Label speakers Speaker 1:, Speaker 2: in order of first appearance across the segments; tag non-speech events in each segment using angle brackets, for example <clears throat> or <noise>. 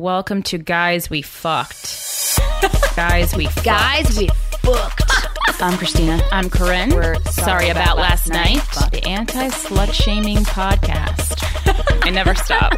Speaker 1: Welcome to Guys We Fucked. Guys We Fucked.
Speaker 2: Guys, we booked. I'm Christina.
Speaker 1: I'm Corinne.
Speaker 2: We're
Speaker 1: sorry, about, last night.
Speaker 2: Fuck.
Speaker 1: The anti slut shaming podcast. I never stop.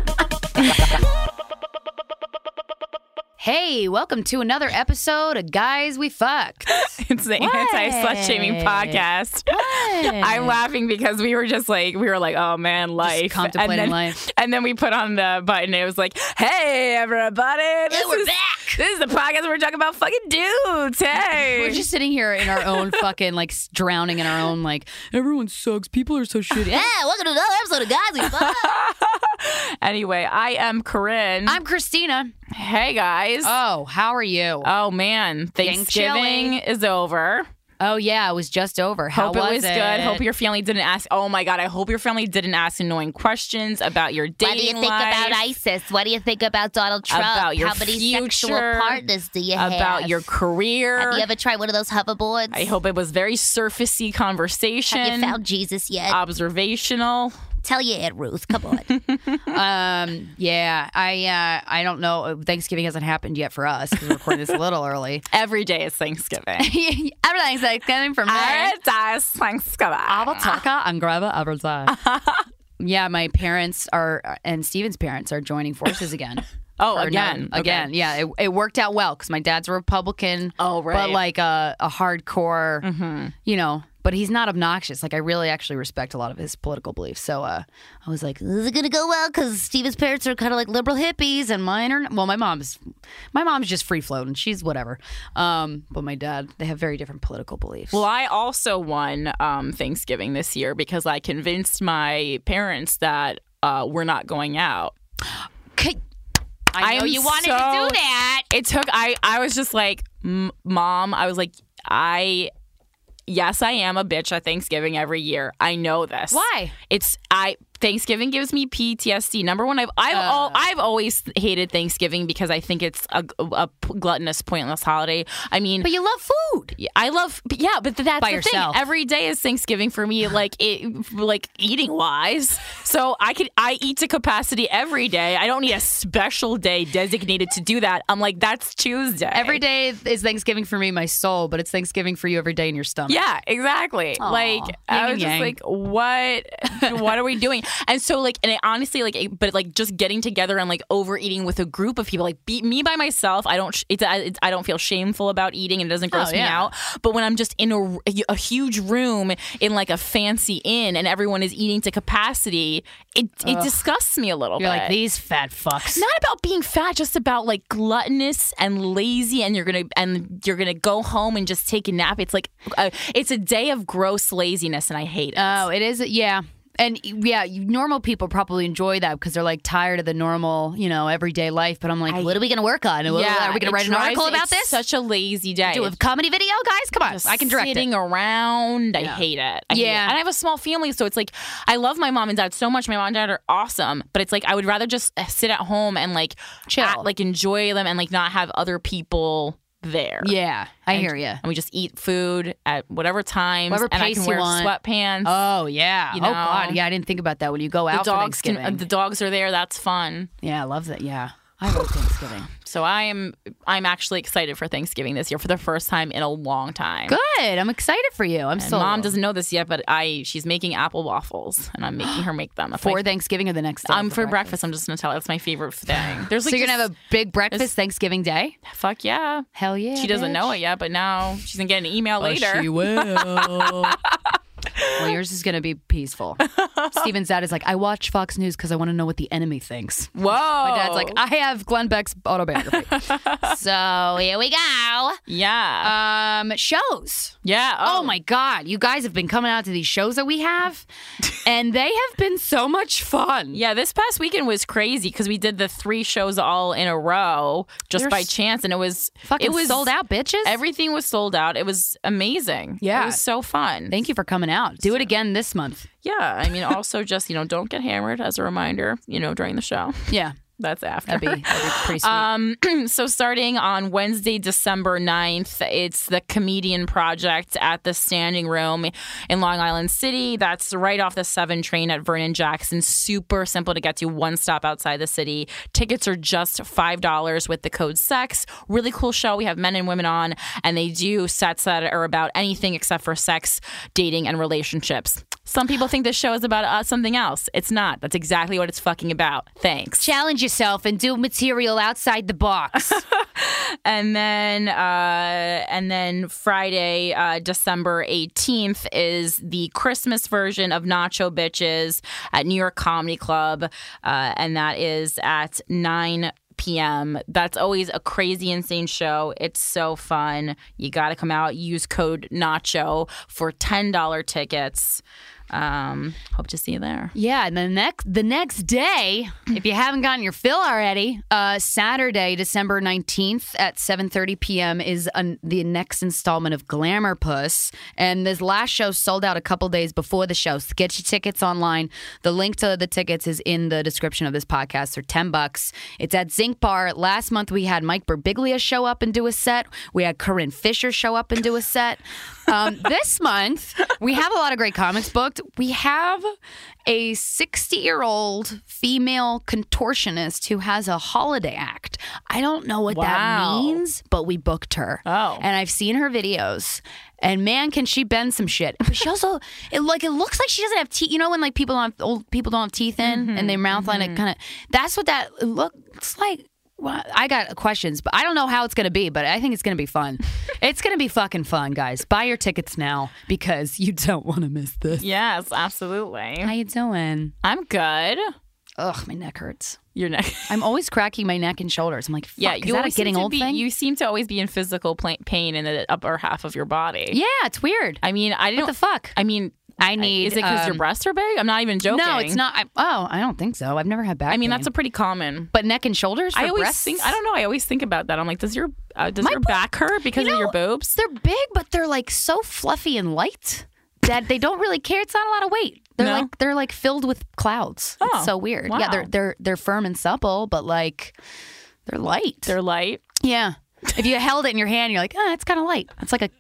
Speaker 2: Hey, welcome to another episode of Guys We Fucked.
Speaker 1: <laughs> It's the anti slut shaming
Speaker 2: What?
Speaker 1: podcast. <laughs> I'm laughing because we were just like, we were like, oh man, life.
Speaker 2: contemplating
Speaker 1: and then,
Speaker 2: life.
Speaker 1: And then we put on the button. It was like, hey, everybody. This
Speaker 2: we're
Speaker 1: is,
Speaker 2: back.
Speaker 1: This is the podcast where we're talking about fucking dudes. Hey.
Speaker 2: We're just sitting here in our <laughs> own fucking, like, s- drowning in our own, like, everyone sucks. People are so shitty. yeah, welcome to another episode of Guys We Fucked.
Speaker 1: anyway, I am Corinne.
Speaker 2: <laughs> I'm Christina.
Speaker 1: hey, guys.
Speaker 2: Oh, how are you?
Speaker 1: Oh man,
Speaker 2: Getting
Speaker 1: Thanksgiving is over.
Speaker 2: Oh, yeah, it was just over. How
Speaker 1: hope
Speaker 2: was
Speaker 1: it was good. Hope your family didn't ask. Oh my god, I hope your family didn't ask annoying questions about your dating
Speaker 3: What do you think about
Speaker 1: life,
Speaker 3: ISIS? What do you think about Donald Trump?
Speaker 1: About your
Speaker 3: How many sexual
Speaker 1: future,
Speaker 3: partners do you have?
Speaker 1: about your career.
Speaker 3: Have you ever tried one of those hoverboards?
Speaker 1: I hope it was very surfacey conversation,
Speaker 3: Have you found Jesus yet?
Speaker 2: Uh,
Speaker 1: observational.
Speaker 3: Tell your Aunt Ruth. Come on.
Speaker 2: <laughs> Um, yeah, I, uh, I don't know. Thanksgiving hasn't happened yet for us 'cause we're recording this a little early.
Speaker 1: Every day is
Speaker 3: <laughs>
Speaker 1: Thanksgiving.
Speaker 2: <laughs> Everything's like coming from there.
Speaker 1: Every day is Thanksgiving.
Speaker 2: Avataka Angrava
Speaker 1: <laughs>
Speaker 2: Abraza. Yeah, my parents are, and Steven's parents are joining
Speaker 1: <laughs>
Speaker 2: forces again.
Speaker 1: Oh,
Speaker 2: Or
Speaker 1: again,
Speaker 2: no, again.
Speaker 1: Okay.
Speaker 2: Yeah, it, it worked out well because my dad's a Republican.
Speaker 1: Oh, right. Mm-hmm.
Speaker 2: But like a, a hardcore, you know, but he's not obnoxious. Like I really actually respect a lot of his political beliefs. So uh, I was like,
Speaker 3: Is it gonna go well? Because Steven's parents are kind of like liberal.
Speaker 2: liberal hippies and mine are well my mom's my mom's just free floating she's whatever um but my dad they have very different political beliefs
Speaker 1: Well, I also won um, Thanksgiving this year because I convinced my parents that uh, we're not going out.
Speaker 2: Okay.
Speaker 1: I
Speaker 2: i know
Speaker 1: am
Speaker 2: you wanted to
Speaker 1: so-
Speaker 2: do that
Speaker 1: It took I I was just like "M- mom I was like I yes I am a bitch at Thanksgiving every year. I know this.
Speaker 2: Why?
Speaker 1: It's I Thanksgiving gives me PTSD. Number one, I've I've, al- I've always hated Thanksgiving because I think it's a, a gluttonous, pointless holiday. I mean,
Speaker 2: but you love food
Speaker 1: Yeah, I love, but yeah, but that's
Speaker 2: By
Speaker 1: the
Speaker 2: yourself.
Speaker 1: thing. Every day is Thanksgiving for me, like it, like eating wise. So I could, I eat to capacity every day. I don't need a special day designated to do that. I'm like, that's Tuesday.
Speaker 2: Every day is Thanksgiving for me, my soul, but it's Thanksgiving for you every day in your stomach.
Speaker 1: Yeah, exactly. Like
Speaker 2: Yin
Speaker 1: I
Speaker 2: and
Speaker 1: was just
Speaker 2: yang.
Speaker 1: like, what, <laughs> what are we doing? And so like, and it, honestly, like, it- but like just getting together and like overeating with a group of people, like be, me by myself, I don't, sh- it's, I, it's, I don't feel shameful about eating, and it doesn't gross me
Speaker 2: Oh, yeah.
Speaker 1: out. But when I'm just in a, r- a huge room in like a fancy inn and everyone is eating to capacity, it it disgusts me a little
Speaker 2: You're
Speaker 1: bit.
Speaker 2: like, these fat fucks.
Speaker 1: not about being fat, just about like gluttonous and lazy, and you're gonna and you're gonna go home and just take a nap. It's like uh, it's a day of gross laziness, and I hate uh, it.
Speaker 2: Oh, it is. Yeah. And yeah, you- normal people probably enjoy that because they're like tired of the normal, you know, everyday life. But I'm like, what are we going to work on? Yeah, are we going
Speaker 1: it
Speaker 2: to write an
Speaker 1: drives-
Speaker 2: article about
Speaker 1: it's
Speaker 2: this?
Speaker 1: Such a lazy day.
Speaker 2: Do a comedy video, guys? Come on.
Speaker 1: Just
Speaker 2: I can direct
Speaker 1: sitting
Speaker 2: it.
Speaker 1: around. I hate it. I hate
Speaker 2: Yeah.
Speaker 1: it. and I have a small family, so it's like I love my mom and dad so much. My mom and dad are awesome, but it's like I would rather just uh, sit at home and like
Speaker 2: Chill.
Speaker 1: at- like enjoy them, and like not have other people there.
Speaker 2: Yeah, I hear you.
Speaker 1: and we just eat food at whatever times,
Speaker 2: Whatever
Speaker 1: and I
Speaker 2: pace
Speaker 1: can
Speaker 2: you
Speaker 1: wear
Speaker 2: want.
Speaker 1: sweatpants.
Speaker 2: Oh, yeah.
Speaker 1: You
Speaker 2: oh,
Speaker 1: know?
Speaker 2: God. Yeah, I didn't think about that when you go
Speaker 1: the
Speaker 2: out for
Speaker 1: dogs
Speaker 2: Thanksgiving.
Speaker 1: can, uh, the dogs are there. That's fun.
Speaker 2: yeah, I love that. Yeah. I love Thanksgiving.
Speaker 1: So I am I'm actually excited for Thanksgiving this year for the first time in a long time.
Speaker 2: Good. I'm excited for you. I'm
Speaker 1: And
Speaker 2: still.
Speaker 1: Mom doesn't know this yet, but I she's making apple waffles, and I'm making her make them. That's
Speaker 2: For
Speaker 1: my-
Speaker 2: Thanksgiving or the next day?
Speaker 1: I'm for breakfast. I'm just gonna tell. her. That's my favorite
Speaker 2: <gasps>
Speaker 1: thing. There's like
Speaker 2: so you're gonna have
Speaker 1: just-
Speaker 2: a big breakfast Thanksgiving Day?
Speaker 1: fuck yeah.
Speaker 2: Hell yeah! Oh,
Speaker 1: She doesn't know it yet, but now she's gonna get an email later. <laughs>
Speaker 2: She will. well, yours is gonna be peaceful. Steven's dad is like, I watch Fox News because I want to know what the enemy thinks.
Speaker 1: Whoa! My
Speaker 2: Dad's like, uh, I have Glenn Beck's autobiography.
Speaker 1: <laughs>
Speaker 2: so here we go.
Speaker 1: yeah,
Speaker 2: Um, shows.
Speaker 1: yeah.
Speaker 2: Oh my God, you guys have been coming out to these shows that we have, and they have been so much fun.
Speaker 1: Yeah, this past weekend was crazy because we did the three shows all in a row just
Speaker 2: They're
Speaker 1: by
Speaker 2: s-
Speaker 1: chance, and it was
Speaker 2: Fucking
Speaker 1: it was
Speaker 2: sold out, bitches.
Speaker 1: Everything was sold out. It was amazing.
Speaker 2: Yeah.
Speaker 1: it was so fun.
Speaker 2: Thank you for coming out. Do it again this month.
Speaker 1: yeah, I mean, also just you know, don't get hammered as a reminder. You know, during the show.
Speaker 2: Yeah. Um,
Speaker 1: That's after.
Speaker 2: <laughs> That'd be, that'd be pretty
Speaker 1: <clears throat>
Speaker 2: sweet.
Speaker 1: so starting on Wednesday, December 9th, it's the Comedian Project at the Standing Room in Long Island City. That's right off the 7 train at Vernon Jackson. Super simple to get to, one stop outside the city. Tickets are just $5 with the code SEX. Really cool show. We have men and women on, and they do sets that are about anything except for sex, dating, and relationships. Some people think this show is about uh, something else. It's not. That's exactly what it's fucking about. Thanks.
Speaker 2: Challenge yourself and do material outside the box.
Speaker 1: and then uh, and then Friday, uh, December eighteenth is the Christmas version of Nacho Bitches at New York Comedy Club, uh, and that is at nine. PM. That's always a crazy, insane show. It's so fun. You got to come out. Use code Nacho for $10 tickets. Um, hope to see you there.
Speaker 2: yeah, and the next the next day, <clears throat> if you haven't gotten your fill already, uh, Saturday, December nineteenth at seven thirty p.m. is an, the next installment of Glamour Puss, and this last show sold out a couple days before the show. So get your tickets online. The link to the tickets is in the description of this podcast. They're ten bucks. It's at Zinc Bar. Last month we had Mike Birbiglia show up and do a set. We had Corinne Fisher show up and do a set. Um, this month, we have a lot of great comics booked. We have a 60 year old female contortionist who has a holiday act. I don't know what that
Speaker 1: Wow.
Speaker 2: means, but we booked her.
Speaker 1: Oh.
Speaker 2: And I've seen her videos. And man, can she bend some shit? But she also, <laughs> it, like, it looks like she doesn't have teeth. You know, when like people don't have, old people don't have teeth in, and their mouth line,
Speaker 1: Mm-hmm.
Speaker 2: it kind of. That's what that looks like. Well, I got questions, but I don't know how it's going to be, but I think it's going to
Speaker 1: <laughs>
Speaker 2: be fun. it's going to be fucking fun, guys. Buy your tickets now because you don't want to miss this.
Speaker 1: Yes, absolutely.
Speaker 2: How you doing?
Speaker 1: I'm good.
Speaker 2: Ugh, my neck hurts.
Speaker 1: You're next. <laughs>
Speaker 2: I'm always cracking my neck and shoulders. I'm like, fuck,
Speaker 1: Yeah,
Speaker 2: is
Speaker 1: you
Speaker 2: that a
Speaker 1: always seem
Speaker 2: getting
Speaker 1: to
Speaker 2: old
Speaker 1: be,
Speaker 2: thing?
Speaker 1: You seem to always be in physical pla- pain in the upper half of your body.
Speaker 2: yeah, it's weird.
Speaker 1: I mean, I didn't.
Speaker 2: what the fuck?
Speaker 1: I mean,
Speaker 2: I need,
Speaker 1: Is it because your
Speaker 2: um,
Speaker 1: breasts are big? I'm not even joking.
Speaker 2: no, it's not. I, oh, I don't think so. I've never had back.
Speaker 1: I mean, that's
Speaker 2: pain.
Speaker 1: a pretty common.
Speaker 2: but neck and shoulders. For
Speaker 1: I always
Speaker 2: breasts?
Speaker 1: think. I don't know. I always think about that. I'm like, does your uh, does
Speaker 2: My
Speaker 1: your
Speaker 2: bo-
Speaker 1: back hurt because
Speaker 2: You
Speaker 1: of your
Speaker 2: know,
Speaker 1: boobs?
Speaker 2: They're big, but they're like so fluffy and light that they don't really care. It's not a lot of weight. They're
Speaker 1: No?
Speaker 2: like they're like filled with clouds.
Speaker 1: Oh,
Speaker 2: it's so weird. Yeah, they're
Speaker 1: wow.
Speaker 2: they're they're firm and supple, but like they're light.
Speaker 1: They're light.
Speaker 2: yeah. If you held it in your hand, you're like, ah, it's kind of light. It's like a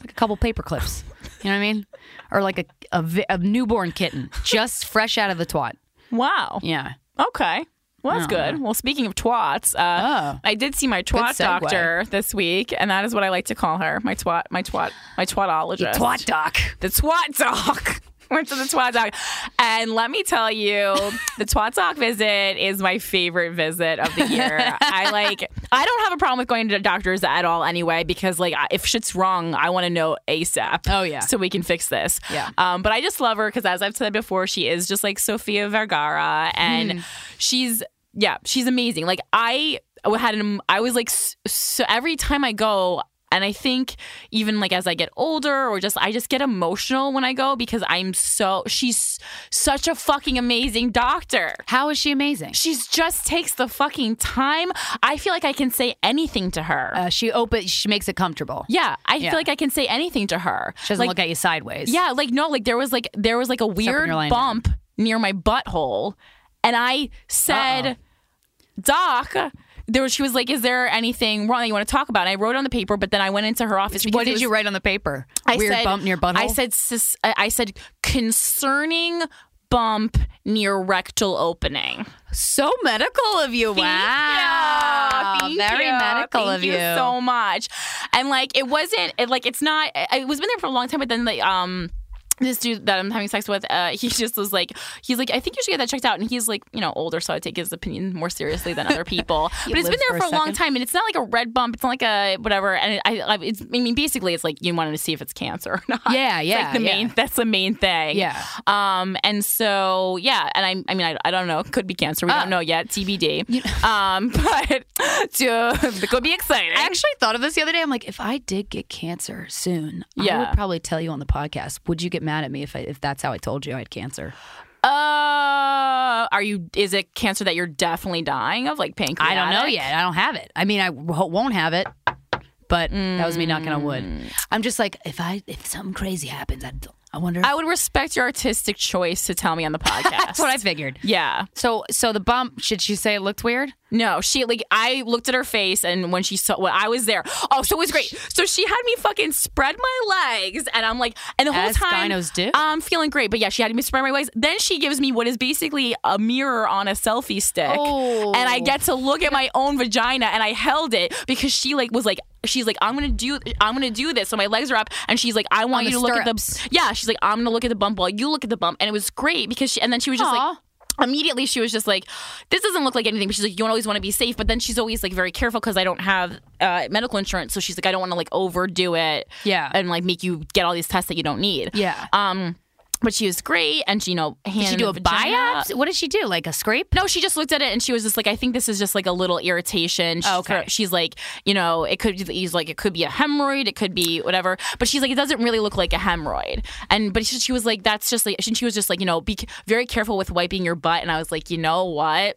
Speaker 2: like a couple paper clips. You know what I mean? Or like a a, vi- a newborn kitten just fresh out of the twat.
Speaker 1: Wow.
Speaker 2: Yeah.
Speaker 1: Okay. Well, that's
Speaker 2: Oh.
Speaker 1: good. Well, speaking of twats, uh,
Speaker 2: Oh.
Speaker 1: I did see my twat
Speaker 2: segue.
Speaker 1: doctor this week, and that is what I like to call her. My twat. My twat. My twatologist.
Speaker 2: Twat doc.
Speaker 1: the twat <laughs> doc. Went to the twat doc. And let me tell you, the twat doc visit is my favorite visit of the
Speaker 2: <laughs>
Speaker 1: year. I like, I don't have a problem with going to doctors at all anyway, because like I- if shit's wrong, I want to know ASAP.
Speaker 2: Oh, yeah.
Speaker 1: So we can fix this.
Speaker 2: Yeah.
Speaker 1: Um, but I just love her because as I've said before, she is just like Sofia Vergara and
Speaker 2: Hmm.
Speaker 1: she's, yeah, she's amazing. Like I had an, I was like, s- so every time I go, and I think even like as I get older or just I just get emotional when I go because I'm so she's such a fucking amazing doctor.
Speaker 2: How is she amazing?
Speaker 1: She's just takes the fucking time. I feel like I can say anything to her.
Speaker 2: Uh, she open. She makes it comfortable.
Speaker 1: yeah, I
Speaker 2: yeah.
Speaker 1: feel like I can say anything to her.
Speaker 2: She doesn't
Speaker 1: like,
Speaker 2: look at you sideways.
Speaker 1: yeah, like no, like there was like there was like a weird
Speaker 2: you're lying
Speaker 1: bump near my butthole, and I said, "Doc." There was, she was like, "Is there anything wrong that you want to talk about?" And I wrote it on the paper, but then I went into her office. because
Speaker 2: What
Speaker 1: it
Speaker 2: did
Speaker 1: was-
Speaker 2: you write on the paper?
Speaker 1: I
Speaker 2: Weird
Speaker 1: said,
Speaker 2: bump near butthole.
Speaker 1: I said, sus- I I said concerning bump near rectal opening.
Speaker 2: so medical of you. wow,
Speaker 1: Thank you. Thank
Speaker 2: very
Speaker 1: you.
Speaker 2: medical
Speaker 1: Thank
Speaker 2: of you.
Speaker 1: so much. And like, it wasn't it, like it's not. I I was been there for a long time, but then like um. This dude that I'm having sex with, uh, he <laughs> just was like, he's like, I think you should get that checked out. And he's like, you know, older, so I take his opinion more seriously than
Speaker 2: <laughs>
Speaker 1: other people. but it's been
Speaker 2: lives
Speaker 1: there
Speaker 2: for
Speaker 1: for a,
Speaker 2: a
Speaker 1: long
Speaker 2: second.
Speaker 1: time, and it's not like a red bump. It's not like a whatever. And it, I, I, it's, I mean, basically, it's like you wanted to see if it's cancer or <laughs> not.
Speaker 2: Yeah,
Speaker 1: It's
Speaker 2: yeah,
Speaker 1: like the
Speaker 2: yeah.
Speaker 1: main that's the main thing.
Speaker 2: Yeah.
Speaker 1: Um. And so yeah. And I. I mean, I, I don't know. Could be cancer.
Speaker 2: Uh,
Speaker 1: We don't know yet. TBD. <laughs> um. But to, it could be exciting.
Speaker 2: I actually thought of this the other day. I'm like, if I did get cancer soon, I
Speaker 1: Yeah.
Speaker 2: would probably tell you on the podcast. Would you get mad at me if I, if that's how I told you I had cancer?
Speaker 1: uh. Are you? Is it cancer that you're definitely dying of, like pancreatic?
Speaker 2: I don't know yet. I don't have it. I mean, I w- won't have it. Mm. But that was me knocking on wood. I'm just like, if I if something crazy happens, I'd I wonder. If-
Speaker 1: I would respect your artistic choice to tell me on the podcast.
Speaker 2: <laughs> that's what I figured.
Speaker 1: Yeah.
Speaker 2: So, so the bump. Should she say it looked weird?
Speaker 1: No, she like I looked at her face, and when she saw when I was there, oh, so it was great. So she had me fucking spread my legs, and I'm like, and the whole
Speaker 2: As
Speaker 1: time
Speaker 2: gynos do.
Speaker 1: I'm feeling great, but yeah, she had me spread my legs. Then she gives me what is basically a mirror on a selfie stick,
Speaker 2: Oh.
Speaker 1: and I get to look at my own vagina, and I held it because she like was like. She's like, I'm gonna do, I'm gonna do this. So my legs are up, and she's like, I want
Speaker 2: On
Speaker 1: you to
Speaker 2: the
Speaker 1: look at
Speaker 2: stirrups.
Speaker 1: the, yeah. She's like, I'm gonna look at the bump while you look at the bump, and it was great because she, and then she was just
Speaker 2: Aw.
Speaker 1: like, immediately she was just like this doesn't look like anything but she's like you always want to be safe but then she's always like very careful because i don't have uh, medical insurance so she's like i don't want to like overdo it
Speaker 2: Yeah.
Speaker 1: and like make you get all these tests that you don't need
Speaker 2: Yeah.
Speaker 1: um but she was great and she you know handed
Speaker 2: Did she
Speaker 1: me
Speaker 2: do a
Speaker 1: the vagina.
Speaker 2: biopsy? What did she do? Like a scrape?
Speaker 1: no, she just looked at it and she was just like, I think this is just like a little irritation. She's,
Speaker 2: Oh, okay.
Speaker 1: She's like, you know, it could he's like, it could be a hemorrhoid, it could be whatever. But she's like, it doesn't really look like a hemorrhoid. And but she, she was like, that's just like, and she was just like, you know, be c- very careful with wiping your butt. And I was like, you know what?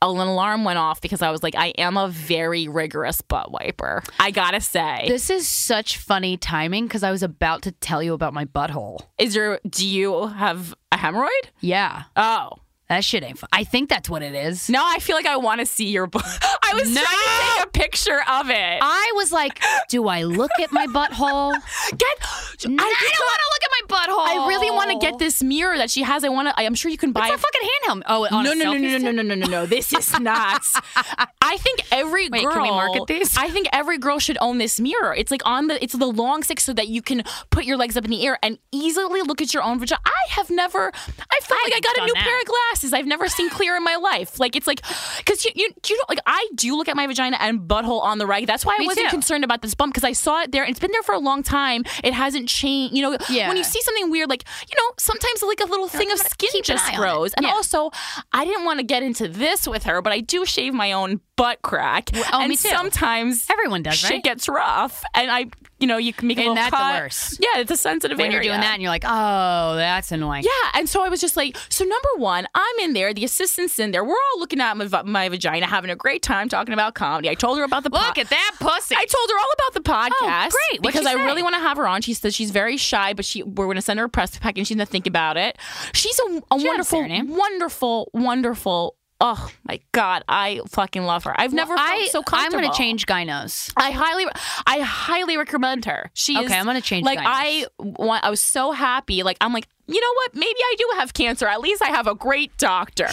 Speaker 1: An alarm went off because I was like, I am a very rigorous butt wiper. I gotta say,
Speaker 2: This is such funny timing because I was about to tell you about my butthole.
Speaker 1: is your do you have a hemorrhoid?
Speaker 2: Yeah,
Speaker 1: Oh
Speaker 2: that shit ain't. Fun. I think that's what it is.
Speaker 1: no, I feel like I want to see your butt. <laughs> I was trying to take a picture of it.
Speaker 2: I was like, do I look at
Speaker 1: <laughs>
Speaker 2: my butthole?
Speaker 1: Get.
Speaker 2: I, don't want to look at my butthole.
Speaker 1: I really want to get this mirror that she has. I want to. I'm sure you can buy
Speaker 2: It's a
Speaker 1: it.
Speaker 2: fucking handheld. Oh, on
Speaker 1: no,
Speaker 2: a
Speaker 1: no, no,
Speaker 2: selfie
Speaker 1: no, no,
Speaker 2: stick?
Speaker 1: no, no, no, no,
Speaker 2: <laughs>
Speaker 1: no. This is not. I think every
Speaker 2: Wait,
Speaker 1: girl.
Speaker 2: can we market these?
Speaker 1: I think every girl should own this mirror. It's like on the. It's the long stick so that you can put your legs up in the air and easily look at your own vagina. I have never. I felt like I got a
Speaker 2: done
Speaker 1: new
Speaker 2: that.
Speaker 1: pair of glasses. I've never seen clear in my life. Like it's like because you you you don't like I do look at my vagina and butthole on the reg. That's why I
Speaker 2: Me
Speaker 1: wasn't
Speaker 2: too.
Speaker 1: concerned about this bump because I saw it there and it's been there for a long time. It hasn't changed. You know.
Speaker 2: Yeah.
Speaker 1: When you see something weird, like you know, sometimes like a little thing of skin just
Speaker 2: eye on it.
Speaker 1: grows. And
Speaker 2: Yeah.
Speaker 1: also, I didn't want to get into this with her, but I do shave my own butt crack.
Speaker 2: oh,
Speaker 1: and
Speaker 2: me too.
Speaker 1: sometimes
Speaker 2: Everyone does,
Speaker 1: shit
Speaker 2: right?
Speaker 1: gets rough, and I, you know, you can make a
Speaker 2: Isn't
Speaker 1: little
Speaker 2: that the
Speaker 1: cut.
Speaker 2: worst?
Speaker 1: Yeah, it's a sensitive
Speaker 2: when you're doing
Speaker 1: area.
Speaker 2: that and you're like, oh, that's annoying.
Speaker 1: Yeah, and so I was just like, so number one, I'm in there, the assistant's in there, we're all looking at my, va- my vagina, having a great time talking about comedy. I told her about the po-
Speaker 2: Look at that pussy.
Speaker 1: I told her all about the podcast.
Speaker 2: Oh, great. What'd
Speaker 1: Because I
Speaker 2: she say?
Speaker 1: really want to have her on. She said she's very shy, but she we're going to send her a press pack and she's going to think about it. She's a, a
Speaker 2: a
Speaker 1: wonderful,
Speaker 2: surname.
Speaker 1: wonderful, wonderful. Oh my god, I fucking love her. I've never felt
Speaker 2: I,
Speaker 1: so
Speaker 2: I'm
Speaker 1: comfortable.
Speaker 2: going to change gynos.
Speaker 1: I highly, I highly recommend her. She is
Speaker 2: Okay, I'm gonna change
Speaker 1: Like
Speaker 2: gynos.
Speaker 1: I want, I was so happy. Like I'm like, you know what? Maybe I do have cancer. At least I have a great doctor.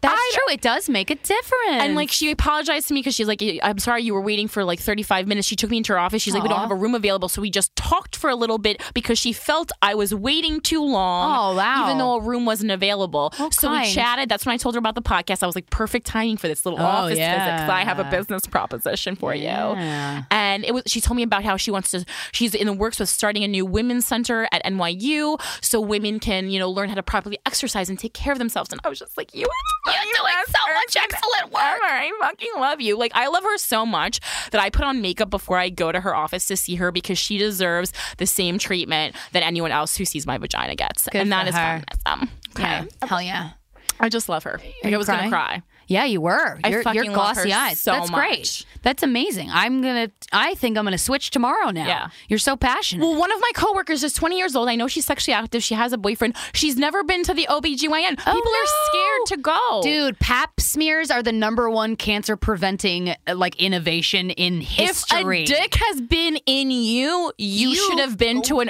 Speaker 2: That's
Speaker 1: I-
Speaker 2: true. It does make a difference.
Speaker 1: And like she apologized to me because she's like, I'm sorry you were waiting for like 35 minutes. She took me into her office. She's like, we don't
Speaker 2: Aw.
Speaker 1: have a room available, so we just talked for a little bit because she felt I was waiting too long.
Speaker 2: Oh, wow.
Speaker 1: Even though a room wasn't available, so
Speaker 2: kind.
Speaker 1: we chatted. That's when I told her about the podcast. I was like, perfect timing for this little
Speaker 2: Oh,
Speaker 1: office visit because I have a
Speaker 2: yeah.
Speaker 1: business proposition for
Speaker 2: Yeah.
Speaker 1: you. And it was she told me about how she wants to. She's in the works with starting a new women's center at NYU, so women can you know learn how to properly exercise and take care of themselves. And I was just like, you.
Speaker 3: You're doing
Speaker 1: best
Speaker 3: so much
Speaker 1: person
Speaker 3: excellent work.
Speaker 1: ever. I fucking love you. Like I love her so much that I put on makeup before I go to her office to see her because she deserves the same treatment that anyone else who sees my vagina gets,
Speaker 2: Good
Speaker 1: and that
Speaker 2: for
Speaker 1: is
Speaker 2: her.
Speaker 1: feminism. Okay,
Speaker 2: yeah. Hell yeah.
Speaker 1: I just love her. Like, I
Speaker 2: you
Speaker 1: was gonna
Speaker 2: crying?
Speaker 1: cry.
Speaker 2: Yeah, you were.
Speaker 1: I
Speaker 2: Your,
Speaker 1: fucking
Speaker 2: your
Speaker 1: love
Speaker 2: glossy
Speaker 1: her
Speaker 2: eyes.
Speaker 1: so
Speaker 2: That's
Speaker 1: much.
Speaker 2: great. That's amazing. I'm gonna. I think I'm gonna switch tomorrow now.
Speaker 1: Yeah.
Speaker 2: You're so passionate.
Speaker 1: Well, one of my coworkers is 20 years old. I know she's sexually active. She has a boyfriend. She's never been to the OBGYN. People are
Speaker 2: Oh, no.
Speaker 1: scared to go.
Speaker 2: Dude, pap smears are the number one cancer preventing uh, like innovation in
Speaker 1: if
Speaker 2: history.
Speaker 1: a dick has been in you, you,
Speaker 3: You-
Speaker 1: should have been to an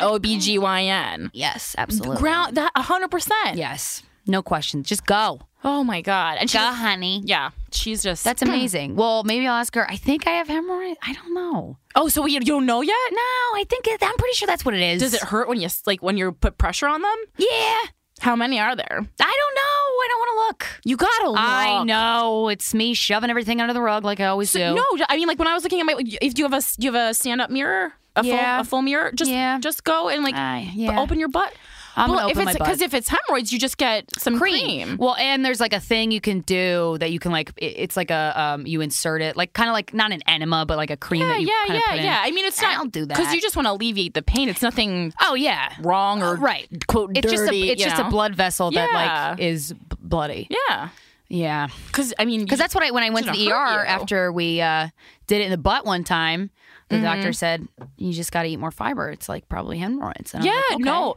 Speaker 1: OBGYN.
Speaker 3: Yes, absolutely.
Speaker 1: Ground that 100%.
Speaker 2: yes, no question. Just go,
Speaker 1: Oh my god. And she
Speaker 3: Go, honey.
Speaker 1: Yeah, she's just.
Speaker 2: That's amazing. Hmm. well, maybe I'll ask her. I think I have hemorrhoids. I don't know.
Speaker 1: oh, so you, you don't know yet?
Speaker 2: No, I think it, I'm pretty sure that's what it is.
Speaker 1: Does it hurt when you s- like when you put pressure on them?
Speaker 2: Yeah, I
Speaker 1: How many are there?
Speaker 2: don't know. I don't want to look.
Speaker 1: You gotta. Look.
Speaker 2: I know it's me shoving everything under the rug like I always do.
Speaker 1: No, I mean like when I was looking at my. If you have a s- you have a stand up mirror, a
Speaker 2: Yeah.
Speaker 1: full a full mirror, just
Speaker 2: Yeah.
Speaker 1: just go and like
Speaker 2: Aye,
Speaker 1: b-
Speaker 2: yeah.
Speaker 1: open your butt.
Speaker 2: I'm
Speaker 1: well,
Speaker 2: gonna
Speaker 1: if
Speaker 2: open
Speaker 1: it's
Speaker 2: my butt.
Speaker 1: because if it's hemorrhoids, you just get some cream.
Speaker 2: Well, and there's like a thing you can do that you can like. it- It's like a um, you insert it like kind of like not an enema, but like a cream.
Speaker 1: Yeah,
Speaker 2: that you
Speaker 1: yeah,
Speaker 2: kinda
Speaker 1: yeah,
Speaker 2: put in.
Speaker 1: yeah. I mean, it's not.
Speaker 2: I'll do
Speaker 1: because
Speaker 2: that.
Speaker 1: you just want to alleviate the pain. It's nothing
Speaker 2: Oh yeah,
Speaker 1: wrong or
Speaker 2: right.
Speaker 1: Quote
Speaker 2: It's just
Speaker 1: dirty,
Speaker 2: a, it's
Speaker 1: you
Speaker 2: just
Speaker 1: know?
Speaker 2: a blood vessel that
Speaker 1: Yeah.
Speaker 2: like is b- bloody.
Speaker 1: Yeah.
Speaker 2: Yeah.
Speaker 1: Because I mean,
Speaker 2: Because
Speaker 1: you-
Speaker 2: that's what I when I went to
Speaker 1: Should've
Speaker 2: the ER
Speaker 1: hurt you.
Speaker 2: after we uh, did it in the butt one time. The doctor said you just got to eat more fiber. It's like probably hemorrhoids. And I'm
Speaker 1: Yeah,
Speaker 2: like, okay.
Speaker 1: no.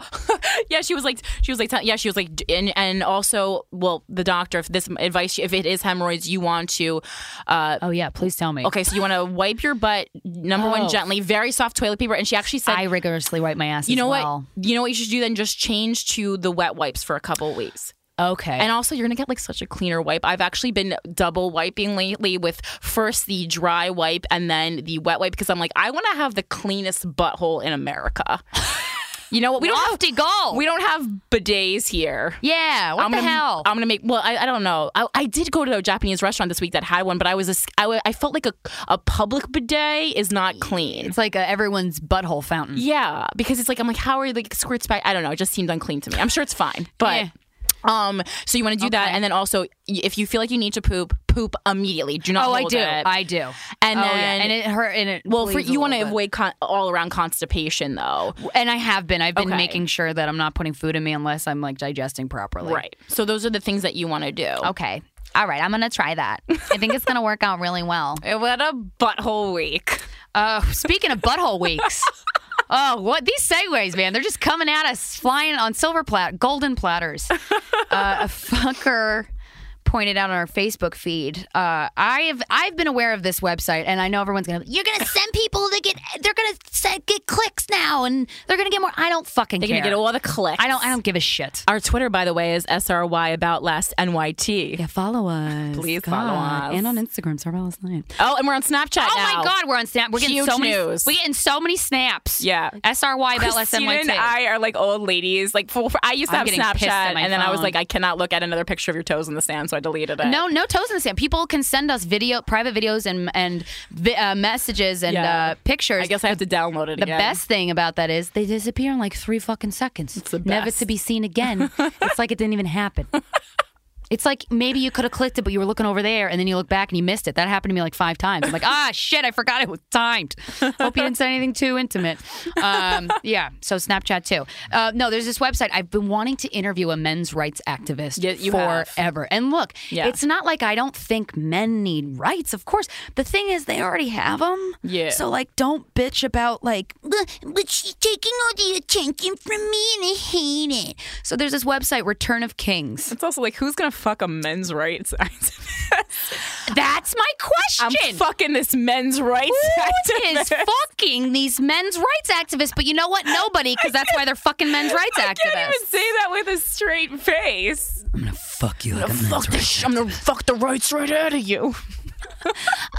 Speaker 1: <laughs> yeah, she was like, she was like, tell- yeah, she was like, d- and and also, well, the doctor, if this advice, if it is hemorrhoids, you want to, uh,
Speaker 2: Oh yeah, please tell me.
Speaker 1: okay, so you want to wipe your butt, number one,
Speaker 2: Oh.
Speaker 1: gently, very soft toilet paper, and she actually said,
Speaker 2: I rigorously wipe my ass.
Speaker 1: you know
Speaker 2: as well.
Speaker 1: what, you know what, you should do then, just change to the wet wipes for a couple of weeks.
Speaker 2: what? Okay.
Speaker 1: And also, you're gonna get like such a cleaner wipe. I've actually been double wiping lately with first the dry wipe and then the wet wipe because I'm like, I want to have the cleanest butthole in America. you know what? We don't have
Speaker 2: Lofty goal.
Speaker 1: we don't have bidets here.
Speaker 2: yeah. What
Speaker 1: I'm
Speaker 2: the
Speaker 1: gonna,
Speaker 2: hell?
Speaker 1: I'm gonna make. Well, I, I don't know. I, I did go to a Japanese restaurant this week that had one, but I was a s I wa- I felt like a a public bidet is not clean.
Speaker 2: it's like a, everyone's butthole fountain.
Speaker 1: Yeah, because it's like I'm like, how are like squirts back? I don't know. It just seemed unclean to me. I'm sure it's fine, but.
Speaker 2: Yeah.
Speaker 1: Um. So you want to do that, and then also, y- if you feel like you need to poop, poop immediately. Do not.
Speaker 2: Oh, I
Speaker 1: hold
Speaker 2: do.
Speaker 1: it.
Speaker 2: I do.
Speaker 1: And then-
Speaker 2: oh, yeah. and it hurt. And it
Speaker 1: well, for,
Speaker 2: bleeds a
Speaker 1: you want to
Speaker 2: little bit.
Speaker 1: avoid con- all around constipation, though.
Speaker 2: And I have been. I've been
Speaker 1: Okay.
Speaker 2: making sure that I'm not putting food in me unless I'm like digesting properly.
Speaker 1: Right. So those are the things that you want to do.
Speaker 2: Okay. All right. I'm gonna try that. I think it's gonna work out really well.
Speaker 1: What a butthole week.
Speaker 2: Uh, speaking of butthole <laughs> weeks. Oh, what these segues, man! They're just coming at us, flying on silver plat, golden platters. Uh, <laughs> a fucker pointed out on our Facebook feed. Uh, I have I've been aware of this website, and I know everyone's gonna.
Speaker 3: You're gonna send people to get. They're gonna set, get clicks now, and they're gonna get more. I don't fucking
Speaker 1: You're
Speaker 3: care.
Speaker 1: gonna get all the clicks.
Speaker 2: I don't I don't give a shit.
Speaker 1: Our Twitter, by the way, is SRY about last NYT.
Speaker 2: Yeah, follow us.
Speaker 1: Please follow us.
Speaker 2: and on Instagram, Sarvelis Nine.
Speaker 1: Oh, and we're on Snapchat
Speaker 2: Oh
Speaker 1: now.
Speaker 2: my God, we're on Snap. We're getting
Speaker 1: Huge
Speaker 2: so many.
Speaker 1: news.
Speaker 2: We're getting so many snaps.
Speaker 1: Yeah.
Speaker 2: SRY about less
Speaker 1: Christina
Speaker 2: than one
Speaker 1: and I are like old ladies. Like for, for- I used to have
Speaker 2: I'm getting pissed at
Speaker 1: Snapchat,
Speaker 2: my
Speaker 1: and then I was
Speaker 2: phone.
Speaker 1: like, I cannot look at another picture of your toes in the sand, so I deleted it.
Speaker 2: No, no toes in the sand. People can send us video, private videos, and and vi- uh, messages and
Speaker 1: Yeah.
Speaker 2: uh, pictures.
Speaker 1: I guess I have to download it
Speaker 2: the
Speaker 1: again.
Speaker 2: best thing about that is they disappear in like three fucking seconds,
Speaker 1: the
Speaker 2: never
Speaker 1: best.
Speaker 2: to be
Speaker 1: <laughs>
Speaker 2: seen again. it's like it didn't even happen. It's like maybe you could have clicked it, but you were looking over there, and then you look back and you missed it. That happened to me like five times. I'm like, ah, shit, I forgot it was timed. Hope you didn't say anything too intimate. Um, yeah, so Snapchat too. Uh, no, there's this website. I've been wanting to interview a men's rights activist
Speaker 1: Yeah, you have.
Speaker 2: forever. And look,
Speaker 1: Yeah.
Speaker 2: it's not like I don't think men need rights. Of course, the thing is they already have them.
Speaker 1: Yeah.
Speaker 2: So like, don't bitch about like
Speaker 3: But, but she's taking all the attention from me, and I hate it.
Speaker 2: So there's this website, Return of Kings.
Speaker 1: It's also like, who's gonna fuck a men's rights? <laughs> activist?
Speaker 2: That's my
Speaker 1: I'm
Speaker 2: question.
Speaker 1: fucking this men's rights.
Speaker 2: Who
Speaker 1: activist.
Speaker 2: is fucking these men's rights activists? But you know what? Nobody, because that's why they're fucking men's rights
Speaker 1: <laughs> I can't even
Speaker 2: activists.
Speaker 1: <laughs> say that with a straight face.
Speaker 2: Fuck you.
Speaker 1: Fuck the sh- I'm gonna fuck the rights right out of you.
Speaker 3: <laughs>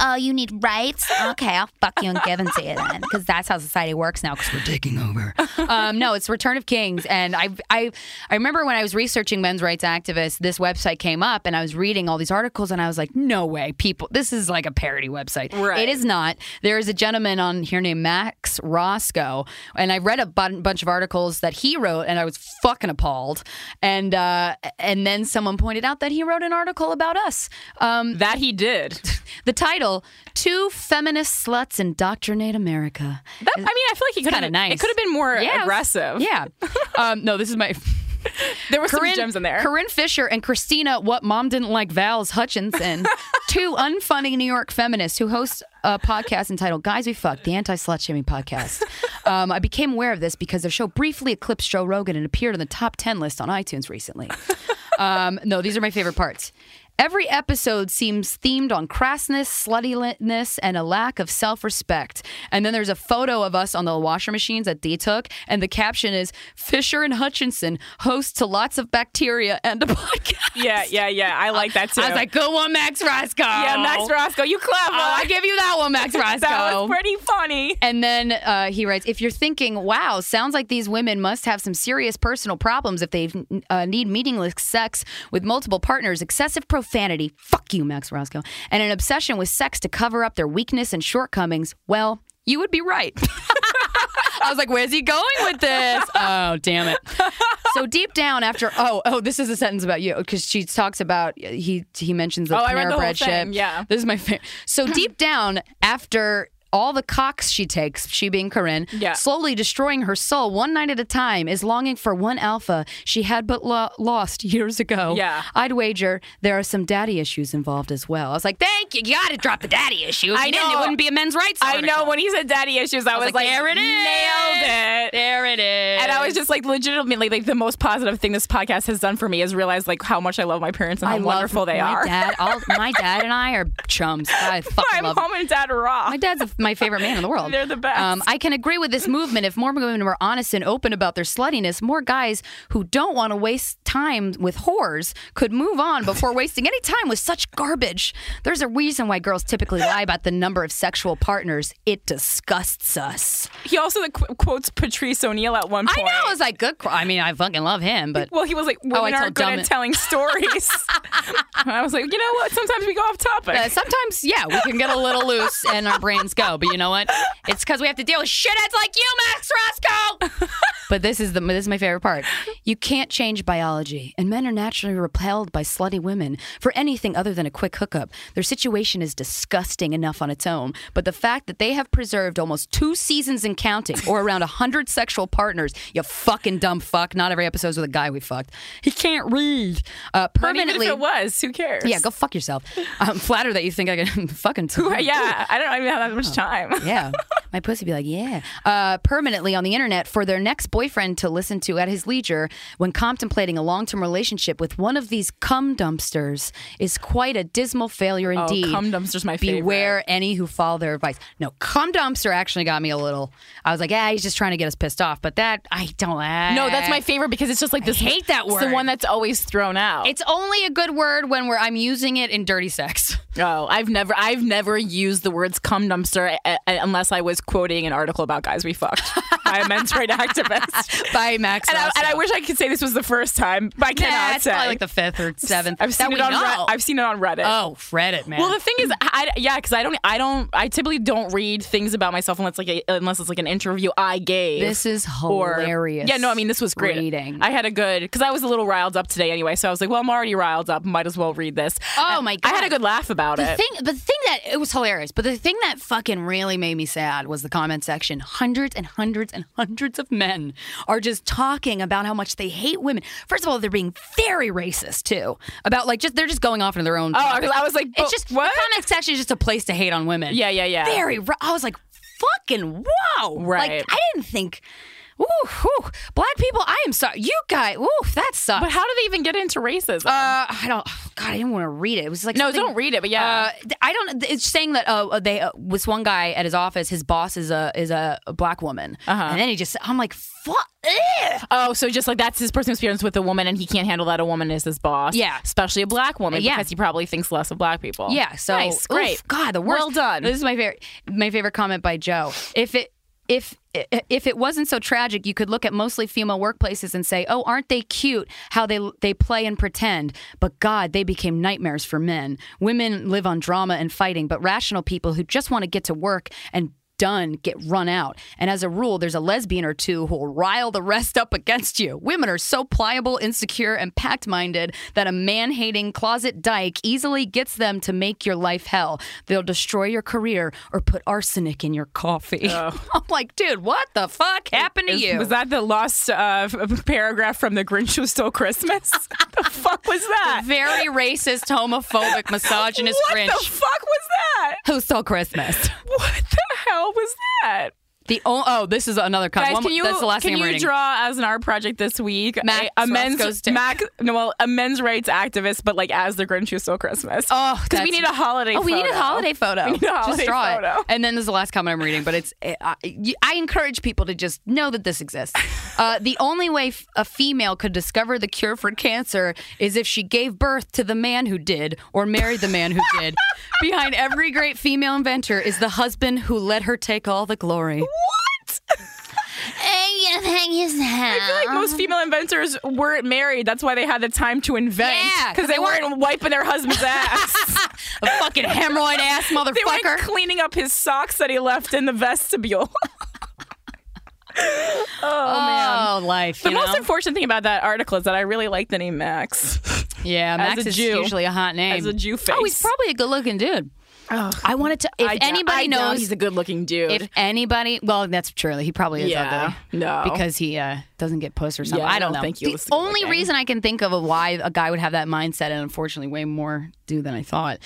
Speaker 3: Oh, you need rights? Okay, I'll
Speaker 2: <laughs>
Speaker 3: fuck you and give them to you then, because that's how society works now. 'cause we're
Speaker 2: taking over. um, no, it's Return of Kings, and I, I, I remember when I was researching men's rights activists, this website came up, and I was reading all these articles, and I was like, no way, people, this is like a parody website.
Speaker 1: Right.
Speaker 2: It is not. There is a gentleman on here named Max Roscoe, and I read a bun- bunch of articles that he wrote, and I was fucking appalled. And uh, and then someone pointed out that he wrote an article about us. Um,
Speaker 1: That he did.
Speaker 2: the title: Two Feminist Sluts Indoctrinate America.
Speaker 1: That, I mean, I feel like he could
Speaker 2: kinda
Speaker 1: have.
Speaker 2: nice.
Speaker 1: It could have been more
Speaker 2: Yeah, it was-
Speaker 1: aggressive. <laughs>
Speaker 2: Yeah. Um, no, this is my.
Speaker 1: there were some gems in there.
Speaker 2: Corinne Fisher and Christina, what mom didn't like,
Speaker 1: <laughs>
Speaker 2: Val's Hutchinson, two unfunny New York feminists who host a podcast entitled "Guys We Fuck," the anti-slut
Speaker 1: <laughs>
Speaker 2: shaming podcast. Um, I became aware of this because their show briefly eclipsed Joe Rogan and appeared on the top ten list on
Speaker 1: <laughs>
Speaker 2: iTunes recently. Um, no, these are my favorite parts. Every episode seems themed on crassness, sluttiness, and a lack of self respect. And then there's a photo of us on the washer machines that D took, and the caption is Fisher and Hutchinson, host to lots of bacteria and a podcast.
Speaker 1: Yeah, yeah, yeah. I like that too.
Speaker 2: I was like, good one, Max Roscoe. Oh,
Speaker 1: yeah, Max Roscoe, you clever.
Speaker 2: I give you that one, Max
Speaker 1: <laughs>
Speaker 2: Roscoe.
Speaker 1: that was pretty funny.
Speaker 2: <laughs> And then uh, he writes, if you're thinking, wow, sounds like these women must have some serious personal problems if they uh, need meaningless sex with multiple partners, excessive profanity, fuck you, Max Roscoe, and an obsession with sex to cover up their weakness and shortcomings, well, you would be right. <laughs> I was like, where's he going with this? Oh, damn it. So deep down after, oh, oh, this is a sentence about you because she talks about, he he mentions the
Speaker 1: Oh, I read the
Speaker 2: Panera
Speaker 1: whole
Speaker 2: Bread
Speaker 1: thing,
Speaker 2: ship.
Speaker 1: yeah. <laughs>
Speaker 2: This is my favorite. So deep down after all the cocks she takes, she being Corinne,
Speaker 1: Yeah.
Speaker 2: slowly destroying her soul one night at a time, is longing for one alpha she had but lo- lost years ago.
Speaker 1: Yeah.
Speaker 2: I'd wager there are some daddy issues involved as well. I was like, thank you. You got to drop the daddy issue. If
Speaker 1: I
Speaker 2: you didn't,
Speaker 1: know.
Speaker 2: it wouldn't be a men's rights.
Speaker 1: I
Speaker 2: article.
Speaker 1: know when he said daddy issues, I, was,
Speaker 2: like,
Speaker 1: like,
Speaker 2: "There it is."
Speaker 1: nailed it.
Speaker 2: There it is.
Speaker 1: And I was just like legitimately like the most positive thing this podcast has done for me is realize like how much I love my parents and how
Speaker 2: love
Speaker 1: wonderful they
Speaker 2: my
Speaker 1: are. <laughs>
Speaker 2: Dad, all, my dad and I are chums. I
Speaker 1: my
Speaker 2: fucking love
Speaker 1: mom and dad are raw.
Speaker 2: My dad's a- my favorite man in the
Speaker 1: <laughs>
Speaker 2: world. Um,
Speaker 1: They're the best.
Speaker 2: I can agree with this movement. If more women were honest and open about their sluttiness, more guys who don't want to waste time with whores could move on before wasting any time with such garbage. There's a reason why girls typically lie about the number of sexual partners. It disgusts us.
Speaker 1: he also like, qu- quotes Patrice O'Neill at one
Speaker 2: I
Speaker 1: point.
Speaker 2: know. I was like, good. cr- I mean, I fucking love him, but
Speaker 1: Well, he was like,
Speaker 2: I
Speaker 1: women
Speaker 2: told
Speaker 1: aren't good
Speaker 2: dumb-
Speaker 1: at telling
Speaker 2: <laughs>
Speaker 1: stories. and I was like, you know what? Sometimes we go off topic.
Speaker 2: Uh, sometimes, yeah, we can get a little loose and our brains go. But you know what? It's because we have to deal with shitheads like you, Max
Speaker 1: <laughs>
Speaker 2: Roscoe. but this is the this is my favorite part. You can't change biology, and men are naturally repelled by slutty women for anything other than a quick hookup. Their situation is disgusting enough on its own, but the fact that they have preserved almost two seasons and counting, or around hundred sexual partners, you fucking dumb fuck. Not every episode's with a guy we fucked. He can't read. Uh,
Speaker 1: But even if
Speaker 2: permanently.
Speaker 1: it was, who cares?
Speaker 2: Yeah, go fuck yourself. <laughs> I'm flattered that you think I can <laughs> fucking.
Speaker 1: Uh, Yeah, I don't even have that much
Speaker 2: Oh.
Speaker 1: time.
Speaker 2: Yeah. My pussy be like, yeah. Uh, permanently on the internet for their next boyfriend to listen to at his leisure when contemplating a long term relationship with one of these cum dumpsters is quite a dismal failure indeed.
Speaker 1: Oh, cum dumpster's my favorite.
Speaker 2: Beware any who follow their advice. No, cum dumpster actually got me a little. I was like, yeah, he's just trying to get us pissed off. But that, I don't. eh.
Speaker 1: No, that's my favorite because it's just like this.
Speaker 2: hate that
Speaker 1: It's
Speaker 2: word.
Speaker 1: the one that's always thrown out.
Speaker 2: It's only a good word when we're I'm using it in dirty sex.
Speaker 1: oh, I've never, I've never used the words "cum dumpster" a- a- unless I was quoting an article about guys we fucked by a men's rights activist. <laughs>
Speaker 2: <laughs> Bye, Max.
Speaker 1: And I, and I
Speaker 2: Roscoe.
Speaker 1: wish I could say this was the first time, but I
Speaker 2: Nah,
Speaker 1: cannot
Speaker 2: it's
Speaker 1: say.
Speaker 2: probably like the fifth or seventh.
Speaker 1: I've seen
Speaker 2: that
Speaker 1: it
Speaker 2: we
Speaker 1: on.
Speaker 2: know.
Speaker 1: Re- I've seen it on Reddit.
Speaker 2: Oh, Reddit, man.
Speaker 1: Well, the thing is, I, yeah, because I don't, I don't, I typically don't read things about myself unless like a, unless it's like an interview I gave.
Speaker 2: This is
Speaker 1: or-
Speaker 2: hilarious
Speaker 1: yeah, no, I mean this was great.
Speaker 2: reading.
Speaker 1: I had a good because I was a little riled up today anyway, so I was like, well, I'm already riled up, might as well read this.
Speaker 2: Oh,
Speaker 1: And
Speaker 2: my
Speaker 1: I had
Speaker 2: God.
Speaker 1: a good laugh about
Speaker 2: the
Speaker 1: it.
Speaker 2: thing, but the thing that it was hilarious, but the thing that fucking really made me sad was the comment section. Hundreds and hundreds and hundreds of men are just talking about how much they hate women. First of all, they're being very racist too about like just they're just going off into their own.
Speaker 1: Oh,
Speaker 2: topic.
Speaker 1: 'cause I was like,
Speaker 2: it's
Speaker 1: but
Speaker 2: just
Speaker 1: what?
Speaker 2: the comment section is just a place to hate on women.
Speaker 1: Yeah, yeah, yeah.
Speaker 2: Very. ra- I was like, fucking wow.
Speaker 1: Right.
Speaker 2: Like I didn't think. Ooh, whew. black people. I am sorry. You guys. Ooh, that sucks.
Speaker 1: But how do they even get into racism?
Speaker 2: Uh, I don't. God, I didn't want to read it. It was like
Speaker 1: No,
Speaker 2: something-
Speaker 1: don't read it, but yeah.
Speaker 2: Uh, th- I don't. th- It's saying that uh, they uh, this one guy at his office, his boss is a is a black woman,
Speaker 1: Uh-huh.
Speaker 2: and then he just. I'm like, fuck. ugh."
Speaker 1: oh, so just like that's his personal experience with a woman, and he can't handle that a woman is his boss.
Speaker 2: Yeah.
Speaker 1: especially a black woman.
Speaker 2: Yeah.
Speaker 1: because he probably thinks less of black people.
Speaker 2: Yeah. So
Speaker 1: nice,
Speaker 2: oof,
Speaker 1: great,
Speaker 2: God, the worst.
Speaker 1: Well done.
Speaker 2: This is my favorite. My favorite comment by Joe. If it. If if it wasn't so tragic, you could look at mostly female workplaces and say, "Oh, aren't they cute? How they they play and pretend." But God, they became nightmares for men. Women live on drama and fighting, but rational people who just want to get to work and done get run out. And as a rule, there's a lesbian or two who will rile the rest up against you. Women are so pliable, insecure, and packed minded that a man hating closet dyke easily gets them to make your life hell. They'll destroy your career or put arsenic in your coffee. <laughs> I'm like, dude, what the fuck happened to
Speaker 1: Oh. Is-
Speaker 2: you?
Speaker 1: Was that the lost uh, f- paragraph from The Grinch Who Stole Christmas? <laughs> the fuck was that?
Speaker 2: very
Speaker 1: <laughs>
Speaker 2: racist, homophobic, misogynist
Speaker 1: what
Speaker 2: Grinch
Speaker 1: the fuck was that?
Speaker 2: who stole Christmas.
Speaker 1: What the hell was that?
Speaker 2: The o- oh, this is another comment.
Speaker 1: Guys,
Speaker 2: One-
Speaker 1: can you
Speaker 2: that's the last
Speaker 1: can
Speaker 2: thing I'm
Speaker 1: you
Speaker 2: reading.
Speaker 1: draw as an art project this week?
Speaker 2: Max
Speaker 1: a, a men's
Speaker 2: Roscoe's dick.
Speaker 1: Mac, no, well, a men's rights activist, but like as the Grinch Who Stole Christmas.
Speaker 2: Oh,
Speaker 1: because we
Speaker 2: that's-
Speaker 1: need a holiday.
Speaker 2: Oh, we need a
Speaker 1: photo.
Speaker 2: holiday photo.
Speaker 1: <laughs> We need a holiday
Speaker 2: just draw
Speaker 1: photo.
Speaker 2: it. And then this is the last comment I'm reading, but it's I, you- I encourage people to just know that
Speaker 1: <laughs>
Speaker 2: this exists. Uh, the only way f- a female could discover the cure for cancer is if she gave birth to the man who did, or married the man who
Speaker 1: <laughs>
Speaker 2: did. Behind every great female inventor is the husband who let her take all the glory.
Speaker 3: Hey, thank you, Sam.
Speaker 1: I feel like most female inventors weren't married. That's why they had the time to invent.
Speaker 2: Yeah, 'cause
Speaker 1: because
Speaker 2: they
Speaker 1: they weren't wiping their
Speaker 2: <laughs>
Speaker 1: husband's ass.
Speaker 2: A fucking hemorrhoid
Speaker 1: <laughs>
Speaker 2: ass
Speaker 1: They were
Speaker 2: motherfucker.
Speaker 1: cleaning up his socks that he left in the vestibule. <laughs>
Speaker 2: oh, man. life.
Speaker 1: the
Speaker 2: you
Speaker 1: most
Speaker 2: know?
Speaker 1: unfortunate thing about that article is that I really like the name Max. <laughs>
Speaker 2: yeah, Max
Speaker 1: a
Speaker 2: is
Speaker 1: Jew.
Speaker 2: usually a hot name.
Speaker 1: As a Jew face.
Speaker 2: Oh, he's probably a good looking dude. I wanted to. If
Speaker 1: I doubt-
Speaker 2: anybody
Speaker 1: I doubt
Speaker 2: knows,
Speaker 1: he's a good-looking dude.
Speaker 2: if anybody, well, that's true. He probably is
Speaker 1: Yeah,
Speaker 2: ugly.
Speaker 1: no.
Speaker 2: because he uh, doesn't get puss or something.
Speaker 1: Yeah,
Speaker 2: I
Speaker 1: I
Speaker 2: don't
Speaker 1: don't
Speaker 2: know.
Speaker 1: think he
Speaker 2: the
Speaker 1: was good
Speaker 2: only
Speaker 1: looking.
Speaker 2: reason I can think of of why a guy would have that mindset, and unfortunately, way more do than I thought.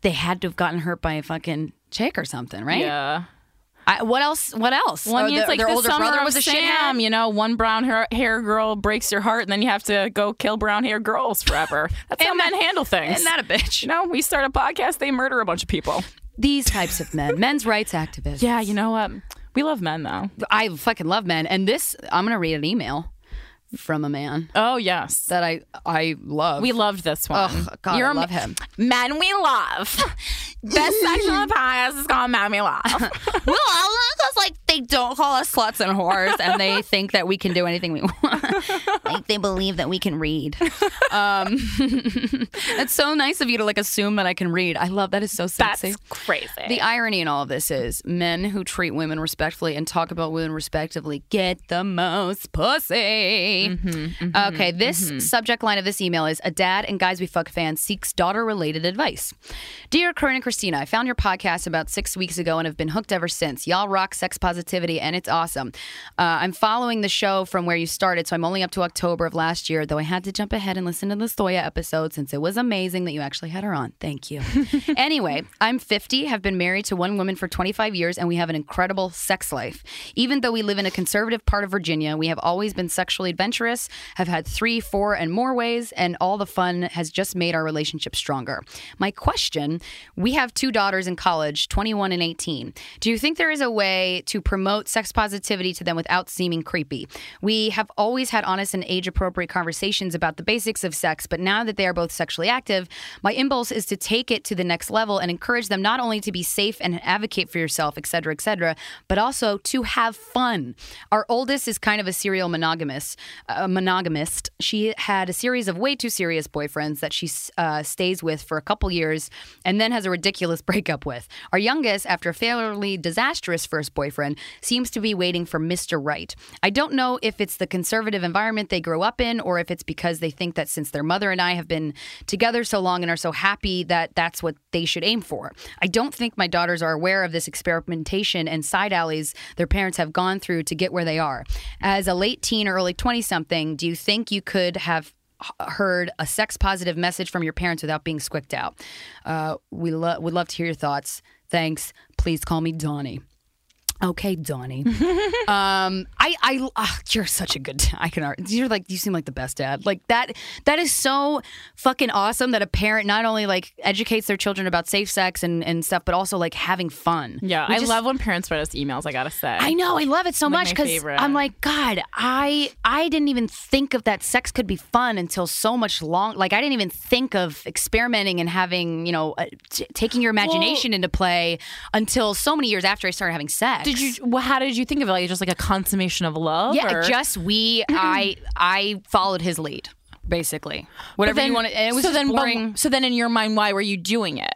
Speaker 2: They had to have gotten hurt by a fucking chick or something, right?
Speaker 1: yeah.
Speaker 2: I, what else? What else?
Speaker 1: Well, I
Speaker 2: Oh,
Speaker 1: mean,
Speaker 2: the-
Speaker 1: it's like
Speaker 2: their
Speaker 1: the
Speaker 2: older
Speaker 1: summer
Speaker 2: brother
Speaker 1: of
Speaker 2: was a
Speaker 1: Sam.
Speaker 2: shithead.
Speaker 1: You know, one brown hair, hair girl breaks your heart, and then you have to go kill brown hair girls forever. That's how men handle things.
Speaker 2: Isn't that a bitch?
Speaker 1: you know, we start a podcast, they murder a bunch of people.
Speaker 2: These types of men, men's rights activists.
Speaker 1: Yeah, you know what? We love men though.
Speaker 2: I fucking love men. And this, I'm gonna read an email from a man
Speaker 1: Oh yes,
Speaker 2: that I I love.
Speaker 1: we loved this one.
Speaker 2: Oh God, I love him.
Speaker 1: Men we love. Best section of the podcast is called Men We Love.
Speaker 2: well, I love us like they don't call us sluts and whores, and they think that we can do anything we <laughs> want.
Speaker 3: Like <laughs> they believe that we can read.
Speaker 2: <laughs> That's so nice of you to like assume that I can read. I love that. Is so
Speaker 1: That's
Speaker 2: sexy.
Speaker 1: crazy.
Speaker 2: The irony in all of this is men who treat women respectfully and talk about women respectively get the most pussy. okay, this subject line of this email is A dad and guys we fuck fan seeks daughter related advice. Dear Corinne and Christina, I found your podcast about six weeks ago and have been hooked ever since. Y'all rock sex positivity and it's awesome. Uh, I'm following the show from where you started, so I'm only up to October of last year, though I had to jump ahead and listen to the Soya episode since it was amazing that you actually had her on. Thank you. <laughs> anyway, I'm 50, have been married to one woman for 25 years, and we have an incredible sex life. Even though we live in a conservative part of Virginia, we have always been sexually adventurous, have had three, four, and more ways, and all the fun has just made our relationship stronger. My question we have two daughters in college, 21 and 18. Do you think there is a way to promote sex positivity to them without seeming creepy? We have always had honest and age appropriate conversations about the basics of sex, but now that they are both sexually active, my impulse is to take it to the next level and encourage them not only to be safe and advocate for yourself, et cetera, et cetera, but also to have fun. Our oldest is kind of a serial monogamous, uh, monogamist. She had a series of way too serious boyfriends that she uh, stays with for a couple years and then has a ridiculous <laughs> breakup with. Our youngest, after a fairly disastrous first boyfriend, seems to be waiting for Mr. Right. I don't know if it's the conservative environment they grew up in or if it's because they think that since their mother and I have been together so long and are so happy that that's what they should aim for. I don't think my daughters are aware of this experimentation and side alleys their parents have gone through to get where they are. As a late teen or early 20 something, do you think you could have h- heard a sex positive message from your parents without being squicked out? Uh, we lo- would love to hear your thoughts. Thanks. Please call me Donnie. Okay, Donnie. <laughs> um, I, I, ah, you're such a good. I can. ar- You're like, you seem like the best dad. Like that. That is so fucking awesome that a parent not only like educates their children about safe sex and and stuff, but also like having fun.
Speaker 1: yeah,
Speaker 2: We
Speaker 1: I
Speaker 2: just-
Speaker 1: love when parents write us emails. I gotta say,
Speaker 2: I know. I love it so
Speaker 1: Like
Speaker 2: much
Speaker 1: my
Speaker 2: because
Speaker 1: favorite.
Speaker 2: I'm like, God, I I didn't even think of that. Sex could be fun until so much long. Like I didn't even think of experimenting and having you know uh, t- taking your imagination into play until so many years after I started having sex.
Speaker 1: Did you? Well, how did you think of it? Like, just like a consummation of love?
Speaker 2: Yeah,
Speaker 1: or?
Speaker 2: just we. I I followed his lead basically.
Speaker 1: But
Speaker 2: Whatever
Speaker 1: then-
Speaker 2: you want. And it was
Speaker 1: so
Speaker 2: just
Speaker 1: then, but-
Speaker 2: boring.
Speaker 1: so then, in your mind, why were you doing it?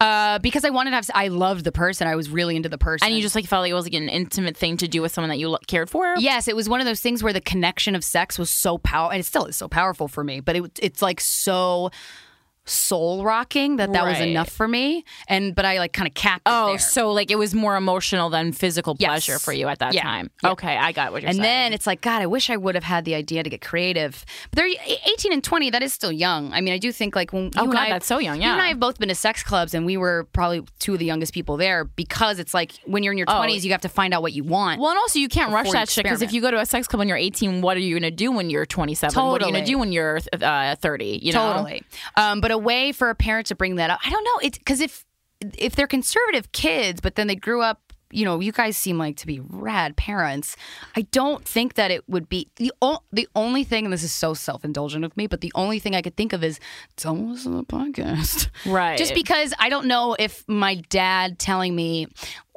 Speaker 2: uh, because I wanted to have. I loved the person. I was really into the person.
Speaker 1: And you just like felt like it was like an intimate thing to do with someone that you lo- cared for.
Speaker 2: Yes, it was one of those things where the connection of sex was so powerful, and it still is so powerful for me. But it, it's like so soul rocking that that was
Speaker 1: Right.
Speaker 2: enough for me. And but I like kind of capped. it
Speaker 1: Oh,
Speaker 2: there.
Speaker 1: so like it was more emotional than physical pleasure for you at that
Speaker 2: Yeah.
Speaker 1: time.
Speaker 2: Yeah.
Speaker 1: Okay, I got what you're
Speaker 2: and
Speaker 1: saying.
Speaker 2: then it's like God, I wish I would have had the idea to get creative. But they're e-, eighteen and twenty. That is still young. I mean, I do think like when you and
Speaker 1: Oh, God,
Speaker 2: I-
Speaker 1: that's so young,
Speaker 2: You and
Speaker 1: yeah.
Speaker 2: I have both been to sex clubs, and we were probably two of the youngest people there because it's like when you're in
Speaker 1: Oh,
Speaker 2: your twenties, you have to find out what you want.
Speaker 1: well, and also you can't rush
Speaker 2: Before you
Speaker 1: that shit because if
Speaker 2: experiment.
Speaker 1: you go to a sex club when you're 18, what are you going to do when you're 27? What are you going to
Speaker 2: Totally.
Speaker 1: do when you're uh, 30? You know?
Speaker 2: totally um, but a way for a parent to bring that up i don't know it's because if if they're conservative kids but then they grew up you know you guys seem like to be rad parents i don't think that it would be the, o- the only thing and this is so self-indulgent of me but the only thing i could think of is don't listen to the podcast
Speaker 1: Right.
Speaker 2: just because i don't know if my dad telling me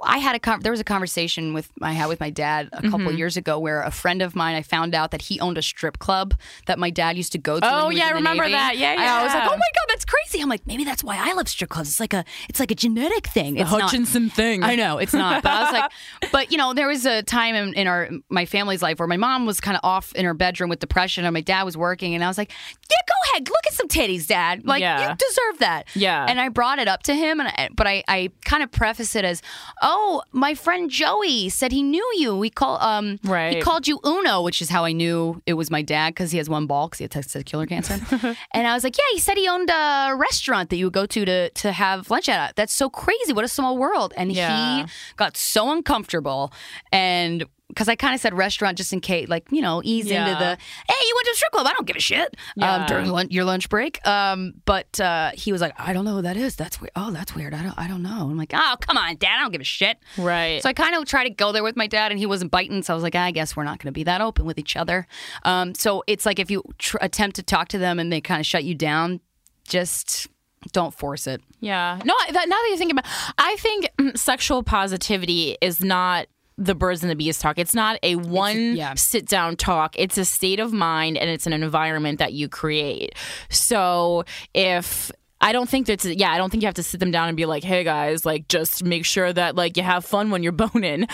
Speaker 2: I had a con- there was a conversation with I had with my dad a couple years ago where a friend of mine I found out that he owned a strip club that my dad used to go to. when
Speaker 1: Oh,
Speaker 2: he was
Speaker 1: yeah,
Speaker 2: in
Speaker 1: I
Speaker 2: the
Speaker 1: remember
Speaker 2: Navy.
Speaker 1: that. Yeah,
Speaker 2: I was like,
Speaker 1: yeah.
Speaker 2: oh my god, that's crazy. I'm like, maybe that's why I love strip clubs. It's like a it's like a genetic thing. It's not-
Speaker 1: Hutchinson thing.
Speaker 2: I know it's not, but I
Speaker 1: <laughs>
Speaker 2: was like, but you know, there was a time in, in our my family's life where my mom was kind of off in her bedroom with depression, and my dad was working, and I was like, yeah, go ahead, look at some titties, dad. Like
Speaker 1: Yeah.
Speaker 2: you deserve that.
Speaker 1: Yeah.
Speaker 2: And I brought it up to him, and I, but I I kind of preface it as, oh, my friend Joey said he knew you. We call um he
Speaker 1: Right.
Speaker 2: called you Uno, which is how I knew it was my dad because he has one ball because he had testicular
Speaker 1: <laughs>
Speaker 2: cancer. and I was like, yeah, he said he owned a restaurant that you would go to to to have lunch at. That's so crazy. What a small world. And
Speaker 1: Yeah.
Speaker 2: he got so uncomfortable and. Because I kind of said restaurant just in case, like, you know, ease into
Speaker 1: Yeah.
Speaker 2: the, hey, you went to a strip club. I don't give a shit um,
Speaker 1: Yeah.
Speaker 2: during lun- your lunch break. Um, but uh, he was like, I don't know who that is. That's weird. Oh, that's weird. I don't, I don't know. I'm like, oh, come on, dad. I don't give a shit.
Speaker 1: Right.
Speaker 2: So I kind of tried to go there with my dad, and he wasn't biting. So I was like, I guess we're not going to be that open with each other. Um, so it's like if you tr- attempt to talk to them and they kind of shut you down, just don't force it.
Speaker 1: Yeah. No, I, that, now that you think about I think mm, sexual positivity is not the birds and the bees talk. It's not a one
Speaker 2: yeah.
Speaker 1: sit down talk. It's a state of mind and it's an environment that you create. So if I don't think that's yeah, I don't think you have to sit them down and be like, "Hey guys, like just make sure that like you have fun when you're <laughs> boning." Uh,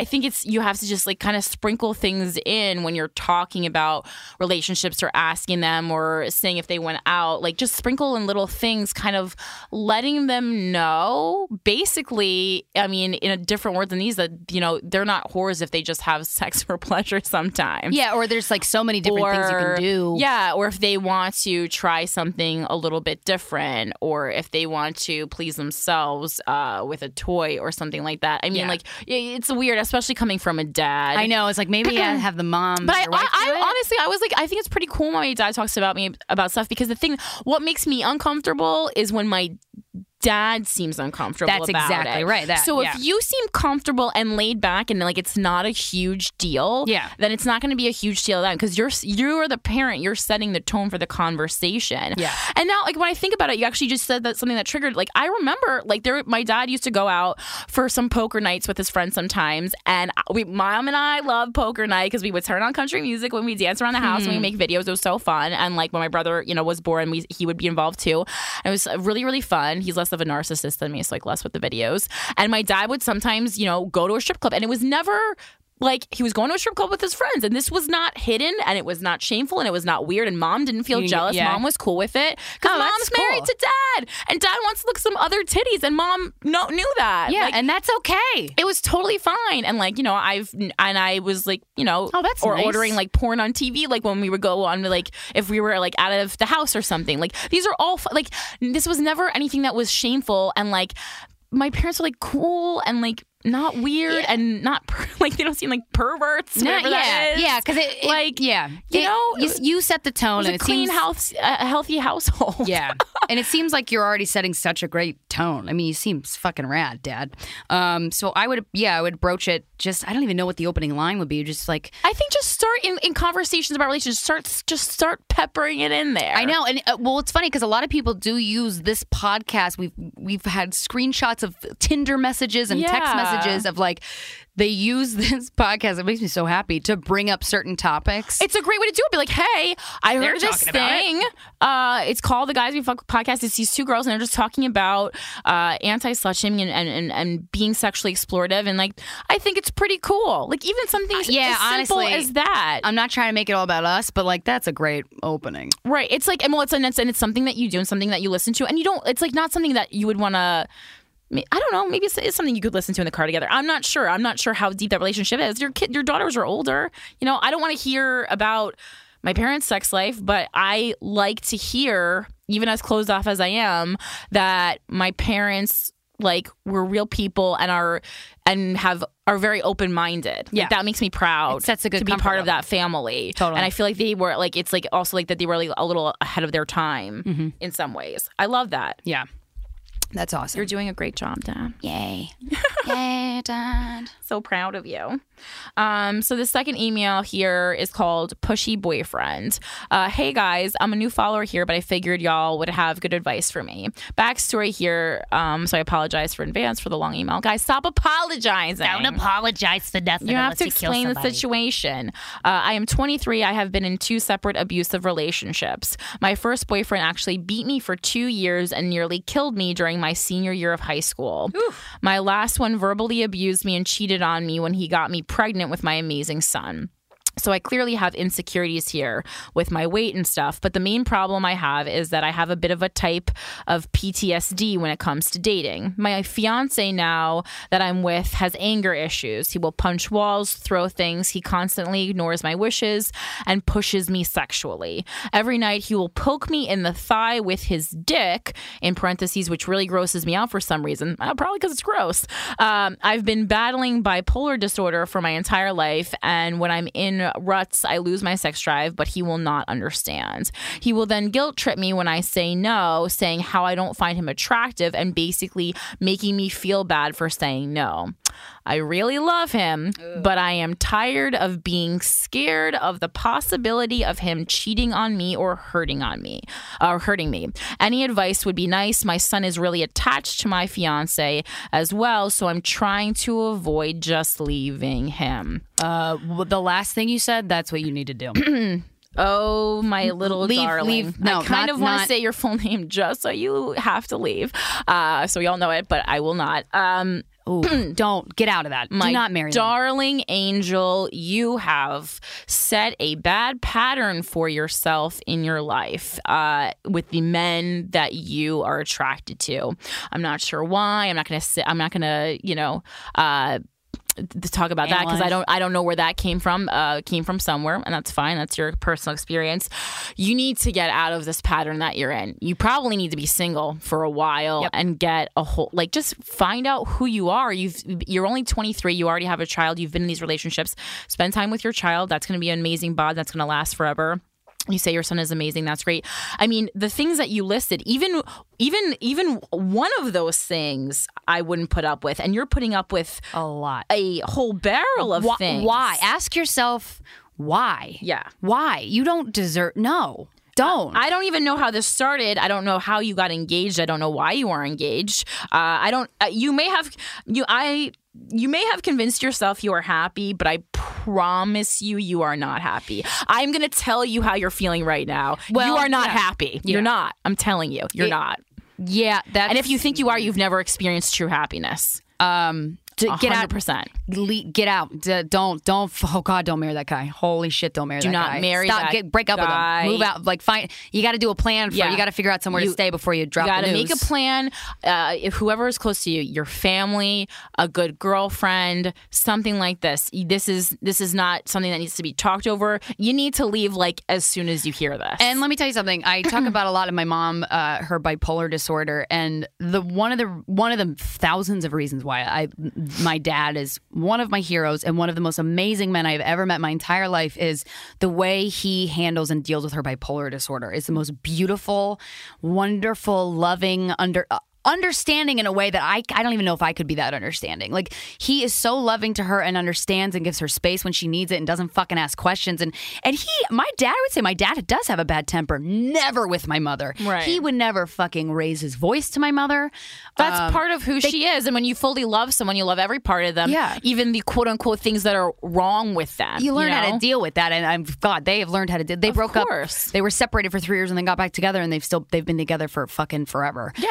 Speaker 1: I think it's you have to just like kind of sprinkle things in when you're talking about relationships or asking them or saying if they went out, like just sprinkle in little things kind of letting them know basically, I mean, in a different word than these that you know, they're not whores if they just have sex <laughs> for pleasure sometimes.
Speaker 2: Yeah, or there's like so many different things you
Speaker 1: Or-
Speaker 2: can do.
Speaker 1: Yeah, or if they want to try something a little bit different, or if they want to please themselves uh, with a toy or something like that. I mean,
Speaker 2: Yeah.
Speaker 1: like i- it's weird, especially coming from a dad.
Speaker 2: I know. It's like maybe <clears throat> I have the mom.
Speaker 1: But I,
Speaker 2: your wife do
Speaker 1: I,
Speaker 2: it.
Speaker 1: I honestly, I was like, I think it's pretty cool when my dad talks about me about stuff because the thing, what makes me uncomfortable is when my dad seems uncomfortable.
Speaker 2: That's
Speaker 1: about
Speaker 2: exactly
Speaker 1: it.
Speaker 2: right. That-
Speaker 1: so
Speaker 2: yeah.
Speaker 1: if you seem comfortable and laid back and like it's not a huge deal,
Speaker 2: Yeah.
Speaker 1: then it's not going to be a huge deal then because you're you are the parent. You're setting the tone for the conversation.
Speaker 2: Yeah.
Speaker 1: And now, like when I think about it, you actually just said that something that triggered. Like I remember, like there, my dad used to go out for some poker nights with his friends sometimes, and we, mom and I, love poker night because we would turn on country music when we dance around the house and we
Speaker 2: Hmm.
Speaker 1: make videos. It was so fun, and like when my brother, you know, was born, we he would be involved too. And it was uh, really really fun. He's less of a narcissist than me, so like less with the videos. And my dad would sometimes, you know, go to a strip club, and it was never like he was going to a strip club with his friends and this was not hidden and it was not shameful and it was not weird and mom didn't feel
Speaker 2: You-
Speaker 1: jealous
Speaker 2: yeah.
Speaker 1: mom was cool with it because
Speaker 2: Oh, that's
Speaker 1: mom's married
Speaker 2: cool.
Speaker 1: to dad and dad wants to look some other titties and mom no knew that
Speaker 2: yeah,
Speaker 1: Like,
Speaker 2: and that's okay.
Speaker 1: it was totally fine and like you know i've and i was like you know
Speaker 2: Oh, that's
Speaker 1: or
Speaker 2: nice.
Speaker 1: ordering like porn on tv like when we would go on like if we were like out of the house or something like these are all fu- like this was never anything that was shameful and like my parents were like cool and like not weird and not per- <laughs> like they don't seem like perverts
Speaker 2: No,
Speaker 1: whatever
Speaker 2: yeah,
Speaker 1: that is.
Speaker 2: yeah, because it, it-
Speaker 1: Like,
Speaker 2: yeah,
Speaker 1: you
Speaker 2: It-
Speaker 1: know,
Speaker 2: you, you set the
Speaker 1: it
Speaker 2: tone,
Speaker 1: was
Speaker 2: and
Speaker 1: a
Speaker 2: it
Speaker 1: clean
Speaker 2: seems
Speaker 1: house a healthy household
Speaker 2: <laughs> Yeah. and it seems like you're already setting such a great tone. I mean, you seem fucking rad, Dad. Um, so I would, yeah, I would broach it just, I don't even know what the opening line would be. Just like,
Speaker 1: i think just start in, in conversations about relationships start just start peppering it in there
Speaker 2: I know. And uh, well, it's funny because a lot of people do use this podcast. We've, we've had screenshots of Tinder messages and text
Speaker 1: Yeah.
Speaker 2: messages of like, they use <laughs> this podcast. It makes me so happy to bring up certain topics.
Speaker 1: It's a great way to do it. Be like, hey, I heard this
Speaker 2: talking about it.
Speaker 1: thing. Uh, it's called the Guys We Fuck podcast. It's these two girls, and they're just talking about uh, anti slut shaming and, and, and, and being sexually explorative. And like, I think it's pretty cool. Like, even something as
Speaker 2: yeah,
Speaker 1: simple
Speaker 2: honestly,
Speaker 1: as that.
Speaker 2: I'm not trying to make it all about us, but like, that's a great opening.
Speaker 1: Right. It's like, and well, it's and it's, and it's something that you do and something that you listen to, and you don't. It's like not something that you would want to. I don't know. Maybe it's, it's something you could listen to in the car together. I'm not sure. I'm not sure how deep that relationship is. Your kid, your daughters are older. You know, I don't want to hear about my parents' sex life, but I like to hear, even as closed off as I am, that my parents like were real people and are and have are very open minded.
Speaker 2: Yeah.
Speaker 1: that makes me proud.
Speaker 2: It sets a good
Speaker 1: to be
Speaker 2: comfort
Speaker 1: part of
Speaker 2: level.
Speaker 1: that family.
Speaker 2: Totally.
Speaker 1: And I feel like they were like it's like Mm-hmm. also like that they were like a little ahead of their time in some ways. I love that.
Speaker 2: Yeah. That's awesome.
Speaker 1: You're doing a great job, Dad.
Speaker 3: Yay. Yay, Dad.
Speaker 1: So proud of you. Um, so the second email here is called Pushy Boyfriend. Uh, hey guys, I'm a new follower here, but I figured y'all would have good advice for me. Backstory here. Um, so I apologize for advance for the long email. Guys, stop apologizing.
Speaker 3: apologize for nothing.
Speaker 1: You have to explain the situation. Uh, I am 23. I have been in two separate abusive relationships. My first boyfriend actually beat me for two years and nearly killed me during my senior year of high school. My last one verbally abused me and cheated on me when he got me pregnant with my amazing son. So I clearly have insecurities here with my weight and stuff, but the main problem I have is that I have a bit of a type of PTSD when it comes to dating. My fiance now that I'm with has anger issues. He will punch walls, throw things, he constantly ignores my wishes and pushes me sexually. Every night he will poke me in the thigh with his dick in parentheses which really grosses me out for some reason, Uh, probably cuz it's gross. Um, I've been battling bipolar disorder for my entire life and when I'm in ruts, I lose my sex drive, but he will not understand. He will then guilt trip me when I say no, saying how I don't find him attractive and basically making me feel bad for saying no. I really love him, but I am tired of being scared of the possibility of him cheating on me or hurting on me or hurting me. Any advice would be nice. My son is really attached to my fiance as well, so I'm trying to avoid just leaving him.
Speaker 2: Uh, w- the last thing you said, that's what you need to <clears throat> do.
Speaker 1: Oh, my little
Speaker 2: leave,
Speaker 1: darling.
Speaker 2: leave. No,
Speaker 1: I kind
Speaker 2: not-
Speaker 1: of want to
Speaker 2: not-
Speaker 1: say your full <laughs> name just so you have to leave. Uh, so we all know it, but I will not. Um,
Speaker 2: Ooh, don't get out of that.
Speaker 1: my
Speaker 2: Do not marry them.
Speaker 1: darling angel, you have set a bad pattern for yourself in your life uh, with the men that you are attracted to. I'm not sure why. I'm not gonna sit. I'm not gonna you know. Uh, to talk about that because I
Speaker 2: Analyze.
Speaker 1: don't I don't know where that came from. Uh, came from somewhere, and that's fine. That's your personal experience. You need to get out of this pattern that you're in. You probably need to be single for a while and get a whole like just find out who you are. You've you're only 23. You already have a child. You've been in these relationships. Spend time with your child. That's going to be an amazing bond. That's going to last forever you say your son is amazing that's great i mean the things that you listed even even even one of those things i wouldn't put up with and you're putting up with
Speaker 2: a lot.
Speaker 1: a whole barrel of
Speaker 2: Wh-
Speaker 1: things
Speaker 2: Why? Ask yourself why.
Speaker 1: yeah
Speaker 2: Why? You don't deserve. No, don't.
Speaker 1: I don't even know how this started. I don't know how you got engaged. I don't know why you are engaged. Uh, I don't. Uh, you may have you. I you may have convinced yourself you are happy, but I promise you, you are not happy. I'm going to tell you how you're feeling right now. you
Speaker 2: Well,
Speaker 1: are not
Speaker 2: yeah.
Speaker 1: happy. You're not. I'm telling you, you're
Speaker 2: It-
Speaker 1: not.
Speaker 2: yeah, that's.
Speaker 1: And if you think you are, you've never experienced true happiness.
Speaker 2: um, to get out,
Speaker 1: percent.
Speaker 2: le- get out. D- don't, don't. f- Oh God, don't marry that guy. Holy shit, don't marry. Do that
Speaker 1: not
Speaker 2: guy.
Speaker 1: marry
Speaker 2: Stop,
Speaker 1: that
Speaker 2: Get, break up
Speaker 1: guy.
Speaker 2: with him. Move out. Like find. You got to do a plan. For,
Speaker 1: Yeah.
Speaker 2: You got to figure out somewhere
Speaker 1: You-
Speaker 2: to stay before you drop.
Speaker 1: You
Speaker 2: the
Speaker 1: gotta make a
Speaker 2: noose.
Speaker 1: plan. Uh, if whoever is close to you, your family, a good girlfriend, something like this. This is this is not something that needs to be talked over. You need to leave like as soon as you hear this.
Speaker 2: And let me tell you something. I talk about a lot of my mom, uh, her bipolar disorder, and the one of the one of the thousands of reasons why I my dad is one of my heroes and one of the most amazing men I've ever met my entire life is the way he handles and deals with her bipolar disorder. It's the most beautiful, wonderful, loving under. Uh, understanding in a way that I I don't even know if I could be that understanding. Like he is so loving to her and understands and gives her space when she needs it and doesn't fucking ask questions and and he my dad I would say my dad does have a bad temper. Never with my mother.
Speaker 1: Right.
Speaker 2: He would never fucking raise his voice to my mother.
Speaker 1: that's
Speaker 2: um,
Speaker 1: part of who she is. And when you fully love someone, you love every part of them.
Speaker 2: Yeah.
Speaker 1: Even the quote unquote things that are wrong with them.
Speaker 2: you learn how
Speaker 1: know?
Speaker 2: to deal with that and I'm god they have learned how to do they broke
Speaker 1: course.
Speaker 2: up they were separated for three years and then got back together and they've still they've been together for fucking forever Um,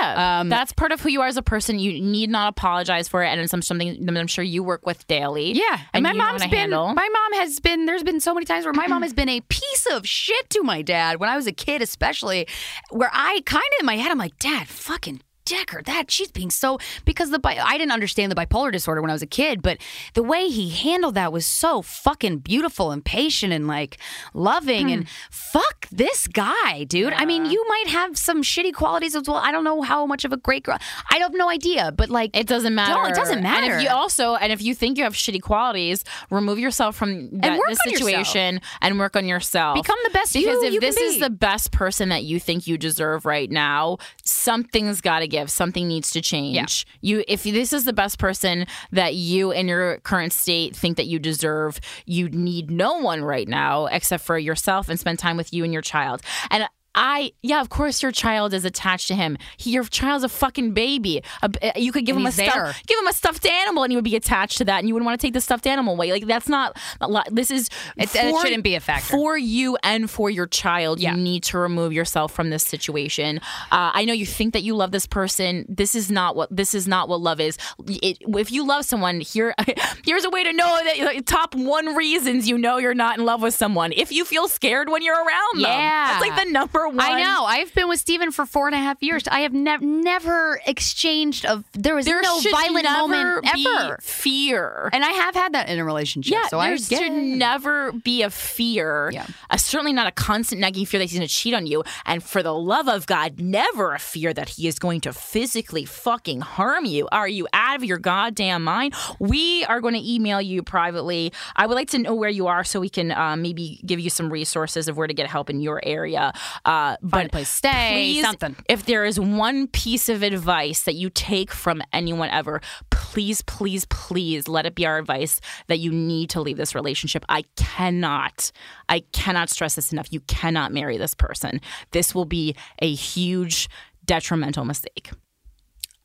Speaker 1: Yeah, that's part of who you are as a person. You need not apologize for it, and it's some- something that I'm sure you work with daily.
Speaker 2: Yeah,
Speaker 1: and
Speaker 2: my
Speaker 1: you know how
Speaker 2: mom's
Speaker 1: to
Speaker 2: been.
Speaker 1: handle.
Speaker 2: My mom has been. There's been so many times where my
Speaker 1: <clears throat>
Speaker 2: mom has been a piece of shit to my dad when I was a kid, especially where I kind of in my head I'm like, Dad, fucking. Deck her that she's being so because the bi- I didn't understand the bipolar disorder when I was a kid, but the way he handled that was so fucking beautiful and patient and like loving
Speaker 1: Hmm.
Speaker 2: and fuck this guy, dude. I mean, you might have some shitty qualities as well. I don't know how much of a great girl. I have no idea, but like
Speaker 1: It doesn't matter.
Speaker 2: No, it doesn't matter.
Speaker 1: And if you also, and if you think you have shitty qualities, remove yourself from that,
Speaker 2: work
Speaker 1: this
Speaker 2: on yourself.
Speaker 1: situation and work on yourself.
Speaker 2: Become the best
Speaker 1: Because
Speaker 2: you
Speaker 1: if
Speaker 2: you can
Speaker 1: this is
Speaker 2: be.
Speaker 1: the best person that you think you deserve right now, something's got to give. negative. Something needs to change. You, if this is the best person that you in your current state think that you deserve, you need no one right now except for yourself and spend time with you and your child. And I, yeah, of course, your child is attached to him. He, your child's a fucking baby. A- you could give
Speaker 2: And
Speaker 1: him a
Speaker 2: he's there.
Speaker 1: stuff, give him a stuffed animal, and he would be attached to that, and you wouldn't want to take the stuffed animal away. Like that's not. a lot- This is
Speaker 2: It's- it shouldn't be a factor.
Speaker 1: for you and for your child,
Speaker 2: Yeah.
Speaker 1: you need to remove yourself from this situation. Uh, I know you think that you love this person. This is not what this is not what love is. It, if you love someone, here <laughs> here's a way to know that like, top one reasons you know you're not in love with someone. If you feel scared when you're around them,
Speaker 2: Yeah.
Speaker 1: that's like the number one.
Speaker 2: I know. I've been with Steven for four and a half years. I have never never exchanged of there was
Speaker 1: There
Speaker 2: no
Speaker 1: should
Speaker 2: violent
Speaker 1: never
Speaker 2: moment
Speaker 1: be
Speaker 2: ever.
Speaker 1: Fear.
Speaker 2: And I have had that in a relationship.
Speaker 1: Yeah,
Speaker 2: so
Speaker 1: there
Speaker 2: I get
Speaker 1: should
Speaker 2: it.
Speaker 1: never be a fear.
Speaker 2: Yeah.
Speaker 1: Uh, certainly not a constant nagging fear that he's going to cheat on you. And for the love of God, never a fear that he is going to physically fucking harm you. Are you out of your goddamn mind? We are going to email you privately. I would like to know where you are so we can uh, maybe give you some resources of where to get help in your area. Uh,
Speaker 2: Find
Speaker 1: but
Speaker 2: a place to stay,
Speaker 1: please,
Speaker 2: something.
Speaker 1: if there is one piece of advice that you take from anyone ever, please, please, please let it be our advice that you need to leave this relationship. I cannot, I cannot stress this enough. You cannot marry this person. This will be a huge detrimental mistake.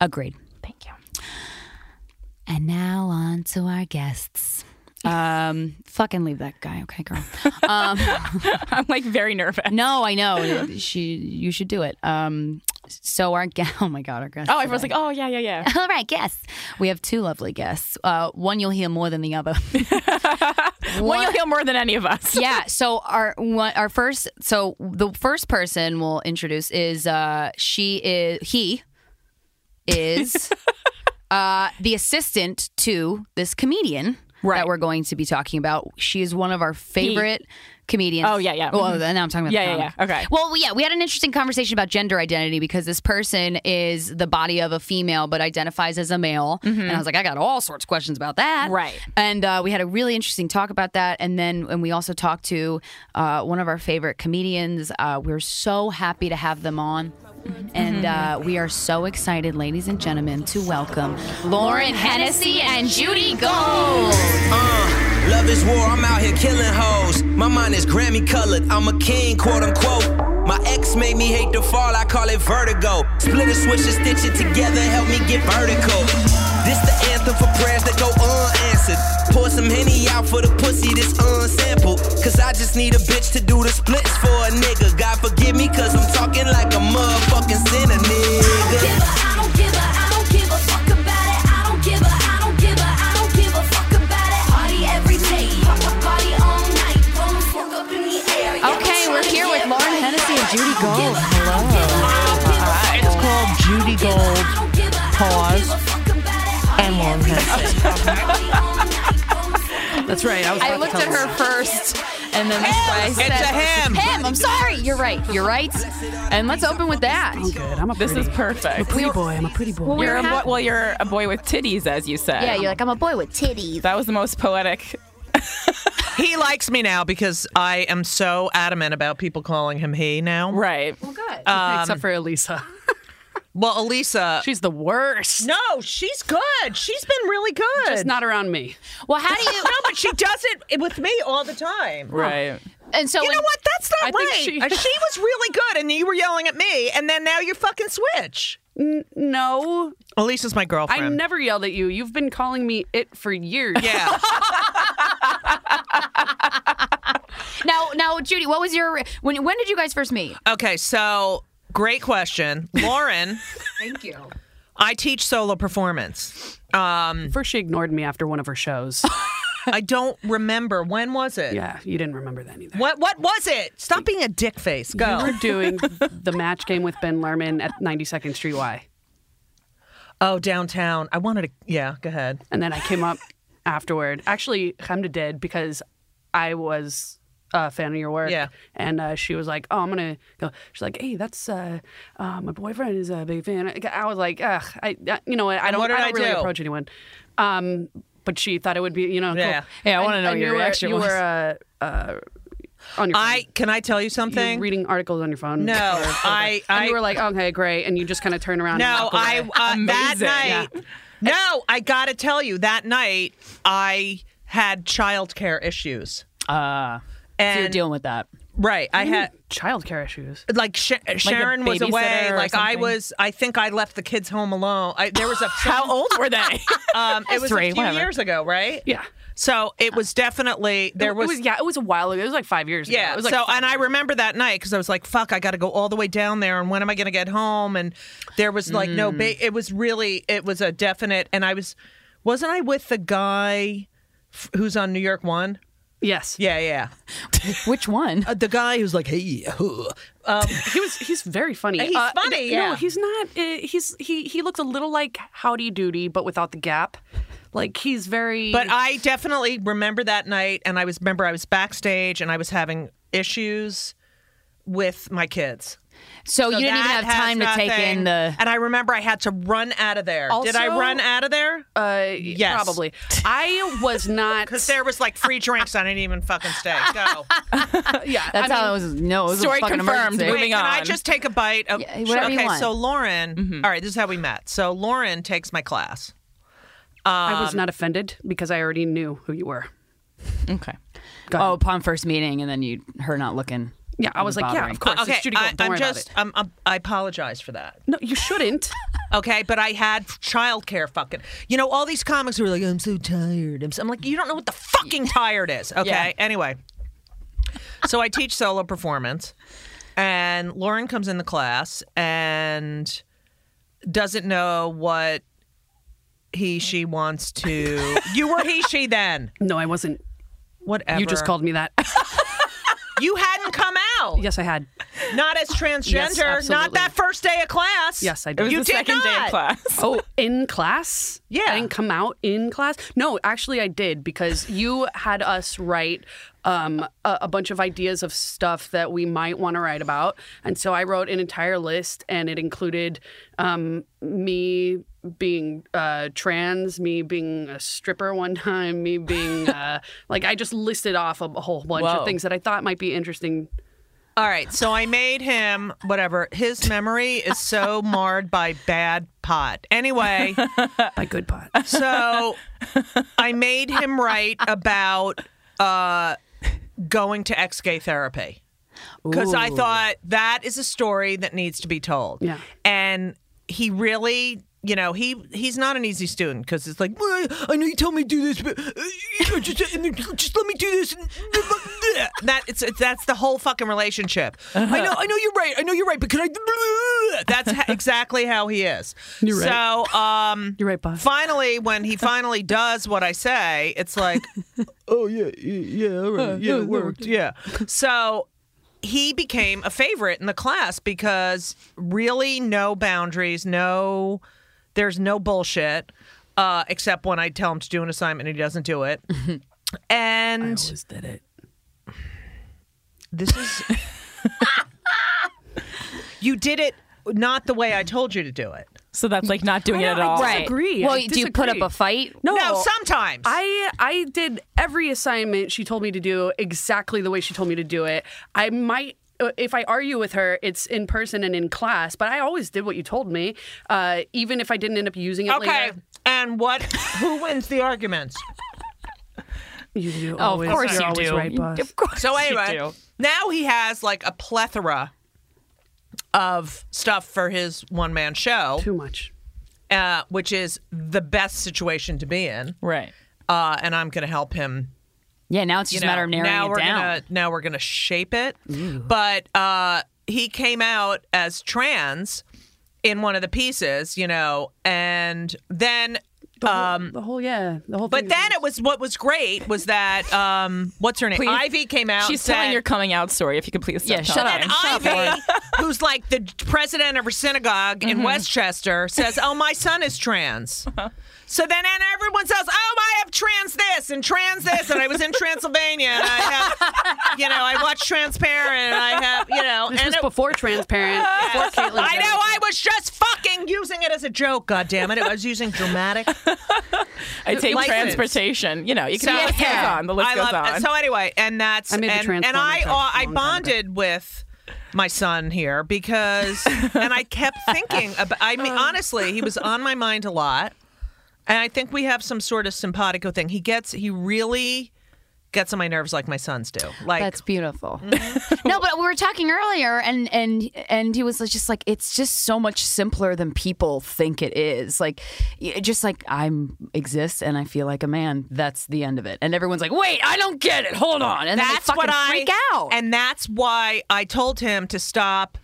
Speaker 2: Agreed.
Speaker 1: Thank you. <laughs>
Speaker 3: And now on to
Speaker 1: <laughs>
Speaker 3: our guests.
Speaker 2: Um, fucking leave that guy, okay, girl.
Speaker 1: I'm like very nervous.
Speaker 2: no, I know. <laughs> She, you should do it. Um, so our guest. <laughs> Oh my god, our guest.
Speaker 1: Oh,
Speaker 2: <laughs>
Speaker 1: everyone's like, oh, yeah, yeah, <laughs> yeah.
Speaker 3: All right, guests.
Speaker 2: we have two lovely guests. Uh, one you'll hear more than the other.
Speaker 1: Well, you'll heal more than any of us.
Speaker 2: <laughs> yeah. So our one, our first, so the first person we'll introduce is uh she is he
Speaker 1: <laughs>
Speaker 2: is uh the assistant to this comedian
Speaker 1: Right.
Speaker 2: that we're going to be talking about. She is one of our favorite comedians.
Speaker 1: Oh, yeah, yeah.
Speaker 2: Well, now I'm talking about
Speaker 1: Yeah,
Speaker 2: the
Speaker 1: yeah,
Speaker 2: comic.
Speaker 1: yeah. Okay.
Speaker 2: Well, yeah, we had an interesting conversation about gender identity because this person is the body of a female but identifies as a male, and I was like, I got all sorts of questions about that,
Speaker 1: Right.
Speaker 2: And uh, we had a really interesting talk about that, and then and we also talked to uh, one of our favorite comedians. Uh, we are so happy to have them on. And uh, we are so excited, ladies and gentlemen, to welcome Lauren Hennessy and Judy Gold.
Speaker 4: Uh, love is war, I'm out here killing hoes. My mind is Grammy colored, I'm a king, quote unquote. My ex made me hate to fall, I call it vertigo. Split a switch and stitch it together, help me get vertical. This the anthem for prayers that go unanswered. Pour some henny out for the pussy that's unsampled. Cause I just need a bitch to do the splits for a nigga. God forgive me, cause I'm talking like a motherfucking sinner, nigga.
Speaker 2: Okay, we're here with Lauren Hennessy and Judy Gold.
Speaker 5: It's called Judy Gold Pause and Lauren Hennessy. That's right. I was
Speaker 2: I
Speaker 5: about to
Speaker 2: looked
Speaker 5: tell
Speaker 2: at her
Speaker 5: you.
Speaker 2: first, and then
Speaker 1: <laughs>
Speaker 2: I said,
Speaker 5: It's a him.
Speaker 2: Him. I'm sorry. You're right. You're right. And let's open with that.
Speaker 5: Good. I'm a
Speaker 1: This
Speaker 5: pretty,
Speaker 1: is perfect.
Speaker 5: pretty boy. I'm a pretty boy.
Speaker 1: You're a
Speaker 2: We're
Speaker 1: boy,
Speaker 2: happy.
Speaker 1: well, you're a boy with titties, as you said.
Speaker 2: Yeah, you're like I'm a boy with titties.
Speaker 1: that was the most poetic.
Speaker 5: he likes me now because I am so adamant about people calling him he now.
Speaker 1: Right.
Speaker 6: Except for Elisa.
Speaker 5: Well, Elisa.
Speaker 6: She's the worst.
Speaker 5: no, she's good. She's been really good.
Speaker 6: It's not around me.
Speaker 2: Well, how do you?
Speaker 5: <laughs> no, but she does it with me all the time.
Speaker 1: Right.
Speaker 2: And so
Speaker 5: You know what? That's not
Speaker 6: I think
Speaker 5: right.
Speaker 6: she-
Speaker 5: Uh, she was really good, and you were yelling at me, and then now you fucking switch.
Speaker 6: No,
Speaker 5: Elisa's my girlfriend.
Speaker 6: I never yelled at you. You've been calling me it for years. <laughs>
Speaker 5: Yeah.
Speaker 2: Now, now, Judy, what was your when? When did you guys first meet?
Speaker 5: Okay, so great question. Lauren,
Speaker 2: Thank you.
Speaker 5: I teach solo performance. Um,
Speaker 6: First, she ignored me after one of her shows.
Speaker 5: I don't remember. When was it?
Speaker 6: yeah, you didn't remember that either.
Speaker 5: What what was it? Stop being a dick face.
Speaker 6: You
Speaker 5: Go.
Speaker 6: were doing the match game with Ben Lerman at 92nd Street Y.
Speaker 5: Oh, downtown. I wanted to yeah, go ahead.
Speaker 6: And then I came <laughs> up afterward. Actually, Chemda did because I was a fan of your work.
Speaker 5: Yeah.
Speaker 6: And uh, she was like, oh, I'm going to go. She's like, hey, that's uh, uh, my boyfriend is a big fan. I was like, ugh, I, uh, you know what? I don't,
Speaker 5: what did
Speaker 6: I don't
Speaker 5: I
Speaker 6: really
Speaker 5: do?
Speaker 6: approach anyone. Um, but she thought it would be, you know,
Speaker 5: Yeah.
Speaker 6: cool.
Speaker 7: Yeah, I wanna
Speaker 6: And-
Speaker 7: know what
Speaker 6: and
Speaker 7: your
Speaker 6: you were-
Speaker 7: reaction
Speaker 6: you
Speaker 7: was.
Speaker 6: Were, uh, uh, on your phone.
Speaker 5: I can I tell you
Speaker 6: You're
Speaker 5: something?
Speaker 6: reading articles on your phone.
Speaker 5: No,
Speaker 6: Or whatever.
Speaker 5: I-
Speaker 6: And
Speaker 5: I-
Speaker 6: you were like, okay, great, and you just kind of turn around. and
Speaker 5: No,
Speaker 6: walk
Speaker 5: I
Speaker 6: away.
Speaker 5: uh, that
Speaker 1: Amazing.
Speaker 5: night. No, I gotta tell you, that night I had childcare issues.
Speaker 2: Uh,
Speaker 5: And
Speaker 2: so you're dealing with that.
Speaker 5: right, I had
Speaker 6: childcare issues.
Speaker 5: like Sh- Sharon was away.
Speaker 1: babysitter or
Speaker 5: Like I
Speaker 1: something?
Speaker 5: was, I think I left the kids home alone. I, there was a
Speaker 1: How old were they?
Speaker 5: <laughs> Um, it was
Speaker 2: three,
Speaker 5: a few
Speaker 2: whatever.
Speaker 5: years ago, right?
Speaker 6: Yeah.
Speaker 5: So it was definitely there
Speaker 6: it was yeah, it was a while ago. It was like five years ago.
Speaker 5: Yeah.
Speaker 6: It was like
Speaker 5: so,
Speaker 6: five
Speaker 5: and I remember that night because I was like, "Fuck, I got to go all the way down there, and when am I going to get home?" And there was like no.
Speaker 2: Mm.
Speaker 5: Ba- it was really, it was a definite. And I was, wasn't I with the guy f- who's on New York One?
Speaker 6: yes,
Speaker 5: Yeah, yeah.
Speaker 2: Which one?
Speaker 5: Uh, the guy who's like, "Hey, huh." um,
Speaker 6: he was he's very funny. Uh,
Speaker 5: He's funny,
Speaker 6: No,
Speaker 5: yeah.
Speaker 6: he's not. Uh, he's he he looked a little like Howdy Doody, but without the gap. Like he's very.
Speaker 5: But I definitely remember that night, and I was remember I was backstage, and I was having issues with my kids.
Speaker 2: So, you didn't even
Speaker 5: that
Speaker 2: have time to
Speaker 5: has
Speaker 2: take in
Speaker 5: nothing-
Speaker 2: the.
Speaker 5: And I remember I had to run out of there. Did I
Speaker 6: Also-
Speaker 5: run out of there?
Speaker 6: uh,
Speaker 5: Yes.
Speaker 6: probably I <laughs> was not.
Speaker 5: Because there was like free drinks. I didn't even fucking stay.
Speaker 6: <laughs>
Speaker 5: Go.
Speaker 6: yeah,
Speaker 2: That's
Speaker 6: I
Speaker 2: how it was. No, it was
Speaker 1: Story
Speaker 2: a fucking
Speaker 1: confirmed.
Speaker 2: emergency.
Speaker 1: Wait. Moving
Speaker 5: Can I
Speaker 1: on.
Speaker 5: just take a bite of?
Speaker 2: Yeah, whatever you
Speaker 5: okay,
Speaker 2: want.
Speaker 5: so Lauren.
Speaker 6: Mm-hmm.
Speaker 5: all right, this is how we met. So Lauren takes my class.
Speaker 6: I was not offended because I already knew who you were.
Speaker 1: okay.
Speaker 2: Oh, upon first meeting, and then you her not looking.
Speaker 6: Yeah, I was like, yeah,
Speaker 2: bothering.
Speaker 6: of course,
Speaker 5: okay,
Speaker 6: it's Judy
Speaker 5: I,
Speaker 6: Gold. Don't
Speaker 5: am
Speaker 6: worry
Speaker 5: just.
Speaker 6: about it.
Speaker 5: I'm, I'm, I apologize for that.
Speaker 6: No, you shouldn't.
Speaker 5: Okay, but I had childcare fucking. You know, all these comics were like, "I'm so tired." I'm, so, I'm like, you don't know what the fucking tired is. Okay, anyway. So I teach solo performance, and Lauren comes in the class and doesn't know what he she wants
Speaker 6: <laughs>
Speaker 5: to. you were he she then.
Speaker 6: <laughs> No, I wasn't.
Speaker 5: Whatever.
Speaker 6: You just called me that. <laughs>
Speaker 5: You hadn't come out.
Speaker 6: yes, I had.
Speaker 5: Not as transgender. not
Speaker 6: absolutely.
Speaker 5: that first day of class.
Speaker 6: Yes, I did.
Speaker 1: It was
Speaker 5: you
Speaker 1: the
Speaker 5: did
Speaker 1: second day
Speaker 5: not.
Speaker 1: of class.
Speaker 6: Oh, in class?
Speaker 5: Yeah.
Speaker 6: I didn't come out in class? No, actually, I did because you had us write um, a, a bunch of ideas of stuff that we might want to write about. And so I wrote an entire list, and it included um, me being uh, trans, me being a stripper one <laughs> time, me being uh, like, I just listed off a, whole bunch
Speaker 1: Whoa.
Speaker 6: of things that I thought might be interesting.
Speaker 5: All right, so I made him whatever. His memory is
Speaker 6: <laughs>
Speaker 5: so marred by bad pot. Anyway,
Speaker 6: By good pot.
Speaker 5: so I made him write about uh, going to ex gay therapy because I thought that is a story that needs to be told.
Speaker 6: Yeah.
Speaker 5: and he really. You know he he's not an easy student because it's like well, I know you told me to do this, but uh, you know, just, and then just let me do this. And <laughs> that it's it's- that's the whole fucking relationship. I know I know you're right. I know you're right, but can I? <laughs> That's ha- exactly how he is. You're right. So um,
Speaker 6: You're right, boss.
Speaker 5: finally, when he finally does what I say, it's like, oh yeah, yeah, yeah, all right, yeah, it worked, yeah. So he became a favorite in the class because really no boundaries, no, there's no bullshit, uh, except when I tell him to do an assignment and he doesn't do <laughs> it. and
Speaker 6: Just did it.
Speaker 5: this is, <laughs> you did it not the way I told you to do it.
Speaker 1: So that's like not doing it at
Speaker 6: I
Speaker 1: all.
Speaker 6: Right. disagree.
Speaker 2: Well,
Speaker 6: I
Speaker 2: do you put up
Speaker 6: disagree.
Speaker 2: a fight?
Speaker 5: No, sometimes.
Speaker 6: I I did every assignment she told me to do exactly the way she told me to do it. I might uh, if I argue with her, it's in person and in class. But I always did what you told me, uh, even if I didn't end up using it
Speaker 5: Okay.
Speaker 6: later.
Speaker 5: And what? Who wins the arguments?
Speaker 6: You do
Speaker 2: Oh, of course
Speaker 6: You're
Speaker 2: you
Speaker 6: always
Speaker 2: do.
Speaker 6: right, boss.
Speaker 2: Of course.
Speaker 5: So
Speaker 1: You
Speaker 5: anyway,
Speaker 1: do.
Speaker 5: now he has like a plethora of stuff for his one man show,
Speaker 6: Too much.
Speaker 5: uh, which is the best situation to be in.
Speaker 1: Right.
Speaker 5: Uh, and I'm going to help him.
Speaker 2: Yeah, now it's
Speaker 5: You
Speaker 2: just
Speaker 5: know,
Speaker 2: a matter of narrowing
Speaker 5: now
Speaker 2: it
Speaker 5: we're
Speaker 2: down.
Speaker 5: Gonna, now we're going to shape it. But uh, he came out as trans in one of the pieces, you know, and then um,
Speaker 6: The whole yeah, the whole.
Speaker 5: But then it was what was great was that um, what's her name?
Speaker 1: Please.
Speaker 5: Ivy came out.
Speaker 1: She's
Speaker 5: and
Speaker 1: telling
Speaker 5: said-
Speaker 1: your coming out story if you could please stop
Speaker 2: Yeah, shut
Speaker 1: telling
Speaker 2: up.
Speaker 1: it.
Speaker 5: And Ivy, <laughs> who's like the president of her synagogue in Westchester, says, "Oh, my son is trans." So then, and everyone says, "Oh, I have trans this and trans this," and I was in Transylvania, and I have, you know, I watched Transparent, and I have, you know,
Speaker 6: this
Speaker 5: and
Speaker 6: was
Speaker 5: it- <laughs>
Speaker 6: before transparent. Before Caitlyn.
Speaker 5: I know I was just fucking using it as as a joke, God damn it! I was using dramatic.
Speaker 1: I take
Speaker 5: License.
Speaker 1: transportation. You know, you can
Speaker 5: So-
Speaker 1: the list goes on. The list
Speaker 5: I
Speaker 1: goes
Speaker 5: love-
Speaker 1: on.
Speaker 5: So anyway, and that's
Speaker 6: I made the
Speaker 5: and, and
Speaker 6: Transformer
Speaker 5: I
Speaker 6: joke
Speaker 5: uh, I
Speaker 6: a long time ago.
Speaker 5: bonded with my son
Speaker 1: <laughs>
Speaker 5: here because and I kept thinking about I
Speaker 1: Um.
Speaker 5: mean honestly, he was on my mind a lot. And I think we have some sort of simpatico thing. He gets he really gets on my nerves like my sons do. Like Mm-hmm.
Speaker 2: That's beautiful. <laughs> no, but we were talking earlier, and and and he was just like, it's just so much simpler than people think it is. Like, y- just like I'm exist and I feel like a man. That's the end of it. And everyone's like, wait, I don't get it. Hold on, and
Speaker 5: that's
Speaker 2: then they fucking
Speaker 5: what I
Speaker 2: freak out.
Speaker 5: And that's why I told him to stop.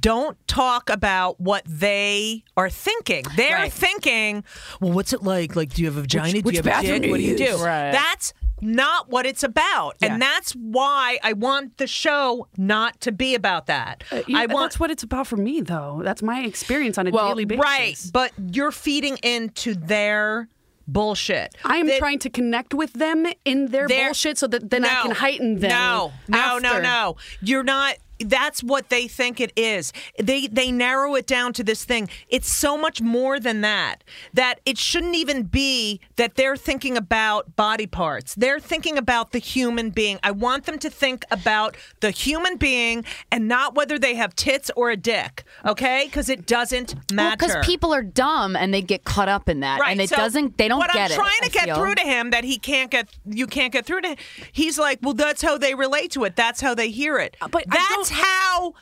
Speaker 5: Don't talk about what they are thinking. They're
Speaker 2: Right.
Speaker 5: thinking, well, what's it like? Like, do you have a vagina?
Speaker 2: which
Speaker 5: do you have a
Speaker 2: bathroom
Speaker 5: dick?
Speaker 2: do
Speaker 5: What do
Speaker 2: you
Speaker 5: you do?
Speaker 2: use?
Speaker 1: Right.
Speaker 5: That's not what it's about. And that's why I want the show not to be about that.
Speaker 2: Uh,
Speaker 6: Yeah,
Speaker 5: I want
Speaker 6: uh, that's what it's about for me, though. That's my experience on a
Speaker 2: Well,
Speaker 6: daily basis.
Speaker 5: right, but you're feeding into their bullshit.
Speaker 6: I am
Speaker 5: That-
Speaker 6: trying to connect with them in their
Speaker 5: They're-
Speaker 6: bullshit so that then I
Speaker 5: No.
Speaker 6: can heighten them.
Speaker 5: No, no, no,
Speaker 6: after.
Speaker 5: no. You're not. That's what they think it is. They they narrow it down to this thing. It's so much more than that. That it shouldn't even be that they're thinking about body parts. They're thinking about the human being. I want them to think about the human being and not whether they have tits or a dick. Okay, because it doesn't matter.
Speaker 2: because people are dumb and they get caught up in that,
Speaker 5: Right.
Speaker 2: and it
Speaker 5: so
Speaker 2: doesn't. They don't
Speaker 5: what
Speaker 2: get
Speaker 5: I'm
Speaker 2: it.
Speaker 5: trying
Speaker 2: I
Speaker 5: to get
Speaker 2: feel.
Speaker 5: through to him that he can't get you can't get through to him. He's like, well, that's how they relate to it. That's how they hear it.
Speaker 6: but I
Speaker 5: that's
Speaker 6: don't-
Speaker 5: how.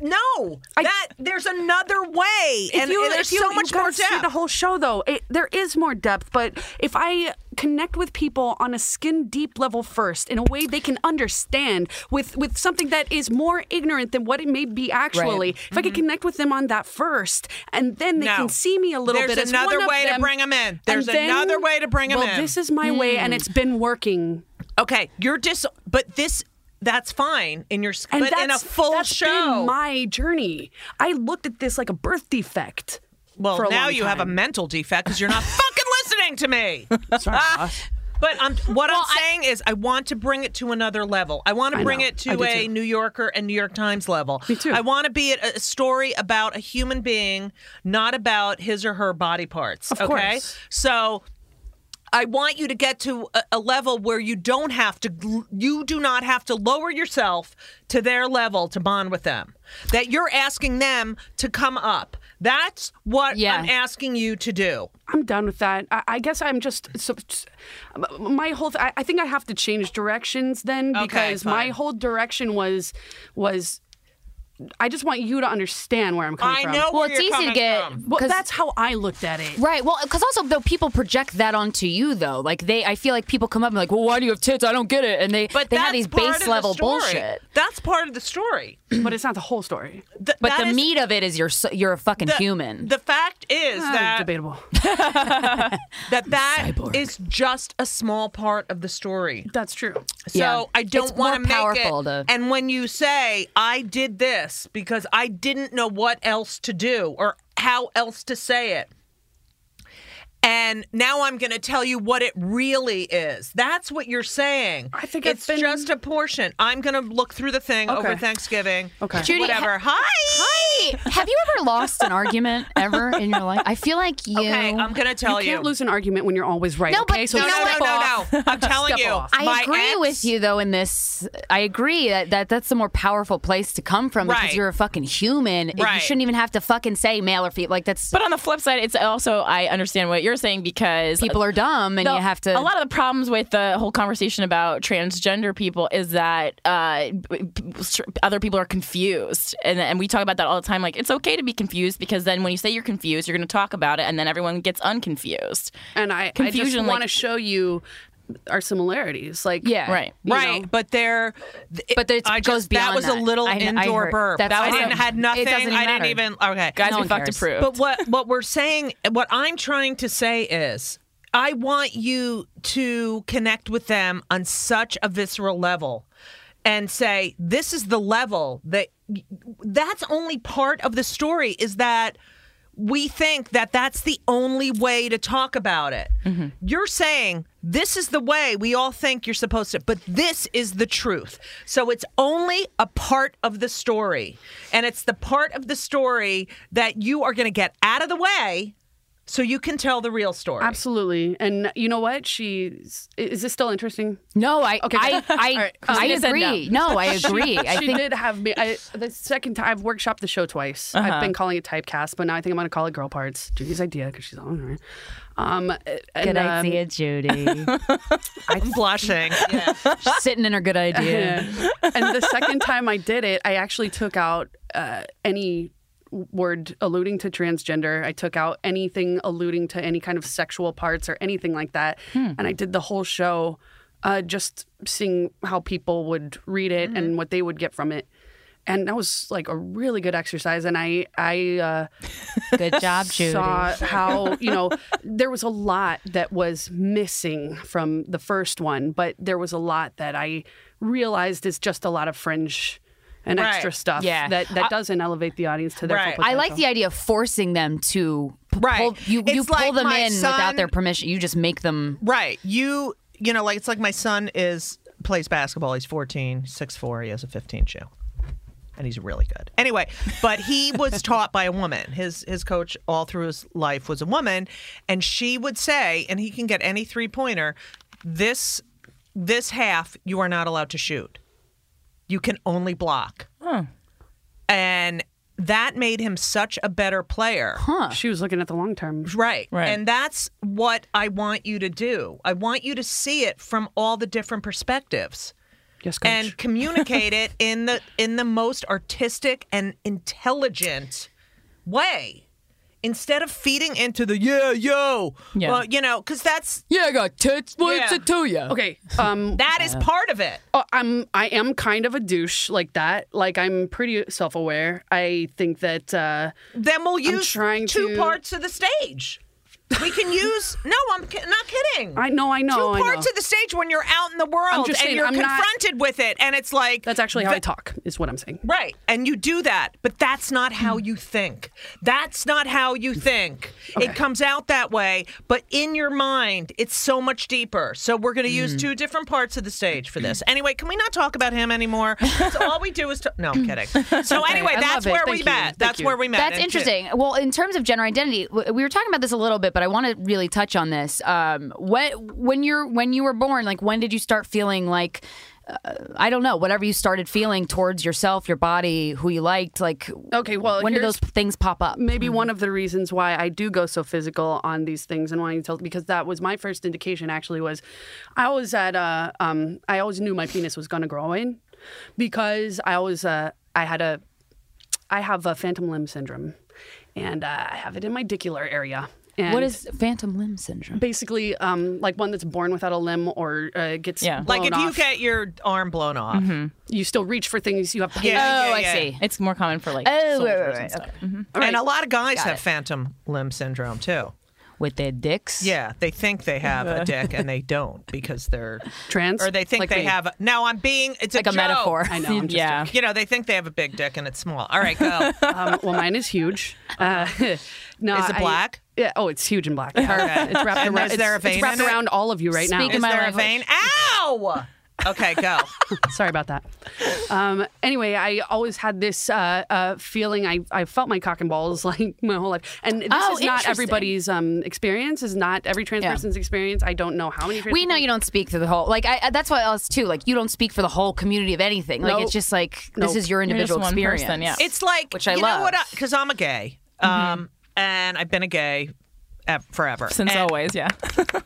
Speaker 5: No, that there's another way, and, and there's so much more
Speaker 6: gotta see
Speaker 5: depth.
Speaker 6: the whole show though it, there is more depth but if i connect with people on a skin deep level first in a way they can understand with with something that is more ignorant than what it may be actually if i could connect with them on that first and then they
Speaker 5: Mm-hmm. No.
Speaker 6: can see me a little
Speaker 5: There's
Speaker 6: bit as
Speaker 5: another
Speaker 6: one of
Speaker 5: way to
Speaker 6: them,
Speaker 5: bring 'em in. There's
Speaker 6: and then-
Speaker 5: another way to bring 'em
Speaker 6: well,
Speaker 5: in. Mm.
Speaker 6: this is my way and it's been working
Speaker 5: okay, you're dis, but this that's fine in your,
Speaker 6: and
Speaker 5: but
Speaker 6: that's
Speaker 5: in a full
Speaker 6: that's
Speaker 5: show.
Speaker 6: been my journey i looked at this like a birth defect
Speaker 5: Well,
Speaker 6: for a
Speaker 5: now
Speaker 6: long
Speaker 5: you have a
Speaker 6: time.
Speaker 5: mental defect because
Speaker 6: <laughs>
Speaker 5: you're not fucking listening to me. <laughs> Ah. But I'm, what I'm saying is, I want to bring it to another level. I want to
Speaker 6: I
Speaker 5: bring
Speaker 6: know.
Speaker 5: it
Speaker 6: I
Speaker 5: to
Speaker 6: do
Speaker 5: a
Speaker 6: too.
Speaker 5: New Yorker and New York Times level.
Speaker 6: Me too.
Speaker 5: I want to be a, a story about a human being, not about his or her body parts.
Speaker 6: Of
Speaker 5: okay,
Speaker 6: course.
Speaker 5: so I want you to get to a, a level where you don't have to, you do not have to lower yourself to their level to bond with them. That you're asking them to come up. That's what
Speaker 2: Yeah.
Speaker 5: I'm asking you to do.
Speaker 6: I'm done with that. I, I guess I'm just so, my whole. Th- I, I think I have to change directions then
Speaker 5: Okay,
Speaker 6: because my
Speaker 5: fine.
Speaker 6: whole direction was was. I just want you to understand where I'm coming
Speaker 5: I
Speaker 6: from.
Speaker 5: know
Speaker 2: Well,
Speaker 5: where
Speaker 2: it's easy
Speaker 5: you're
Speaker 2: to
Speaker 5: coming
Speaker 2: get.
Speaker 5: from.
Speaker 6: Well,
Speaker 2: 'cause-
Speaker 6: that's how I looked at it.
Speaker 2: Right. Well, because also though people project that onto you though. Like they, I feel like people come up and like, well, why do you have tits? I don't get it. And they,
Speaker 5: But
Speaker 2: they
Speaker 5: that's
Speaker 2: have these
Speaker 5: part of
Speaker 2: base
Speaker 5: the
Speaker 2: level
Speaker 5: story.
Speaker 2: bullshit.
Speaker 5: That's part of the story.
Speaker 6: But it's not the whole story.
Speaker 5: Th-
Speaker 2: But
Speaker 5: that
Speaker 2: the
Speaker 5: is-
Speaker 2: meat of it is you're so, you're a fucking
Speaker 5: the-
Speaker 2: human.
Speaker 5: The fact is
Speaker 6: Ah,
Speaker 5: that
Speaker 6: debatable.
Speaker 5: that that is just a small part of the story.
Speaker 6: That's true.
Speaker 5: So
Speaker 2: Yeah.
Speaker 5: I don't
Speaker 2: It's more
Speaker 5: want to make
Speaker 2: powerful
Speaker 5: it.
Speaker 2: to-
Speaker 5: And when you say I did this because I didn't know what else to do or how else to say it. And now I'm going to tell you what it really is. That's what you're saying.
Speaker 6: I think I've
Speaker 5: it's
Speaker 6: been-
Speaker 5: just a portion. I'm going to look through the thing over
Speaker 6: Okay.
Speaker 5: Thanksgiving.
Speaker 6: Okay.
Speaker 2: Judy,
Speaker 5: whatever. Hi.
Speaker 2: Hi. <laughs> Have you ever lost an argument ever in your life? I feel like you.
Speaker 5: Okay, um, I'm going to tell
Speaker 6: you
Speaker 5: you.
Speaker 6: can't lose an argument when you're always right.
Speaker 2: No, but
Speaker 6: okay, so
Speaker 2: you
Speaker 5: no,
Speaker 2: know
Speaker 5: no,
Speaker 2: what?
Speaker 5: no, no, no.
Speaker 6: <laughs>
Speaker 5: I'm telling
Speaker 6: Step
Speaker 5: you.
Speaker 6: off.
Speaker 2: I
Speaker 5: my
Speaker 2: agree
Speaker 5: ex-
Speaker 2: with you though in this. I agree that, that that's the more powerful place to come from because
Speaker 5: Right.
Speaker 2: you're a fucking human. You
Speaker 5: Right.
Speaker 2: shouldn't even have to fucking say male or female. Like that's
Speaker 1: but on the flip side, it's also I understand what you're saying because
Speaker 2: people are dumb and
Speaker 1: No,
Speaker 2: you have to.
Speaker 1: A lot of the problems with the whole conversation about transgender people is that uh, p- p- other people are confused, and and we talk about that all the time. Like it's okay to be confused because then when you say you're confused, you're going to talk about it, and then everyone gets unconfused.
Speaker 6: and I, I just
Speaker 1: Confusion, like-
Speaker 6: want to show you our similarities. Like
Speaker 2: Yeah.
Speaker 1: Right.
Speaker 6: you
Speaker 5: right,
Speaker 6: know.
Speaker 5: but there, th-
Speaker 2: But it's-
Speaker 5: I
Speaker 2: it goes
Speaker 5: just, that
Speaker 2: beyond
Speaker 5: was
Speaker 2: that.
Speaker 5: a little
Speaker 2: I- I
Speaker 5: indoor
Speaker 2: heard-
Speaker 5: burp.
Speaker 2: that's
Speaker 5: I
Speaker 2: what
Speaker 5: didn't
Speaker 2: I'm-
Speaker 5: had
Speaker 2: it
Speaker 5: nothing.
Speaker 2: doesn't even
Speaker 5: I didn't
Speaker 2: matter.
Speaker 5: even okay,
Speaker 1: Guys,
Speaker 2: No
Speaker 1: we
Speaker 2: one
Speaker 1: fucked
Speaker 2: cares.
Speaker 1: approved.
Speaker 5: But what what we're saying, what I'm trying to say is, I want you to connect with them on such a visceral level, and say this is the level that that's only part of the story. Is that we think that that's the only way to talk about it. You're saying this is the way we all think you're supposed to, but this is the truth. So it's only a part of the story. And it's the part of the story that you are going to get out of the way so you can tell the real story.
Speaker 6: Absolutely. And you know what? She's is this still interesting?
Speaker 2: No, I
Speaker 6: Okay,
Speaker 2: I <laughs>
Speaker 6: good.
Speaker 2: I,
Speaker 6: All right.
Speaker 2: I
Speaker 1: Christina said
Speaker 2: agree. No. <laughs> I agree. I
Speaker 6: she
Speaker 2: think
Speaker 6: did have me. I, the second time I've workshopped the show twice.
Speaker 2: Uh-huh.
Speaker 6: I've been calling it typecast, but now I think I'm gonna call it girl parts. Judy's idea because she's on right. Um, and,
Speaker 2: good
Speaker 6: um,
Speaker 2: idea, <laughs> Judy.
Speaker 5: I'm blushing. Yeah.
Speaker 2: She's sitting in her good idea.
Speaker 6: <laughs> and the second time I did it, I actually took out uh, any word alluding to transgender. I took out anything alluding to any kind of sexual parts or anything like that. And I did the whole show uh, just seeing how people would read it and what they would get from it. And that was like a really good exercise. And I, I, uh,
Speaker 2: Good job, Judy.
Speaker 6: saw
Speaker 5: <laughs>
Speaker 6: how you know there was a lot that was missing from the first one, but there was a lot that I realized is just a lot of fringe and
Speaker 5: Right.
Speaker 6: extra stuff
Speaker 1: Yeah.
Speaker 6: that that doesn't elevate the audience to their
Speaker 5: Right.
Speaker 6: full
Speaker 2: I
Speaker 6: potential.
Speaker 2: like the idea of forcing them to p-
Speaker 5: Right.
Speaker 2: pull you you
Speaker 5: It's
Speaker 2: pull
Speaker 5: like
Speaker 2: them
Speaker 5: my
Speaker 2: in without
Speaker 5: son-
Speaker 2: their permission. You just make them
Speaker 5: Right. You you know, like it's like my son is plays basketball. He's 14, 6'4", he has a 15 shoe. And he's really good. Anyway, but he was taught by a woman. His his coach all through his life was a woman, and she would say, and he can get any three pointer, this this half you are not allowed to shoot. You can only block. And that made him such a better player.
Speaker 6: she was looking at the long term.
Speaker 5: Right.
Speaker 1: Right.
Speaker 5: And that's what I want you to do. I want you to see it from all the different perspectives
Speaker 6: Yes, coach.
Speaker 5: and communicate it in the in the most artistic and intelligent way. Instead of feeding into the yeah, yo,
Speaker 1: Yeah.
Speaker 5: well, you know, because that's
Speaker 2: Yeah, I got tits.
Speaker 5: Yeah. it
Speaker 2: to you?
Speaker 6: okay, um,
Speaker 5: that is part of it.
Speaker 6: Oh, I'm I am kind of a douche like that. Like I'm pretty self aware. I think that uh,
Speaker 5: Then we'll use
Speaker 6: trying
Speaker 5: two
Speaker 6: to-
Speaker 5: parts of the stage. We can use no, I'm ki- not kidding.
Speaker 6: I know, I know,
Speaker 5: Two
Speaker 6: I
Speaker 5: parts
Speaker 6: know.
Speaker 5: of the stage when you're out in the world and
Speaker 6: just saying,
Speaker 5: you're
Speaker 6: I'm not-
Speaker 5: confronted with it, and it's like
Speaker 6: that's actually how
Speaker 5: the-
Speaker 6: I talk. Is what I'm saying.
Speaker 5: Right. And you do that, but that's not how you think. That's not how you think. It comes out that way, but in your mind, it's so much deeper. So we're going to use
Speaker 6: Mm.
Speaker 5: two different parts of the stage for this. Anyway, can we not talk about him anymore? That's all we do is to- No, I'm
Speaker 6: <laughs>
Speaker 5: kidding. So anyway,
Speaker 6: I
Speaker 5: that's
Speaker 6: love it.
Speaker 5: where
Speaker 6: Thank
Speaker 5: we
Speaker 6: you.
Speaker 5: met.
Speaker 6: Thank
Speaker 5: that's
Speaker 6: you.
Speaker 5: where we met.
Speaker 2: That's
Speaker 5: And-
Speaker 2: interesting. Well, in terms of gender identity, w- we were talking about this a little bit, but I want to really touch on this. Um, when when you're when you were born, like when did you start feeling like uh, I don't know, whatever you started feeling towards yourself, your body, who you liked, like
Speaker 6: Okay, well,
Speaker 2: when did those
Speaker 6: here's-
Speaker 2: things pop up?
Speaker 6: maybe one of the reasons why I do go so physical on these things and wanting to tell because that was my first indication actually was I was at uh um I always knew my penis was gonna grow in because I always uh I had a I have a phantom limb syndrome and uh, I have it in my dicular area. And
Speaker 2: What is phantom limb syndrome?
Speaker 6: basically um like one that's born without a limb or uh, gets
Speaker 1: Yeah.
Speaker 6: blown
Speaker 5: Like if you
Speaker 6: off,
Speaker 5: get your arm blown off.
Speaker 6: you still reach for things you have pain.
Speaker 5: Yeah,
Speaker 2: oh,
Speaker 5: yeah,
Speaker 2: I
Speaker 5: yeah.
Speaker 2: see.
Speaker 1: It's more common for like
Speaker 2: Oh, right,
Speaker 1: soldiers
Speaker 2: right, right.
Speaker 1: and stuff.
Speaker 2: Okay.
Speaker 5: And a lot of guys have phantom limb syndrome too.
Speaker 2: With their dicks.
Speaker 5: Yeah, they think they
Speaker 2: <laughs>
Speaker 5: have a dick and they don't because they're
Speaker 6: Trans?
Speaker 5: or they think
Speaker 6: Like
Speaker 5: they
Speaker 6: me.
Speaker 5: have. A, no, I'm being. It's
Speaker 2: Like a
Speaker 5: joke.
Speaker 2: metaphor.
Speaker 6: I know.
Speaker 1: <laughs>
Speaker 6: I'm just
Speaker 1: Yeah.
Speaker 5: You know, they think they have a big dick and it's small. All
Speaker 2: <laughs>
Speaker 5: right, go.
Speaker 6: um, well, mine is
Speaker 5: <laughs>
Speaker 6: huge. Uh, <laughs> no,
Speaker 5: Uh-huh. Is it
Speaker 6: I-
Speaker 5: black?
Speaker 6: yeah. Oh, it's huge and black. Yeah.
Speaker 5: Okay.
Speaker 6: <laughs> It's wrapped
Speaker 5: And
Speaker 6: around.
Speaker 5: is there a
Speaker 6: it's- it's
Speaker 5: vein
Speaker 6: wrapped
Speaker 5: in it?
Speaker 6: around all of you right now.
Speaker 2: Speaking
Speaker 5: Is
Speaker 2: my
Speaker 5: there a
Speaker 2: language.
Speaker 5: vein? Ow!
Speaker 2: <laughs>
Speaker 5: Okay, go.
Speaker 6: <laughs> Sorry about that. Um, anyway, I always had this uh, uh, feeling. I, I felt my cock and balls <laughs> like my whole life, and this
Speaker 2: Oh,
Speaker 6: is not
Speaker 2: interesting.
Speaker 6: everybody's um, experience. Is not every trans
Speaker 2: Yeah.
Speaker 6: person's experience. I don't know how many. Trans
Speaker 2: We know you don't speak for the whole. Like I, that's why us too. Like you don't speak for the whole community of anything. Like
Speaker 6: Nope.
Speaker 2: it's just like this
Speaker 6: Nope.
Speaker 2: is your
Speaker 1: just
Speaker 2: individual
Speaker 1: one
Speaker 2: experience.
Speaker 1: person, yeah.
Speaker 5: It's like
Speaker 2: Which I
Speaker 5: you
Speaker 2: love. Mm-hmm.
Speaker 5: know what? Because I'm a gay, um, and I've been a gay ev- forever
Speaker 1: Since
Speaker 2: oh
Speaker 5: and,
Speaker 1: always, <laughs> yeah.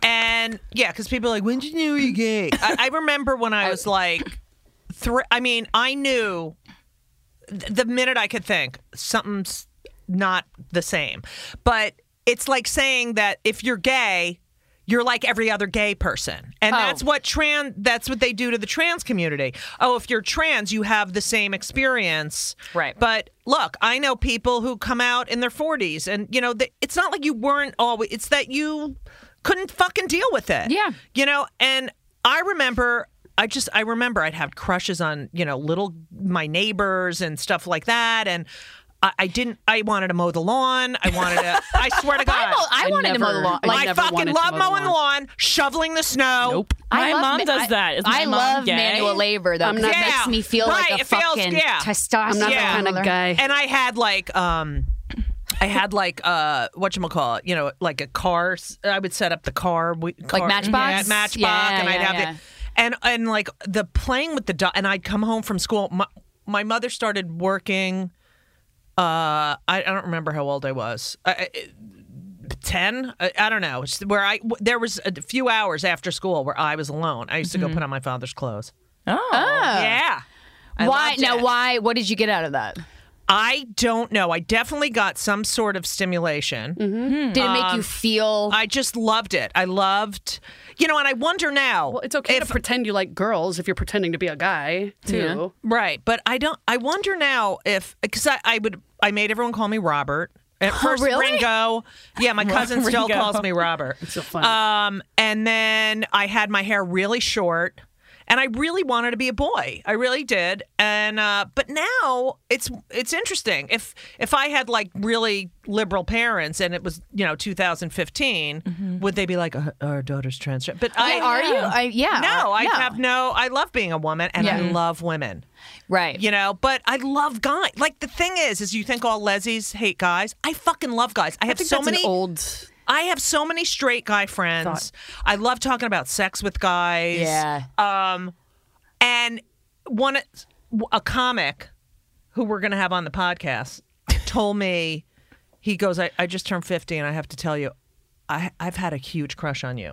Speaker 5: And yeah, because people are like, when did you know you were gay? I, I remember
Speaker 2: <laughs>
Speaker 5: when I was like, three. I mean, I knew th- the minute I could think something's not the same. But it's like saying that if you're gay, you're like every other gay person. And
Speaker 1: Oh.
Speaker 5: that's what trans that's what they do to the trans community. Oh, if you're trans, you have the same experience.
Speaker 1: Right.
Speaker 5: But look, I know people who come out in their 40s and you know, they, it's not like you weren't always it's that you couldn't fucking deal with it.
Speaker 1: Yeah.
Speaker 5: You know, and I remember I just I remember I'd have crushes on, you know, little my neighbors and stuff like that and I, I didn't. I wanted to mow the lawn. I wanted to. I
Speaker 2: <laughs>
Speaker 5: swear to God.
Speaker 2: I, wanted to mow
Speaker 6: never-
Speaker 2: the lawn.
Speaker 6: I
Speaker 2: Like,
Speaker 5: I
Speaker 6: never
Speaker 5: fucking
Speaker 6: wanted to
Speaker 5: love
Speaker 6: mow the
Speaker 5: mowing the lawn, shoveling the snow. Nope.
Speaker 1: My
Speaker 2: I love
Speaker 1: mom
Speaker 2: ma-
Speaker 1: does
Speaker 2: I-
Speaker 1: that. Is my
Speaker 2: I
Speaker 1: mom
Speaker 2: love
Speaker 1: gay?
Speaker 2: manual labor though.
Speaker 6: I'm
Speaker 2: because
Speaker 6: not-
Speaker 2: it makes
Speaker 5: Yeah,
Speaker 2: me feel
Speaker 5: right,
Speaker 2: like a
Speaker 5: it feels-
Speaker 2: fucking
Speaker 5: yeah.
Speaker 2: testosterone.
Speaker 6: I'm not
Speaker 5: Yeah.
Speaker 6: that kind of guy.
Speaker 5: And I had like um I had like uh what you call it, you know, like a car. s- I would set up the car, we, car
Speaker 2: Matchbox?
Speaker 5: yeah, matchbox,
Speaker 2: Yeah,
Speaker 5: and I'd
Speaker 2: yeah,
Speaker 5: have
Speaker 2: yeah.
Speaker 5: the and and like the playing with the dog. And I'd come home from school. My, my mother started working. Uh, I, I don't remember how old I was. I, I, 10 I, I don't know It's where i w- there was a few hours after school where i was alone i used to
Speaker 2: Mm-hmm.
Speaker 5: go put on my father's clothes
Speaker 1: Oh.
Speaker 5: yeah I
Speaker 2: why
Speaker 5: loved
Speaker 2: now?
Speaker 5: it.
Speaker 2: Why? What did you get out of that?
Speaker 5: I don't know. I definitely got some sort of stimulation.
Speaker 6: Mm-hmm.
Speaker 1: Hmm.
Speaker 2: Did it make
Speaker 1: Um,
Speaker 2: you feel?
Speaker 5: I just loved it. I loved, you know, and I wonder now.
Speaker 6: well, it's okay
Speaker 5: if-
Speaker 6: to pretend you like girls if you're pretending to be a guy too.
Speaker 5: right, but I don't. I wonder now if because I, I would. I made everyone call me Robert. At first,
Speaker 2: Oh, really?
Speaker 5: Ringo. Yeah, my cousin still calls me Robert.
Speaker 6: So funny.
Speaker 5: Um, and then I had my hair really short, and I really wanted to be a boy. I really did. And uh, but now it's it's interesting. If if I had like really liberal parents, and it was you know 2015, would they be like "Uh, our daughter's trans? But I
Speaker 2: are you? I, Mm-hmm. Oh, yeah.
Speaker 5: No, I
Speaker 2: no.
Speaker 5: have no. I love being a woman, and I
Speaker 2: Yeah.
Speaker 5: love women.
Speaker 2: Right.
Speaker 5: You know, but I love guys. Like the thing is, is you think all lesbies hate guys? I fucking love guys. I have
Speaker 6: I think
Speaker 5: so
Speaker 6: that's
Speaker 5: many
Speaker 6: an old.
Speaker 5: I have so many straight guy friends. I love talking about sex with guys.
Speaker 2: Yeah.
Speaker 5: Um, and one a comic who we're gonna have on the podcast told me he goes, I, I just turned fifty and I have to tell you, I I've had a huge crush on you.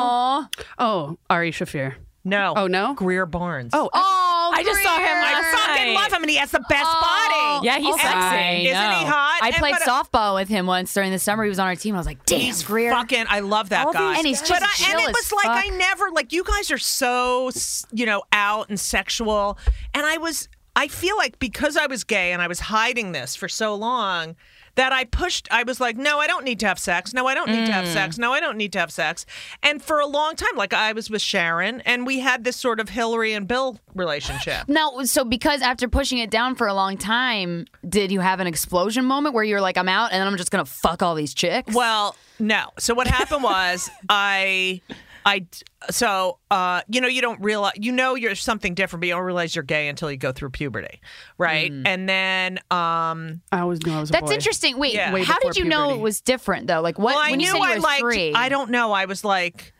Speaker 6: Oh, Ari Shafir.
Speaker 5: No.
Speaker 6: Oh, no?
Speaker 5: Greer Barnes.
Speaker 6: Oh,
Speaker 2: Oh,
Speaker 1: I just saw him
Speaker 2: Greer. Oh.
Speaker 1: last
Speaker 5: I fucking
Speaker 1: nice.
Speaker 5: love him and he has the best body.
Speaker 1: Yeah, he's
Speaker 5: And-
Speaker 1: sexy.
Speaker 5: Isn't
Speaker 2: I
Speaker 5: he
Speaker 2: know.
Speaker 5: hot?
Speaker 2: I
Speaker 5: And-
Speaker 2: played
Speaker 5: but- uh,
Speaker 1: uh,
Speaker 2: softball with him once during the summer. He was on our team. I was like, damn, Greer.
Speaker 5: Fucking, I love that
Speaker 2: All
Speaker 5: guy.
Speaker 2: these And he's guys.
Speaker 5: but
Speaker 2: just
Speaker 5: I, and
Speaker 2: chill
Speaker 5: it was
Speaker 2: as
Speaker 5: like I
Speaker 2: fuck.
Speaker 5: never like you guys are so s- you know out and sexual, and I was I feel like because I was gay and I was hiding this for so long that I pushed. I was like, no, I don't need to have sex. No, I don't need to
Speaker 2: Mm.
Speaker 5: have sex. No, I don't need to have sex. And for a long time, like I was with Sharon, and we had this sort of Hillary and Bill relationship.
Speaker 2: Now, so because after pushing it down for a long time, did you have an explosion moment where you were like, I'm out and I'm just going to fuck all these chicks?
Speaker 5: Well, no. So what
Speaker 2: <laughs>
Speaker 5: happened was I I so uh you know you don't realize you know you're something different but you don't realize you're gay until you go through puberty, right?
Speaker 2: Mm.
Speaker 5: And then um
Speaker 6: I always knew I was. A
Speaker 2: That's
Speaker 6: boy.
Speaker 2: interesting. Wait,
Speaker 5: Yeah. Way
Speaker 2: how
Speaker 6: before
Speaker 2: did you know
Speaker 6: puberty.
Speaker 2: it was different though? Like what
Speaker 5: well I
Speaker 2: when
Speaker 5: knew
Speaker 2: you said you
Speaker 5: I
Speaker 2: were
Speaker 5: liked
Speaker 2: three?
Speaker 5: I don't know. I was like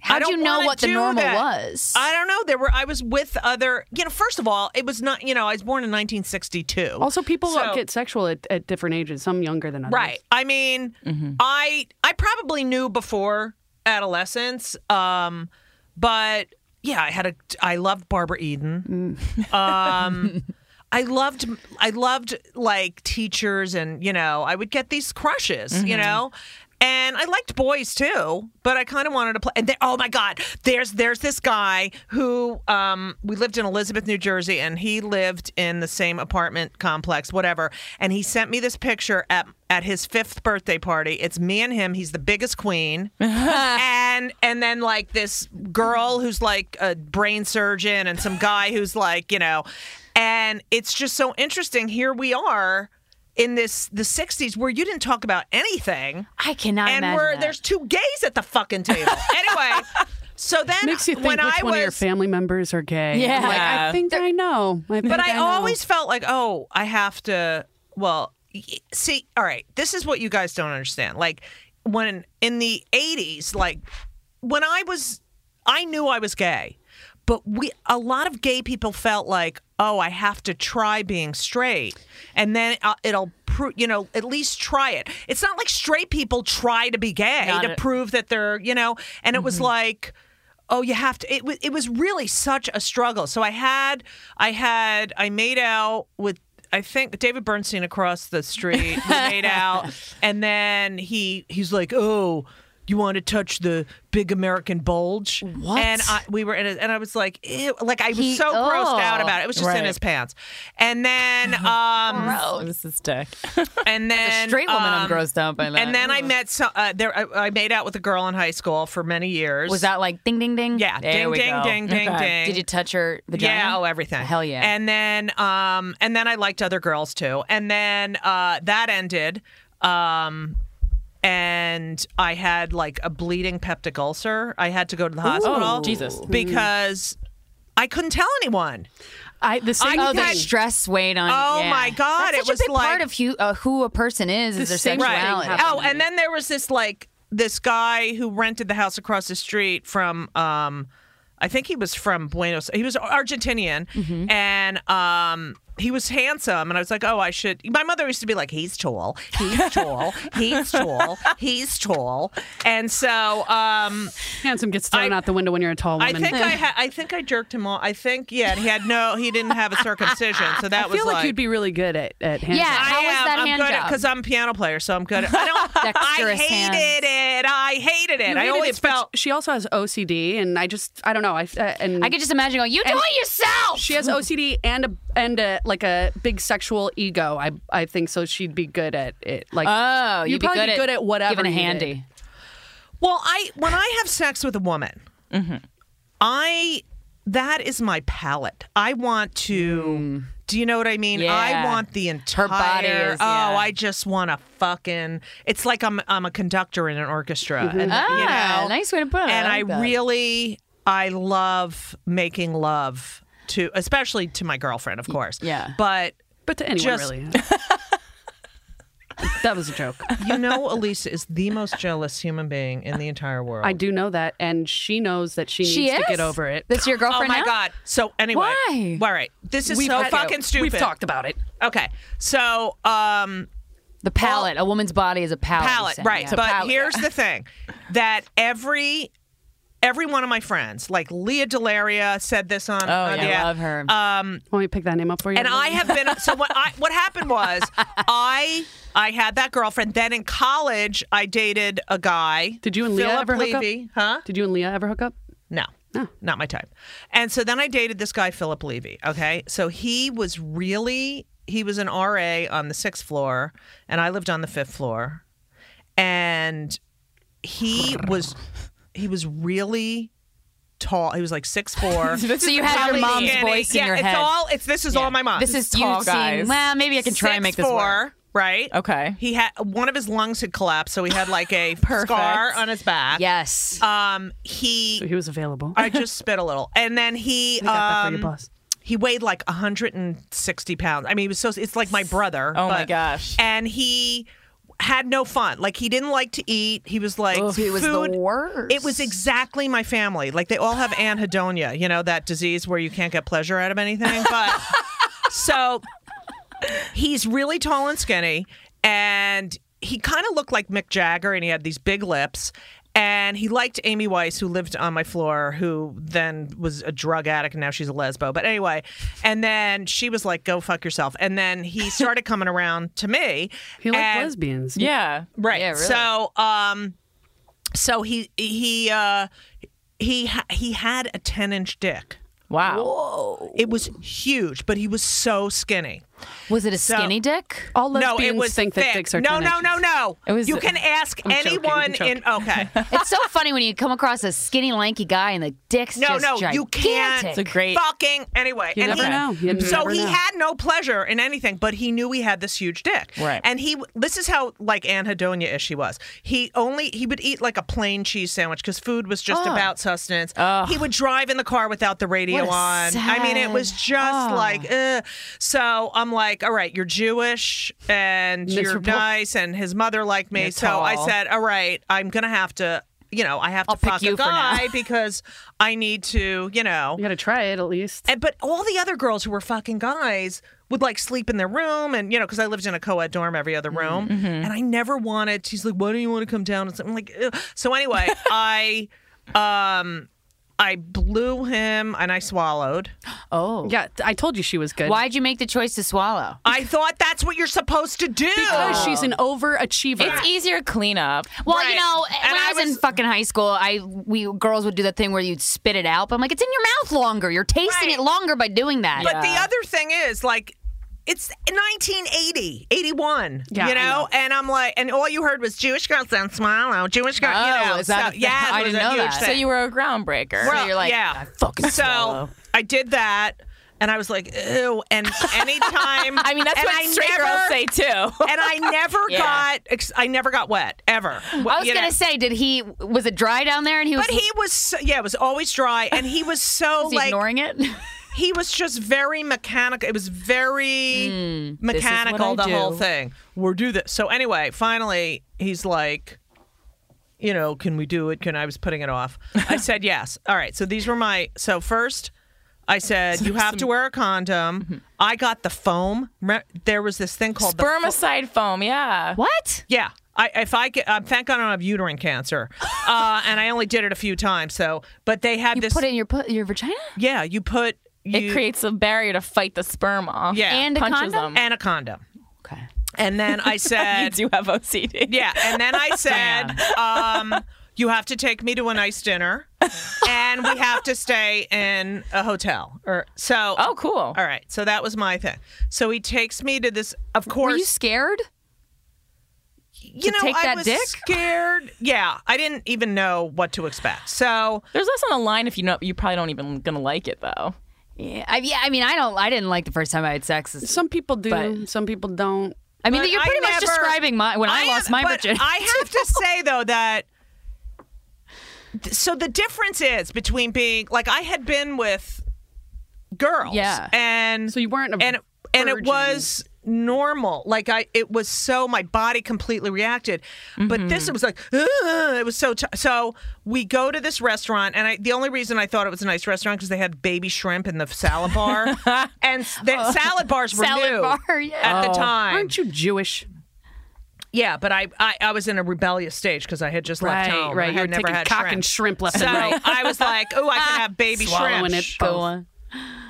Speaker 2: How
Speaker 5: I
Speaker 2: did you
Speaker 5: don't
Speaker 2: know
Speaker 5: wanna
Speaker 2: what the
Speaker 5: do
Speaker 2: normal
Speaker 5: that.
Speaker 2: was?
Speaker 5: I don't know. There were I was with other you know first of all, it was not you know, I was born in 1962.
Speaker 6: Also, people
Speaker 5: So-
Speaker 6: get sexual at, at different ages. Some younger than others.
Speaker 5: Right. I mean, I I probably knew before adolescence, um, but yeah, I had a I loved Barbara Eden. Um, I loved I loved like teachers, and you know, I would get these crushes, you know. And I liked boys too, but I kind of wanted to play. And then, oh my God, there's there's this guy who um, we lived in Elizabeth, New Jersey, and he lived in the same apartment complex, whatever. And he sent me this picture at at his fifth birthday party. It's me and him. He's the biggest queen, and and then like this girl who's like a brain surgeon, and some guy who's like you know, and it's just so interesting. Here we are in this the 60s where you didn't talk about anything
Speaker 2: I cannot
Speaker 5: and
Speaker 2: imagine.
Speaker 5: we're
Speaker 2: that.
Speaker 5: there's two gays at the fucking table.
Speaker 6: <laughs>
Speaker 5: anyway, so then
Speaker 6: Makes you think
Speaker 5: when
Speaker 6: which
Speaker 5: I
Speaker 6: one
Speaker 5: was,
Speaker 6: of your family members are gay.
Speaker 2: Yeah.
Speaker 6: I'm like, I think I know. I think
Speaker 5: but I
Speaker 6: know.
Speaker 5: always felt like, oh, I have to. Well, y- see, all right, this is what you guys don't understand. Like when in the '80s, like when I was, I knew I was gay, but we a lot of gay people felt like, oh, I have to try being straight, and then uh, it'll. pro- You know, at least try it. It's not like straight people try to be gay to prove that they're, you know, and it was like, oh you have to it, wa- it was really such a struggle so i had i had i made out with i think david
Speaker 2: <laughs>
Speaker 5: bernstein across the street we made out and then he he's like oh you want to touch the big American bulge?
Speaker 2: What?
Speaker 5: And I, we were in it, and I was like, ew, like I was
Speaker 3: He-
Speaker 5: so grossed out
Speaker 3: oh.
Speaker 5: about it. It was just in
Speaker 1: Right.
Speaker 5: his pants.
Speaker 2: <laughs>
Speaker 5: And then, um,
Speaker 2: Oh.
Speaker 1: This is dick.
Speaker 5: and then
Speaker 2: straight woman, I'm
Speaker 5: um,
Speaker 2: grossed out by that.
Speaker 5: And then I met some. Uh, there, I, I made out with a girl in high school for many years.
Speaker 2: Was that like ding ding ding?
Speaker 5: Yeah,
Speaker 2: There
Speaker 5: ding,
Speaker 2: we
Speaker 5: ding,
Speaker 2: go.
Speaker 5: ding, ding, ding.
Speaker 2: Did you touch her vagina?
Speaker 5: Yeah, oh everything.
Speaker 2: Hell yeah.
Speaker 5: And then um and then I liked other girls too. And then uh that ended. Um and I had like a bleeding peptic ulcer. I had to go to the hospital.
Speaker 1: Jesus.
Speaker 5: Because I couldn't tell anyone.
Speaker 6: I the same
Speaker 2: Oh, the
Speaker 6: thing.
Speaker 2: stress weighed on.
Speaker 5: Oh
Speaker 2: yeah.
Speaker 5: my God,
Speaker 2: That's
Speaker 5: it
Speaker 2: such
Speaker 5: was
Speaker 2: a big
Speaker 5: like-
Speaker 2: part of who, uh, who a person is. is their
Speaker 6: same thing
Speaker 2: sexuality.
Speaker 6: happened.
Speaker 5: Oh, and then there was this like this guy who rented the house across the street from um I think he was from Buenos he was Argentinian
Speaker 6: Mm-hmm.
Speaker 5: and um he was handsome and I was like, "Oh, I should." My mother used to be like, "He's tall. He's tall. he's tall. He's tall." And so um
Speaker 6: Handsome gets thrown
Speaker 5: I-
Speaker 6: out the window when you're a tall
Speaker 5: I
Speaker 6: woman.
Speaker 5: think
Speaker 6: <laughs>
Speaker 5: I ha- I think I jerked him off. I think yeah, and he had no he didn't have a circumcision. So that
Speaker 6: I
Speaker 5: was
Speaker 6: feel like, you'd be really good at at handsome.
Speaker 2: Yeah. How
Speaker 5: I
Speaker 2: was
Speaker 5: am.
Speaker 2: that
Speaker 5: I'm
Speaker 2: hand
Speaker 5: good
Speaker 2: job?
Speaker 5: because I'm a piano player, so I'm good. At, I don't.
Speaker 2: <laughs>
Speaker 5: I
Speaker 2: Dexterous
Speaker 5: hated
Speaker 2: hands.
Speaker 5: it. I hated it.
Speaker 6: You
Speaker 5: I
Speaker 6: hated
Speaker 5: always
Speaker 6: it, but
Speaker 5: felt.
Speaker 6: she also has OCD, and I just I don't know. I uh, and
Speaker 2: I could just imagine going, "You do it yourself."
Speaker 6: she has OCD and a and a like a big sexual ego. I I think so. She'd be good at it. Like
Speaker 2: Oh,
Speaker 6: you'd,
Speaker 2: you'd,
Speaker 6: probably
Speaker 2: be good,
Speaker 6: at, whatever.
Speaker 2: Giving a
Speaker 6: you did.
Speaker 2: handy.
Speaker 5: Well, I when I have sex with a woman,
Speaker 2: Mm-hmm.
Speaker 5: I that is my palate. I want to. Do you know what I mean? I
Speaker 2: Mm. Yeah.
Speaker 5: want the entire.
Speaker 2: body is,
Speaker 5: oh,
Speaker 2: yeah.
Speaker 5: I just want to fucking. It's like I'm I'm a conductor in an orchestra. And, you
Speaker 2: Ah,
Speaker 5: know,
Speaker 2: nice way to put it.
Speaker 5: and I,
Speaker 2: I, like that.
Speaker 5: really I love making love to especially to my girlfriend, of course.
Speaker 2: yeah.
Speaker 5: But
Speaker 6: But to anyone
Speaker 5: Just-
Speaker 6: really. <laughs> that was a joke.
Speaker 5: you know Elisa is the most jealous human being in the entire world.
Speaker 6: I do know that, and she knows that she needs
Speaker 2: She
Speaker 6: to
Speaker 2: is?
Speaker 6: get over it.
Speaker 2: That's your
Speaker 5: Oh
Speaker 2: girlfriend
Speaker 5: my
Speaker 2: now?
Speaker 5: god. So anyway.
Speaker 2: Why?
Speaker 5: All right. This is
Speaker 6: We've
Speaker 5: so
Speaker 6: had-
Speaker 5: fucking stupid.
Speaker 6: We've talked about it.
Speaker 5: Okay. So um
Speaker 2: The palate. a woman's body is a palate. you
Speaker 5: palette,
Speaker 2: said,
Speaker 5: right.
Speaker 2: yeah.
Speaker 5: But
Speaker 2: Palate,
Speaker 5: here's the thing that every every one of my friends, like Leah Delaria said this on,
Speaker 2: Oh,
Speaker 5: on
Speaker 2: yeah,
Speaker 5: the
Speaker 2: I
Speaker 5: app.
Speaker 2: love her.
Speaker 5: Uh,
Speaker 6: Want me to pick that name up for you?
Speaker 5: And I have been so what I what happened
Speaker 6: <laughs>
Speaker 5: was I I had that girlfriend. Then in college I dated a guy.
Speaker 6: Did you and Leah
Speaker 5: Philip
Speaker 6: ever hook up?
Speaker 5: Levy, Huh?
Speaker 6: Did you and Leah ever hook up?
Speaker 5: No. Not my type. And so then I dated this guy, Philip Levy. Okay. So he was really, he was an RA on the sixth floor, and I lived on the fifth floor. And he
Speaker 2: <laughs>
Speaker 5: was, he was really tall. He was like six four.
Speaker 2: <laughs> So you had your mom's voice in
Speaker 5: yeah,
Speaker 2: your
Speaker 5: it's
Speaker 2: head.
Speaker 5: all, it's, this is all my mom.
Speaker 2: this is
Speaker 1: tall
Speaker 2: you seeing.
Speaker 1: guys.
Speaker 2: Well, maybe I can try and make this
Speaker 5: four,
Speaker 2: work.
Speaker 5: Right.
Speaker 1: Okay.
Speaker 5: He had one of his lungs had collapsed, so he had like
Speaker 2: <laughs>
Speaker 5: a scar on his back.
Speaker 2: Yes.
Speaker 5: Um. He.
Speaker 6: So he was available.
Speaker 5: I just spit a little, and then he.
Speaker 6: got that for your
Speaker 5: um,
Speaker 6: boss.
Speaker 5: He weighed like 160 pounds. I mean, he was so. It's like my brother.
Speaker 1: Oh my
Speaker 5: but-
Speaker 1: gosh.
Speaker 5: And he had no fun. Like he didn't like to eat. He was like
Speaker 2: Oof, he was the
Speaker 5: food-
Speaker 2: worst.
Speaker 5: It was exactly my family. Like they all
Speaker 6: <gasps>
Speaker 5: have anhedonia, you know, that disease where you can't get pleasure out of anything.
Speaker 6: <laughs>
Speaker 5: But so he's really tall and skinny and he kind of looked like Mick Jagger and he had these big lips and he liked Amy Weiss who lived on my floor who then was a drug addict and now she's a lesbo but anyway and then she was like go fuck yourself and then he started coming around to me
Speaker 6: He liked
Speaker 5: and-
Speaker 6: lesbians.
Speaker 1: Yeah.
Speaker 5: right
Speaker 2: Yeah, really.
Speaker 5: so um so he he uh he ha- he had a 10 inch dick
Speaker 1: Wow.
Speaker 5: it was huge but he was so skinny
Speaker 2: was it a skinny dick?
Speaker 6: All
Speaker 5: no,
Speaker 6: lesbians
Speaker 5: it was
Speaker 6: think
Speaker 5: thick.
Speaker 6: that dicks are
Speaker 5: no,
Speaker 6: 10
Speaker 5: no, no, no.
Speaker 1: It was-
Speaker 5: you can ask
Speaker 6: joking,
Speaker 5: anyone
Speaker 6: I'm joking.
Speaker 5: in. Okay,
Speaker 6: <laughs>
Speaker 2: It's so funny when you come across a skinny, lanky guy and the dick's
Speaker 5: no,
Speaker 2: just
Speaker 5: no,
Speaker 2: gigantic.
Speaker 5: you can't.
Speaker 1: It's a great-
Speaker 5: fucking anyway.
Speaker 6: You
Speaker 5: and
Speaker 6: never
Speaker 5: he,
Speaker 6: know. You
Speaker 5: so
Speaker 6: never
Speaker 5: he
Speaker 6: know.
Speaker 5: had no pleasure in anything, but he knew he had this huge dick.
Speaker 1: Right.
Speaker 5: And he, this is how like anhedonia ish he was. He only he would eat like a plain cheese sandwich because food was just about sustenance. He would drive in the car without the radio
Speaker 2: What a
Speaker 5: on. I mean, it was
Speaker 2: sad-
Speaker 5: just like. Ugh. So I'm like, all right, you're Jewish and you're
Speaker 6: Miserable.
Speaker 5: nice, and his mother liked me.
Speaker 1: You're
Speaker 5: so I
Speaker 1: tall.
Speaker 5: said. said, "All right, I'm gonna have to, you know, I have to
Speaker 2: pick
Speaker 5: fuck
Speaker 2: you
Speaker 5: a
Speaker 2: for now.
Speaker 5: guy because I need to, you know."
Speaker 6: You got to try it at least.
Speaker 5: And but all the other girls who were fucking guys would like sleep in their room, and you know, because I lived in a co-ed dorm every other room, and I never wanted. She's like, "Why do you want to come down?" And so I'm like, Ugh. so anyway, I, um, I blew him and I swallowed.
Speaker 2: Oh.
Speaker 6: Yeah, th- I told you she was good.
Speaker 2: Why'd you make the choice to swallow?
Speaker 5: I thought that's what you're supposed to do.
Speaker 6: Because she's an overachiever.
Speaker 1: It's
Speaker 5: e
Speaker 1: easier cleanup.
Speaker 2: Well,
Speaker 5: Right.
Speaker 2: you know,
Speaker 5: And
Speaker 2: when I
Speaker 5: I
Speaker 2: was, in
Speaker 5: was-
Speaker 2: fucking high school, I we girls would do that thing where you'd spit it out, but I'm like, it's in your mouth longer. You're tasting
Speaker 5: Right.
Speaker 2: it longer by doing that.
Speaker 5: But the other thing is, like, it's 1980, 81,
Speaker 6: Yeah,
Speaker 5: you
Speaker 6: I
Speaker 5: know?
Speaker 6: know.
Speaker 5: And I'm like, and all you heard was Jewish girls don't swallow, Jewish girls, you
Speaker 2: Oh,
Speaker 5: know?
Speaker 2: is that a
Speaker 5: so,
Speaker 2: thing?
Speaker 5: yeah,
Speaker 2: I
Speaker 5: it was
Speaker 2: didn't
Speaker 5: a
Speaker 2: know
Speaker 5: huge
Speaker 2: that.
Speaker 5: thing.
Speaker 1: So you were a groundbreaker.
Speaker 5: Well,
Speaker 1: so you're like,
Speaker 5: yeah.
Speaker 2: I fucking
Speaker 5: so
Speaker 2: swallow.
Speaker 5: I did that, and I was like, ew. And anytime,
Speaker 1: I mean, that's
Speaker 5: and
Speaker 1: what
Speaker 5: I
Speaker 1: straight
Speaker 5: never,
Speaker 1: girls say too.
Speaker 5: <laughs> And I never
Speaker 1: Yeah.
Speaker 5: got, ex- I never got wet ever.
Speaker 2: I was gonna say, did he was it dry down there? And he was,
Speaker 5: but he was, so, yeah, it was always dry, and he was so
Speaker 2: was he
Speaker 5: like
Speaker 2: ignoring
Speaker 5: <laughs>
Speaker 2: it.
Speaker 5: he was just very mechanical. It was very
Speaker 2: Mm,
Speaker 1: is what I
Speaker 5: mechanical, the
Speaker 1: do.
Speaker 5: whole thing. We're do this. So anyway, finally, he's like, you know, can we do it? Can I was putting it off.
Speaker 2: <laughs>
Speaker 5: I said yes. All right. So these were my. So first, I said you have to wear a condom.
Speaker 2: Mm-hmm.
Speaker 5: I got the foam. Re- There was this thing called the
Speaker 1: Spermicide foam, yeah.
Speaker 2: what?
Speaker 5: yeah. I, if I get, um, thank God I don't have uterine
Speaker 2: <laughs>
Speaker 5: cancer, uh, and I only did it a few times. So, but they had
Speaker 2: You
Speaker 5: this.
Speaker 2: put it in your put your vagina?
Speaker 5: yeah, you put. You,
Speaker 1: It creates a barrier to fight the sperm off. <laughs>
Speaker 5: Yeah.
Speaker 2: And a
Speaker 1: punches
Speaker 2: condom?
Speaker 1: them.
Speaker 5: and a condom.
Speaker 2: Okay.
Speaker 5: And then
Speaker 2: <laughs>
Speaker 5: I
Speaker 1: you
Speaker 5: said,
Speaker 1: do have OCD.
Speaker 5: yeah. And then I said, um, you have to take me to a nice dinner, and we have to stay in a hotel. Or so.
Speaker 1: Oh, cool.
Speaker 5: All right. So that was my thing. So he takes me to this. Of
Speaker 2: Were you
Speaker 5: course,
Speaker 2: scared?
Speaker 5: you,
Speaker 2: to
Speaker 5: know,
Speaker 2: take
Speaker 5: I
Speaker 2: that
Speaker 5: was
Speaker 2: dick?
Speaker 5: scared. Yeah, I didn't even know what to expect. So
Speaker 1: There's less on the line if you know you probably don't even gonna like it though.
Speaker 2: Yeah. I, yeah. I mean, I don't. I didn't like the first time I had sex. It's-
Speaker 6: some people do,
Speaker 2: But-
Speaker 6: some people don't.
Speaker 2: I mean,
Speaker 5: But
Speaker 2: you're
Speaker 5: I
Speaker 2: pretty much
Speaker 5: never-
Speaker 2: describing my when I,
Speaker 5: am-
Speaker 2: lost my
Speaker 5: but
Speaker 2: virginity.
Speaker 5: I have to say though that th- so the difference is between being like I had been with girls,
Speaker 2: Yeah.
Speaker 5: and
Speaker 6: So you weren't a
Speaker 5: and it- and it
Speaker 6: virgin.
Speaker 5: was normal. Like I, it was so my body completely reacted, but
Speaker 6: Mm-hmm.
Speaker 5: this it was like "Ugh," it was so. T- so we go to this restaurant, and I the only reason I thought it was a nice restaurant because they had baby shrimp in the salad
Speaker 6: <laughs>
Speaker 5: bar, and s-
Speaker 6: Oh.
Speaker 5: the salad bars were
Speaker 2: Salad
Speaker 5: new
Speaker 2: bar, yeah.
Speaker 5: at the time.
Speaker 6: Aren't you Jewish?
Speaker 5: Yeah, but I, I, I was in a rebellious stage because I had just left home. I
Speaker 6: right.
Speaker 5: had
Speaker 6: You're
Speaker 5: never
Speaker 6: taking
Speaker 5: had
Speaker 6: cock
Speaker 5: shrimp.
Speaker 6: and shrimp left
Speaker 5: So
Speaker 6: and right.
Speaker 5: I was like, oh, I can have
Speaker 6: <laughs>
Speaker 5: baby
Speaker 6: Swallowing
Speaker 5: shrimp.
Speaker 6: it.
Speaker 2: Go on.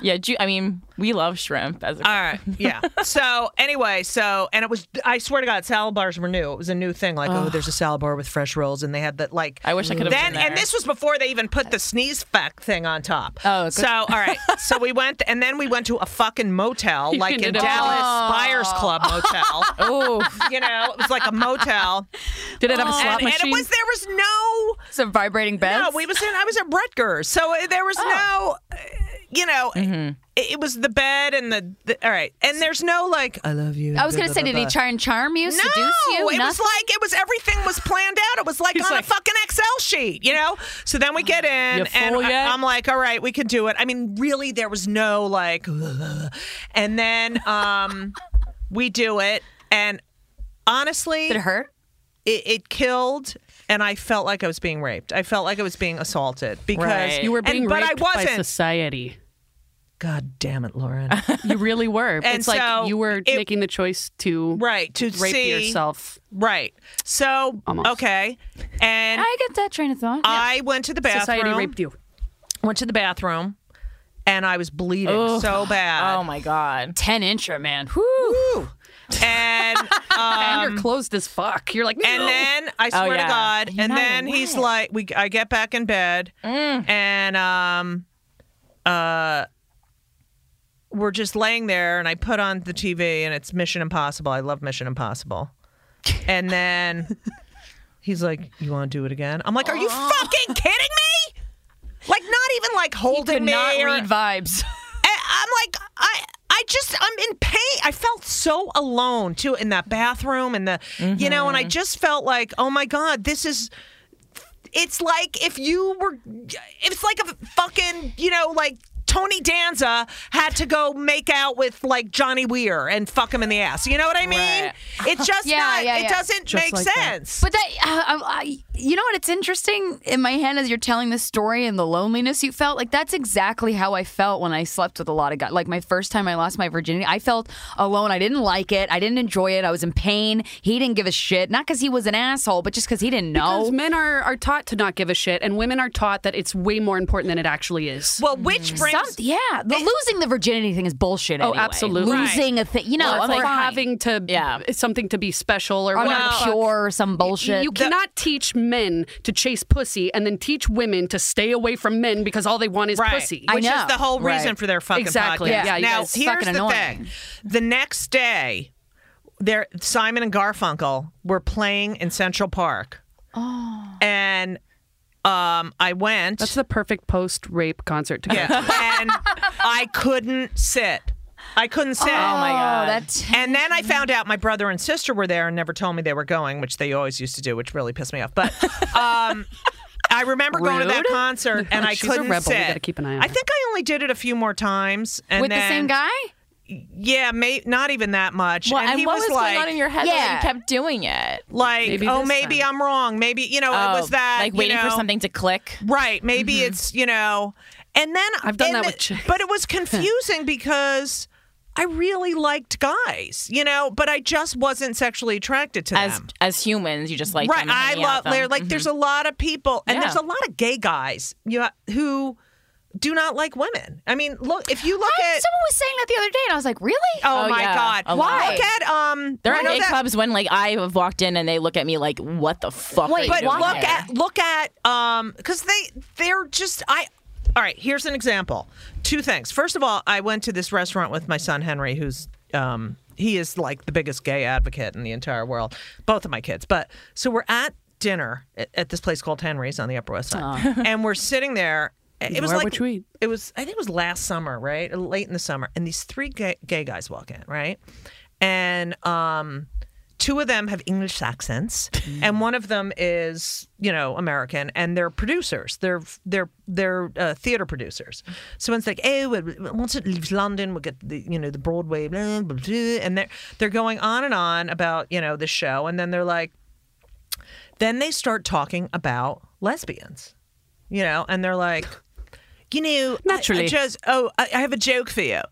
Speaker 1: Yeah, Ju- I mean, we love shrimp as a
Speaker 5: All right, yeah. So anyway, so and it was I swear to God, salad bars were new. It was a new thing. Like, oh, there's a salad bar with fresh rolls, and they had that like.
Speaker 1: I wish I could have
Speaker 5: Then
Speaker 1: been there.
Speaker 5: and this was before they even put the sneeze fuck thing on top.
Speaker 2: Oh, good.
Speaker 5: so all right. So we went and then we went to a
Speaker 1: <laughs>
Speaker 5: fucking motel like in
Speaker 6: ended up-
Speaker 5: Dallas Buyers Club motel.
Speaker 1: <laughs> Ooh.
Speaker 5: you know, it was like a motel,
Speaker 6: Did it have a slot
Speaker 5: and, and it
Speaker 6: machine?
Speaker 5: was <laughs> there was no
Speaker 2: So vibrating beds.
Speaker 5: No, we was in. I was at Rutgers, so uh, there was no, uh, you know, it, it was the bed and the, the. All right, and there's no like. I love you.
Speaker 2: I was gonna say, did he try and charm you,
Speaker 5: No,
Speaker 2: seduce Oh, you?
Speaker 5: it was
Speaker 2: Nothing?
Speaker 5: like it was everything was planned out. It was like Oh, on
Speaker 6: like-
Speaker 5: a fucking Excel sheet, you know. So then we get in, and
Speaker 1: full
Speaker 5: I,
Speaker 1: yet?
Speaker 5: am like, "All right, we can do it." I mean, really, there was no like, and then um, we do it, and honestly,
Speaker 2: did it hurt?
Speaker 5: it, it killed and I felt like I was being raped. I felt like I was being assaulted because
Speaker 1: Right.
Speaker 6: you were being
Speaker 5: and, but
Speaker 6: raped
Speaker 5: I
Speaker 6: by
Speaker 5: wasn't.
Speaker 6: society.
Speaker 5: God damn it, Lauren.
Speaker 6: You really were.
Speaker 5: And
Speaker 6: it's
Speaker 5: so
Speaker 6: like you were
Speaker 5: it-
Speaker 6: making the choice to
Speaker 5: <laughs> right, to
Speaker 6: rape
Speaker 5: see
Speaker 6: yourself.
Speaker 5: Right. So
Speaker 6: Almost.
Speaker 5: okay. And
Speaker 2: I get that train of thought.
Speaker 5: I went to the bathroom.
Speaker 6: Society raped you.
Speaker 5: Went to the bathroom and I was bleeding so bad.
Speaker 6: Um.
Speaker 1: Oh my god.
Speaker 2: Ten intra man. Whew.
Speaker 5: Whew. And
Speaker 6: <laughs>
Speaker 5: um,
Speaker 6: and you're closed as fuck. You're like,
Speaker 5: And
Speaker 6: "No."
Speaker 5: then I
Speaker 2: Oh,
Speaker 5: swear
Speaker 1: yeah.
Speaker 5: to God. and then he's
Speaker 2: wet.
Speaker 5: like, we. I get back in bed,
Speaker 2: Mm.
Speaker 5: and um, uh, we're just laying there, and I put on the TV, and it's Mission Impossible. I love Mission
Speaker 2: <laughs>
Speaker 5: Impossible. And then he's like, "You want to do it again?" I'm like, "Are you fucking kidding me?" Like not even like holding
Speaker 2: Could
Speaker 5: me.
Speaker 2: not
Speaker 5: or-
Speaker 2: read vibes.
Speaker 5: I- I'm like, I, I just, I'm in pain. I felt so alone too in that bathroom and the, you know,
Speaker 2: Mm-hmm.
Speaker 5: and I just felt like, oh my God, this is, it's like if you were, it's like a fucking, you know, like Tony Danza had to go make out with like Johnny Weir and fuck him in the ass. You know what I mean? It's
Speaker 2: <laughs>
Speaker 5: just
Speaker 2: Yeah,
Speaker 5: not,
Speaker 2: yeah,
Speaker 5: it
Speaker 2: yeah.
Speaker 5: doesn't make sense.
Speaker 2: But that, uh, I, you know what? It's interesting in my head as you're telling this story and the loneliness you felt. Like that's exactly how I felt when I slept with a lot of guys. Like my first time I lost my virginity, I felt alone. I didn't like it. I didn't enjoy it. I was in pain. He didn't give a shit. Not because he was an asshole, but just because he didn't know.
Speaker 6: Because men are, are taught to not give a shit, and women are taught that it's way more important than it actually is.
Speaker 5: Well, which
Speaker 2: Mm-hmm. Some-
Speaker 5: brings
Speaker 2: yeah, the losing the virginity thing is bullshit.
Speaker 6: Oh,
Speaker 2: anyway.
Speaker 6: absolutely. Right.
Speaker 2: losing a thing. You know,
Speaker 6: or
Speaker 2: I'm like
Speaker 6: having to
Speaker 1: Yeah.
Speaker 6: something to be special or
Speaker 2: I'm
Speaker 6: whatever.
Speaker 2: not pure or some bullshit.
Speaker 6: You cannot teach men to chase pussy and then teach women to stay away from men because all they want is
Speaker 5: right,
Speaker 6: pussy.
Speaker 2: I
Speaker 5: which
Speaker 2: know.
Speaker 5: is the whole
Speaker 2: Right.
Speaker 5: reason for their fucking
Speaker 6: Exactly.
Speaker 5: podcast.
Speaker 6: Yeah, you
Speaker 5: now
Speaker 6: guys-
Speaker 2: it's
Speaker 5: here's
Speaker 2: fucking
Speaker 5: the
Speaker 2: annoying.
Speaker 5: thing: the next day, there Simon and Garfunkel were playing in Central Park. Oh. And um, I went.
Speaker 6: That's the perfect post rape concert to go to.
Speaker 5: yeah, and I couldn't sit. I couldn't sit.
Speaker 2: oh my god, that's
Speaker 5: And then I found out my brother and sister were there and never told me they were going, which they always used to do, which really pissed me off. But um, I remember going to that
Speaker 6: Rude.
Speaker 5: concert and I
Speaker 6: She's a
Speaker 5: couldn't
Speaker 6: rebel. We
Speaker 5: sit.
Speaker 6: gotta keep an eye on
Speaker 5: I
Speaker 6: her.
Speaker 5: think I only did it a few more times, and
Speaker 2: with the
Speaker 5: then-
Speaker 2: same guy.
Speaker 5: Yeah, may, not even that much.
Speaker 1: Well,
Speaker 5: and
Speaker 1: and
Speaker 5: he
Speaker 1: what
Speaker 5: was,
Speaker 1: was,
Speaker 5: like,
Speaker 1: going on in <laughs> your head that
Speaker 2: Yeah.
Speaker 1: you kept doing it?
Speaker 5: like,
Speaker 6: Maybe
Speaker 5: oh,
Speaker 6: this
Speaker 5: maybe
Speaker 6: time.
Speaker 5: I'm wrong. Maybe you know, it
Speaker 1: Oh,
Speaker 5: was that
Speaker 1: like
Speaker 5: you
Speaker 1: waiting for
Speaker 5: know,
Speaker 1: something to click?
Speaker 5: Right. Maybe
Speaker 1: Mm-hmm.
Speaker 5: it's, you know, and then
Speaker 6: I've done
Speaker 5: and
Speaker 6: that
Speaker 5: the-
Speaker 6: with chicks.
Speaker 5: But
Speaker 1: <laughs>
Speaker 5: it was confusing because I really liked guys, you know, but I just wasn't sexually attracted to
Speaker 1: As
Speaker 5: them.
Speaker 1: as humans, you just like
Speaker 5: right.
Speaker 1: them
Speaker 5: I
Speaker 1: hanging out
Speaker 5: love
Speaker 1: with them. Mm-hmm.
Speaker 5: like there's a lot of people and
Speaker 1: Yeah.
Speaker 5: there's a lot of gay guys you ha- who do not like women. I mean, look if you look at
Speaker 2: Someone was saying that the other day, and I was like, really?
Speaker 5: Oh,
Speaker 1: Oh,
Speaker 5: my
Speaker 1: yeah, a
Speaker 5: god.
Speaker 1: lot.
Speaker 5: Look at um
Speaker 1: There
Speaker 5: I
Speaker 1: are
Speaker 5: know
Speaker 1: gay
Speaker 5: that-
Speaker 1: clubs when like I have walked in and they look at me like, "What the fuck?"
Speaker 2: Wait,
Speaker 1: are you
Speaker 5: But
Speaker 1: doing
Speaker 5: look
Speaker 1: here?"
Speaker 5: at look at um because they they're just I. All right, here's an example. Two things. First of all, I went to this restaurant with my son Henry, who's um he is like the biggest gay advocate in the entire world. Both of my kids, but so we're at dinner at, at this place called Henry's on the Upper West Side, and we're sitting there. It was
Speaker 6: Where
Speaker 5: like
Speaker 6: would you eat?
Speaker 5: it was I think it was last summer, right? Late in the summer, and these three gay, gay guys walk in, right? And um, two of them have English accents, and one of them is you know American, and they're producers. They're they're they're uh, theater producers. So it's like, oh, well, well, once it leaves London, we'll get the you know the Broadway, blah, blah, blah, and they're they're going on and on about you know the show, and then they're like, then they start talking about lesbians, you know, and they're like, you know, I- I,
Speaker 6: Naturally.
Speaker 5: just oh, I, I have a joke for you, uh,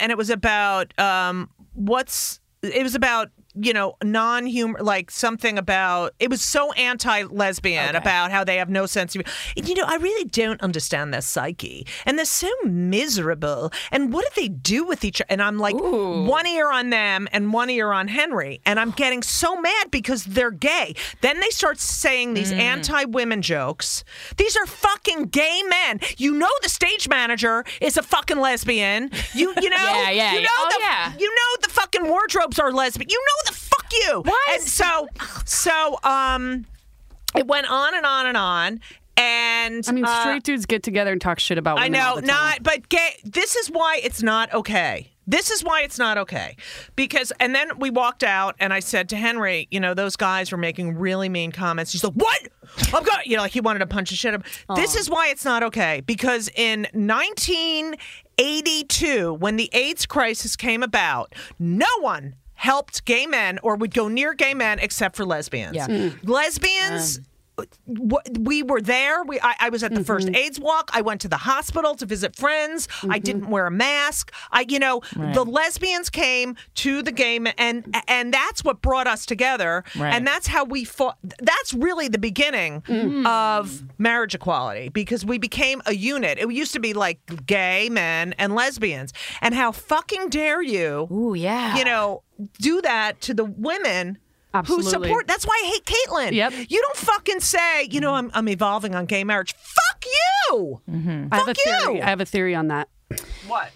Speaker 5: and it was about um, what's it was about you know non-humor like something about it was so anti-lesbian about how they have no sense of you know i really don't understand their psyche and they're so miserable and what do they do with each other and i'm like one ear on them and one ear on henry and i'm getting so mad because they're gay then they start saying these
Speaker 1: Mm.
Speaker 5: anti-women jokes these are fucking gay men you know the stage manager is a fucking lesbian you
Speaker 1: <laughs>
Speaker 5: you know
Speaker 1: Yeah, yeah,
Speaker 5: you know
Speaker 1: yeah. Oh,
Speaker 5: the,
Speaker 1: yeah.
Speaker 5: you know the fucking wardrobes are lesbian. You know the fuck you. What? And so, so um, it went on and on and on. And
Speaker 6: I mean,
Speaker 5: uh,
Speaker 6: straight dudes get together and talk shit about
Speaker 5: I
Speaker 6: women. all
Speaker 5: know
Speaker 6: the time.
Speaker 5: not, but gay. This is why it's not okay. This is why it's not okay. Because and then we walked out, and I said to Henry, you know, those guys were making really mean comments. He's like, "What? I'm going," you know, like he wanted to punch the shit up. This is why it's not okay. Because in 1982, when the AIDS crisis came about, no one helped gay men or would go near gay men except for lesbians.
Speaker 1: Yeah.
Speaker 5: Lesbians
Speaker 6: Um.
Speaker 5: w- we were there. We, I, I was at the first AIDS walk. I went to the hospital to visit friends. I didn't wear a mask. I, you know, the lesbians came to the game, and and that's what brought us together.
Speaker 1: Right.
Speaker 5: And that's how we fought. That's really the beginning of marriage equality because we became a unit. It used to be like gay men and lesbians, and how fucking dare you?
Speaker 2: Ooh, yeah.
Speaker 5: you know, do that to the women
Speaker 6: Absolutely.
Speaker 5: who support. That's why I hate Caitlyn.
Speaker 6: Yep.
Speaker 5: You don't fucking say, you know, I'm, I'm evolving on gay marriage. Fuck you.
Speaker 6: Mm-hmm. I have a
Speaker 5: Fuck you!
Speaker 6: theory. I have a theory on that.
Speaker 5: Mm-hmm. What?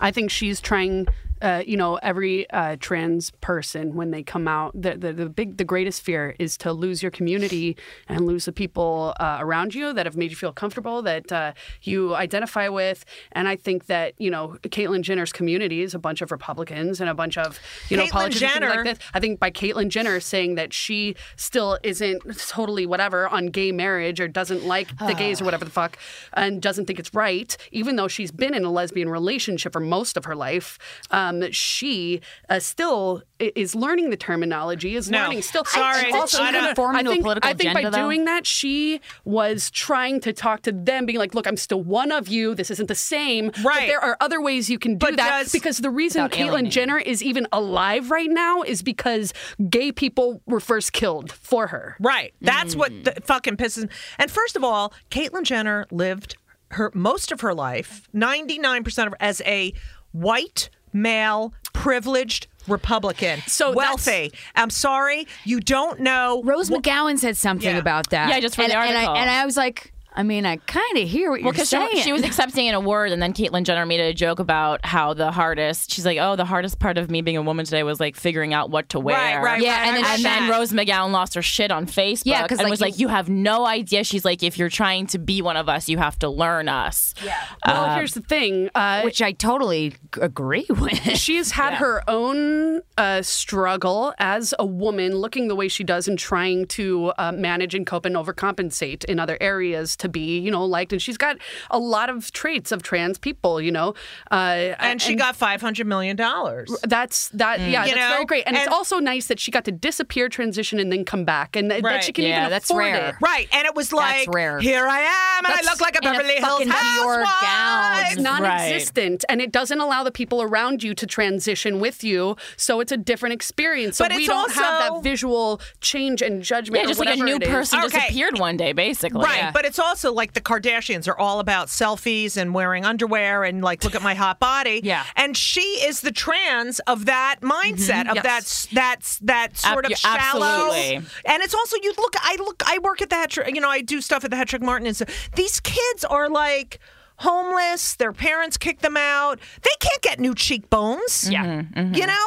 Speaker 6: I think she's trying. Uh, you know, every uh, trans person when they come out, the, the the big, the greatest fear is to lose your community and lose the people uh, around you that have made you feel comfortable, that uh, you identify with. And I think that you know, Caitlyn Jenner's community is a bunch of Republicans and a bunch of you know
Speaker 5: Caitlyn
Speaker 6: politicians and things
Speaker 5: Jenner-
Speaker 6: like this. I think by Caitlyn Jenner saying that she still isn't totally whatever on gay marriage or doesn't like the gays or whatever the fuck and doesn't think it's right, even though she's been in a lesbian relationship for most of her life. Um, um, she uh, still i- is learning the terminology, is
Speaker 5: No.
Speaker 6: learning still.
Speaker 5: Sorry.
Speaker 6: and also
Speaker 5: I
Speaker 6: kind
Speaker 5: don't-
Speaker 6: of-
Speaker 2: Conforming
Speaker 6: I
Speaker 2: to a
Speaker 6: think,
Speaker 2: political
Speaker 6: I think
Speaker 2: agenda,
Speaker 6: by
Speaker 2: though.
Speaker 6: doing that, she was trying to talk to them, being like, "Look, I'm still one of you. This isn't the same. but
Speaker 5: Right.
Speaker 6: there are other ways you can do
Speaker 5: But
Speaker 6: that
Speaker 5: does-
Speaker 6: because the reason
Speaker 2: Without
Speaker 6: Caitlyn
Speaker 2: alienating.
Speaker 6: Jenner is even alive right now is because gay people were first killed for her.
Speaker 5: Right. That's what
Speaker 6: Mm.
Speaker 5: th- fucking pisses. And first of all, Caitlyn Jenner lived her most of her life, 99% of her, as a white male privileged Republican.
Speaker 6: So that's-
Speaker 5: wealthy. I'm sorry, you don't know
Speaker 2: Rose McGowan said something
Speaker 5: Yeah.
Speaker 2: about that.
Speaker 1: Yeah, just for
Speaker 2: and,
Speaker 1: the
Speaker 2: And
Speaker 1: article.
Speaker 2: I, and I was like, I mean, I kind of hear what
Speaker 1: Well,
Speaker 2: you're
Speaker 1: because
Speaker 2: saying.
Speaker 1: she, she was accepting an award, and then Caitlyn Jenner made a joke about how the hardest. She's like, "Oh, the hardest part of me being a woman today was like figuring out what to wear."
Speaker 5: Right, right,
Speaker 2: Yeah,
Speaker 5: right,
Speaker 2: and then-
Speaker 5: right,
Speaker 1: And
Speaker 5: right.
Speaker 1: then Rose McGowan lost her shit on Facebook.
Speaker 2: Yeah, 'cause,
Speaker 1: and
Speaker 2: like,
Speaker 1: was
Speaker 2: you-
Speaker 1: like, "You have no idea." She's like, "If you're trying to be one of us, you have to learn us." Yeah.
Speaker 6: Well, here's the thing.
Speaker 2: <laughs>
Speaker 6: Uh,
Speaker 2: which I totally g- agree with.
Speaker 6: she's had her own uh, struggle as a woman, looking the way she does and trying to uh, manage and cope and overcompensate in other areas to be, you know, liked. And she's got a lot of traits of trans people, you know. Uh,
Speaker 5: and she got 500 million dollars.
Speaker 6: that's that. Yeah,
Speaker 5: You
Speaker 6: that's
Speaker 5: know?
Speaker 6: very great. And,
Speaker 5: And-
Speaker 6: it's also nice that she got to disappear, transition, and then come back, and that, that
Speaker 5: Right.
Speaker 6: she can
Speaker 2: Yeah,
Speaker 6: even
Speaker 2: that's
Speaker 6: afford
Speaker 2: rare.
Speaker 6: it.
Speaker 5: Right, and it was
Speaker 2: That's
Speaker 5: like,
Speaker 2: rare.
Speaker 5: here I am, and
Speaker 2: That's
Speaker 5: I look like a
Speaker 2: in a
Speaker 5: Beverly Hills
Speaker 2: fucking Dior
Speaker 5: housewife.
Speaker 2: gown.
Speaker 6: it's non-existent and it doesn't allow the people around you to transition with you so it's a different experience so
Speaker 5: But
Speaker 6: we
Speaker 5: it's
Speaker 6: don't have
Speaker 5: also-
Speaker 6: that visual change and judgment
Speaker 1: Yeah,
Speaker 6: or
Speaker 1: just like a
Speaker 6: whatever
Speaker 1: new
Speaker 6: it is.
Speaker 1: person
Speaker 5: Okay.
Speaker 1: disappeared one day, basically.
Speaker 5: Right,
Speaker 1: Yeah.
Speaker 5: but it's also like the Kardashians are all about selfies and wearing underwear and like look at my hot body.
Speaker 1: <laughs> Yeah.
Speaker 5: and she is the trans of that mindset of
Speaker 6: Yes.
Speaker 5: that that's that sort
Speaker 1: Mm-hmm. Ab-
Speaker 5: of shallow.
Speaker 1: absolutely.
Speaker 5: And it's also you look. I look. I work at the Hetrick. You know, I do stuff at the Hetrick Martin. And so these kids are like homeless. Their parents kick them out. They can't get new cheekbones.
Speaker 1: Yeah. Mm-hmm.
Speaker 5: you know.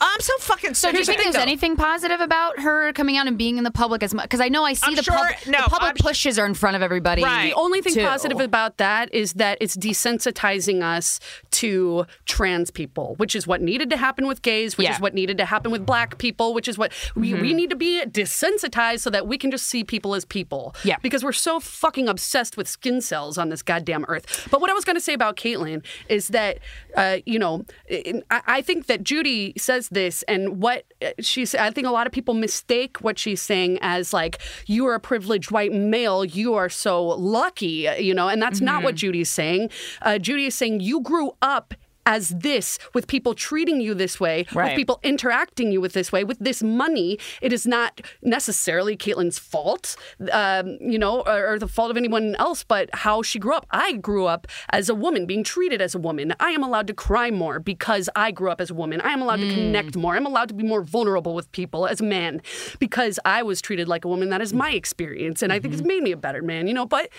Speaker 5: I'm so fucking.
Speaker 2: So do you think there's anything positive about her coming out and being in the public as much? Because I know I see
Speaker 5: I'm
Speaker 2: the,
Speaker 5: sure-
Speaker 2: public.
Speaker 5: no,
Speaker 2: the public
Speaker 5: I'm-
Speaker 2: pushes her in front of everybody.
Speaker 5: Right.
Speaker 6: the only thing
Speaker 2: too.
Speaker 6: positive about that is that it's desensitizing us to trans people, which is what needed to happen with gays, which
Speaker 1: Yeah.
Speaker 6: is what needed to happen with black people, which is what we, we need to be desensitized so that we can just see people as people.
Speaker 2: Yeah.
Speaker 6: Because we're so fucking obsessed with skin cells on this goddamn earth. But what I was going to say about Caitlyn is that, uh, you know, I, I think that Judy says this and what she's, I think a lot of people mistake what she's saying as like, you are a privileged white male, you are so lucky, you know, and that's not what Judy's saying. Uh, Judy is saying you grew up as this with people treating you this way,
Speaker 1: Right.
Speaker 6: with people interacting you with this way, with this money. It is not necessarily Caitlyn's fault, um, you know, or, or the fault of anyone else, but how she grew up. I grew up as a woman, being treated as a woman. I am allowed to cry more because I grew up as a woman. I am allowed
Speaker 5: Mm.
Speaker 6: to connect more. I'm allowed to be more vulnerable with people as a man because I was treated like a woman. That is my experience, and I think it's made me a better man, you know, but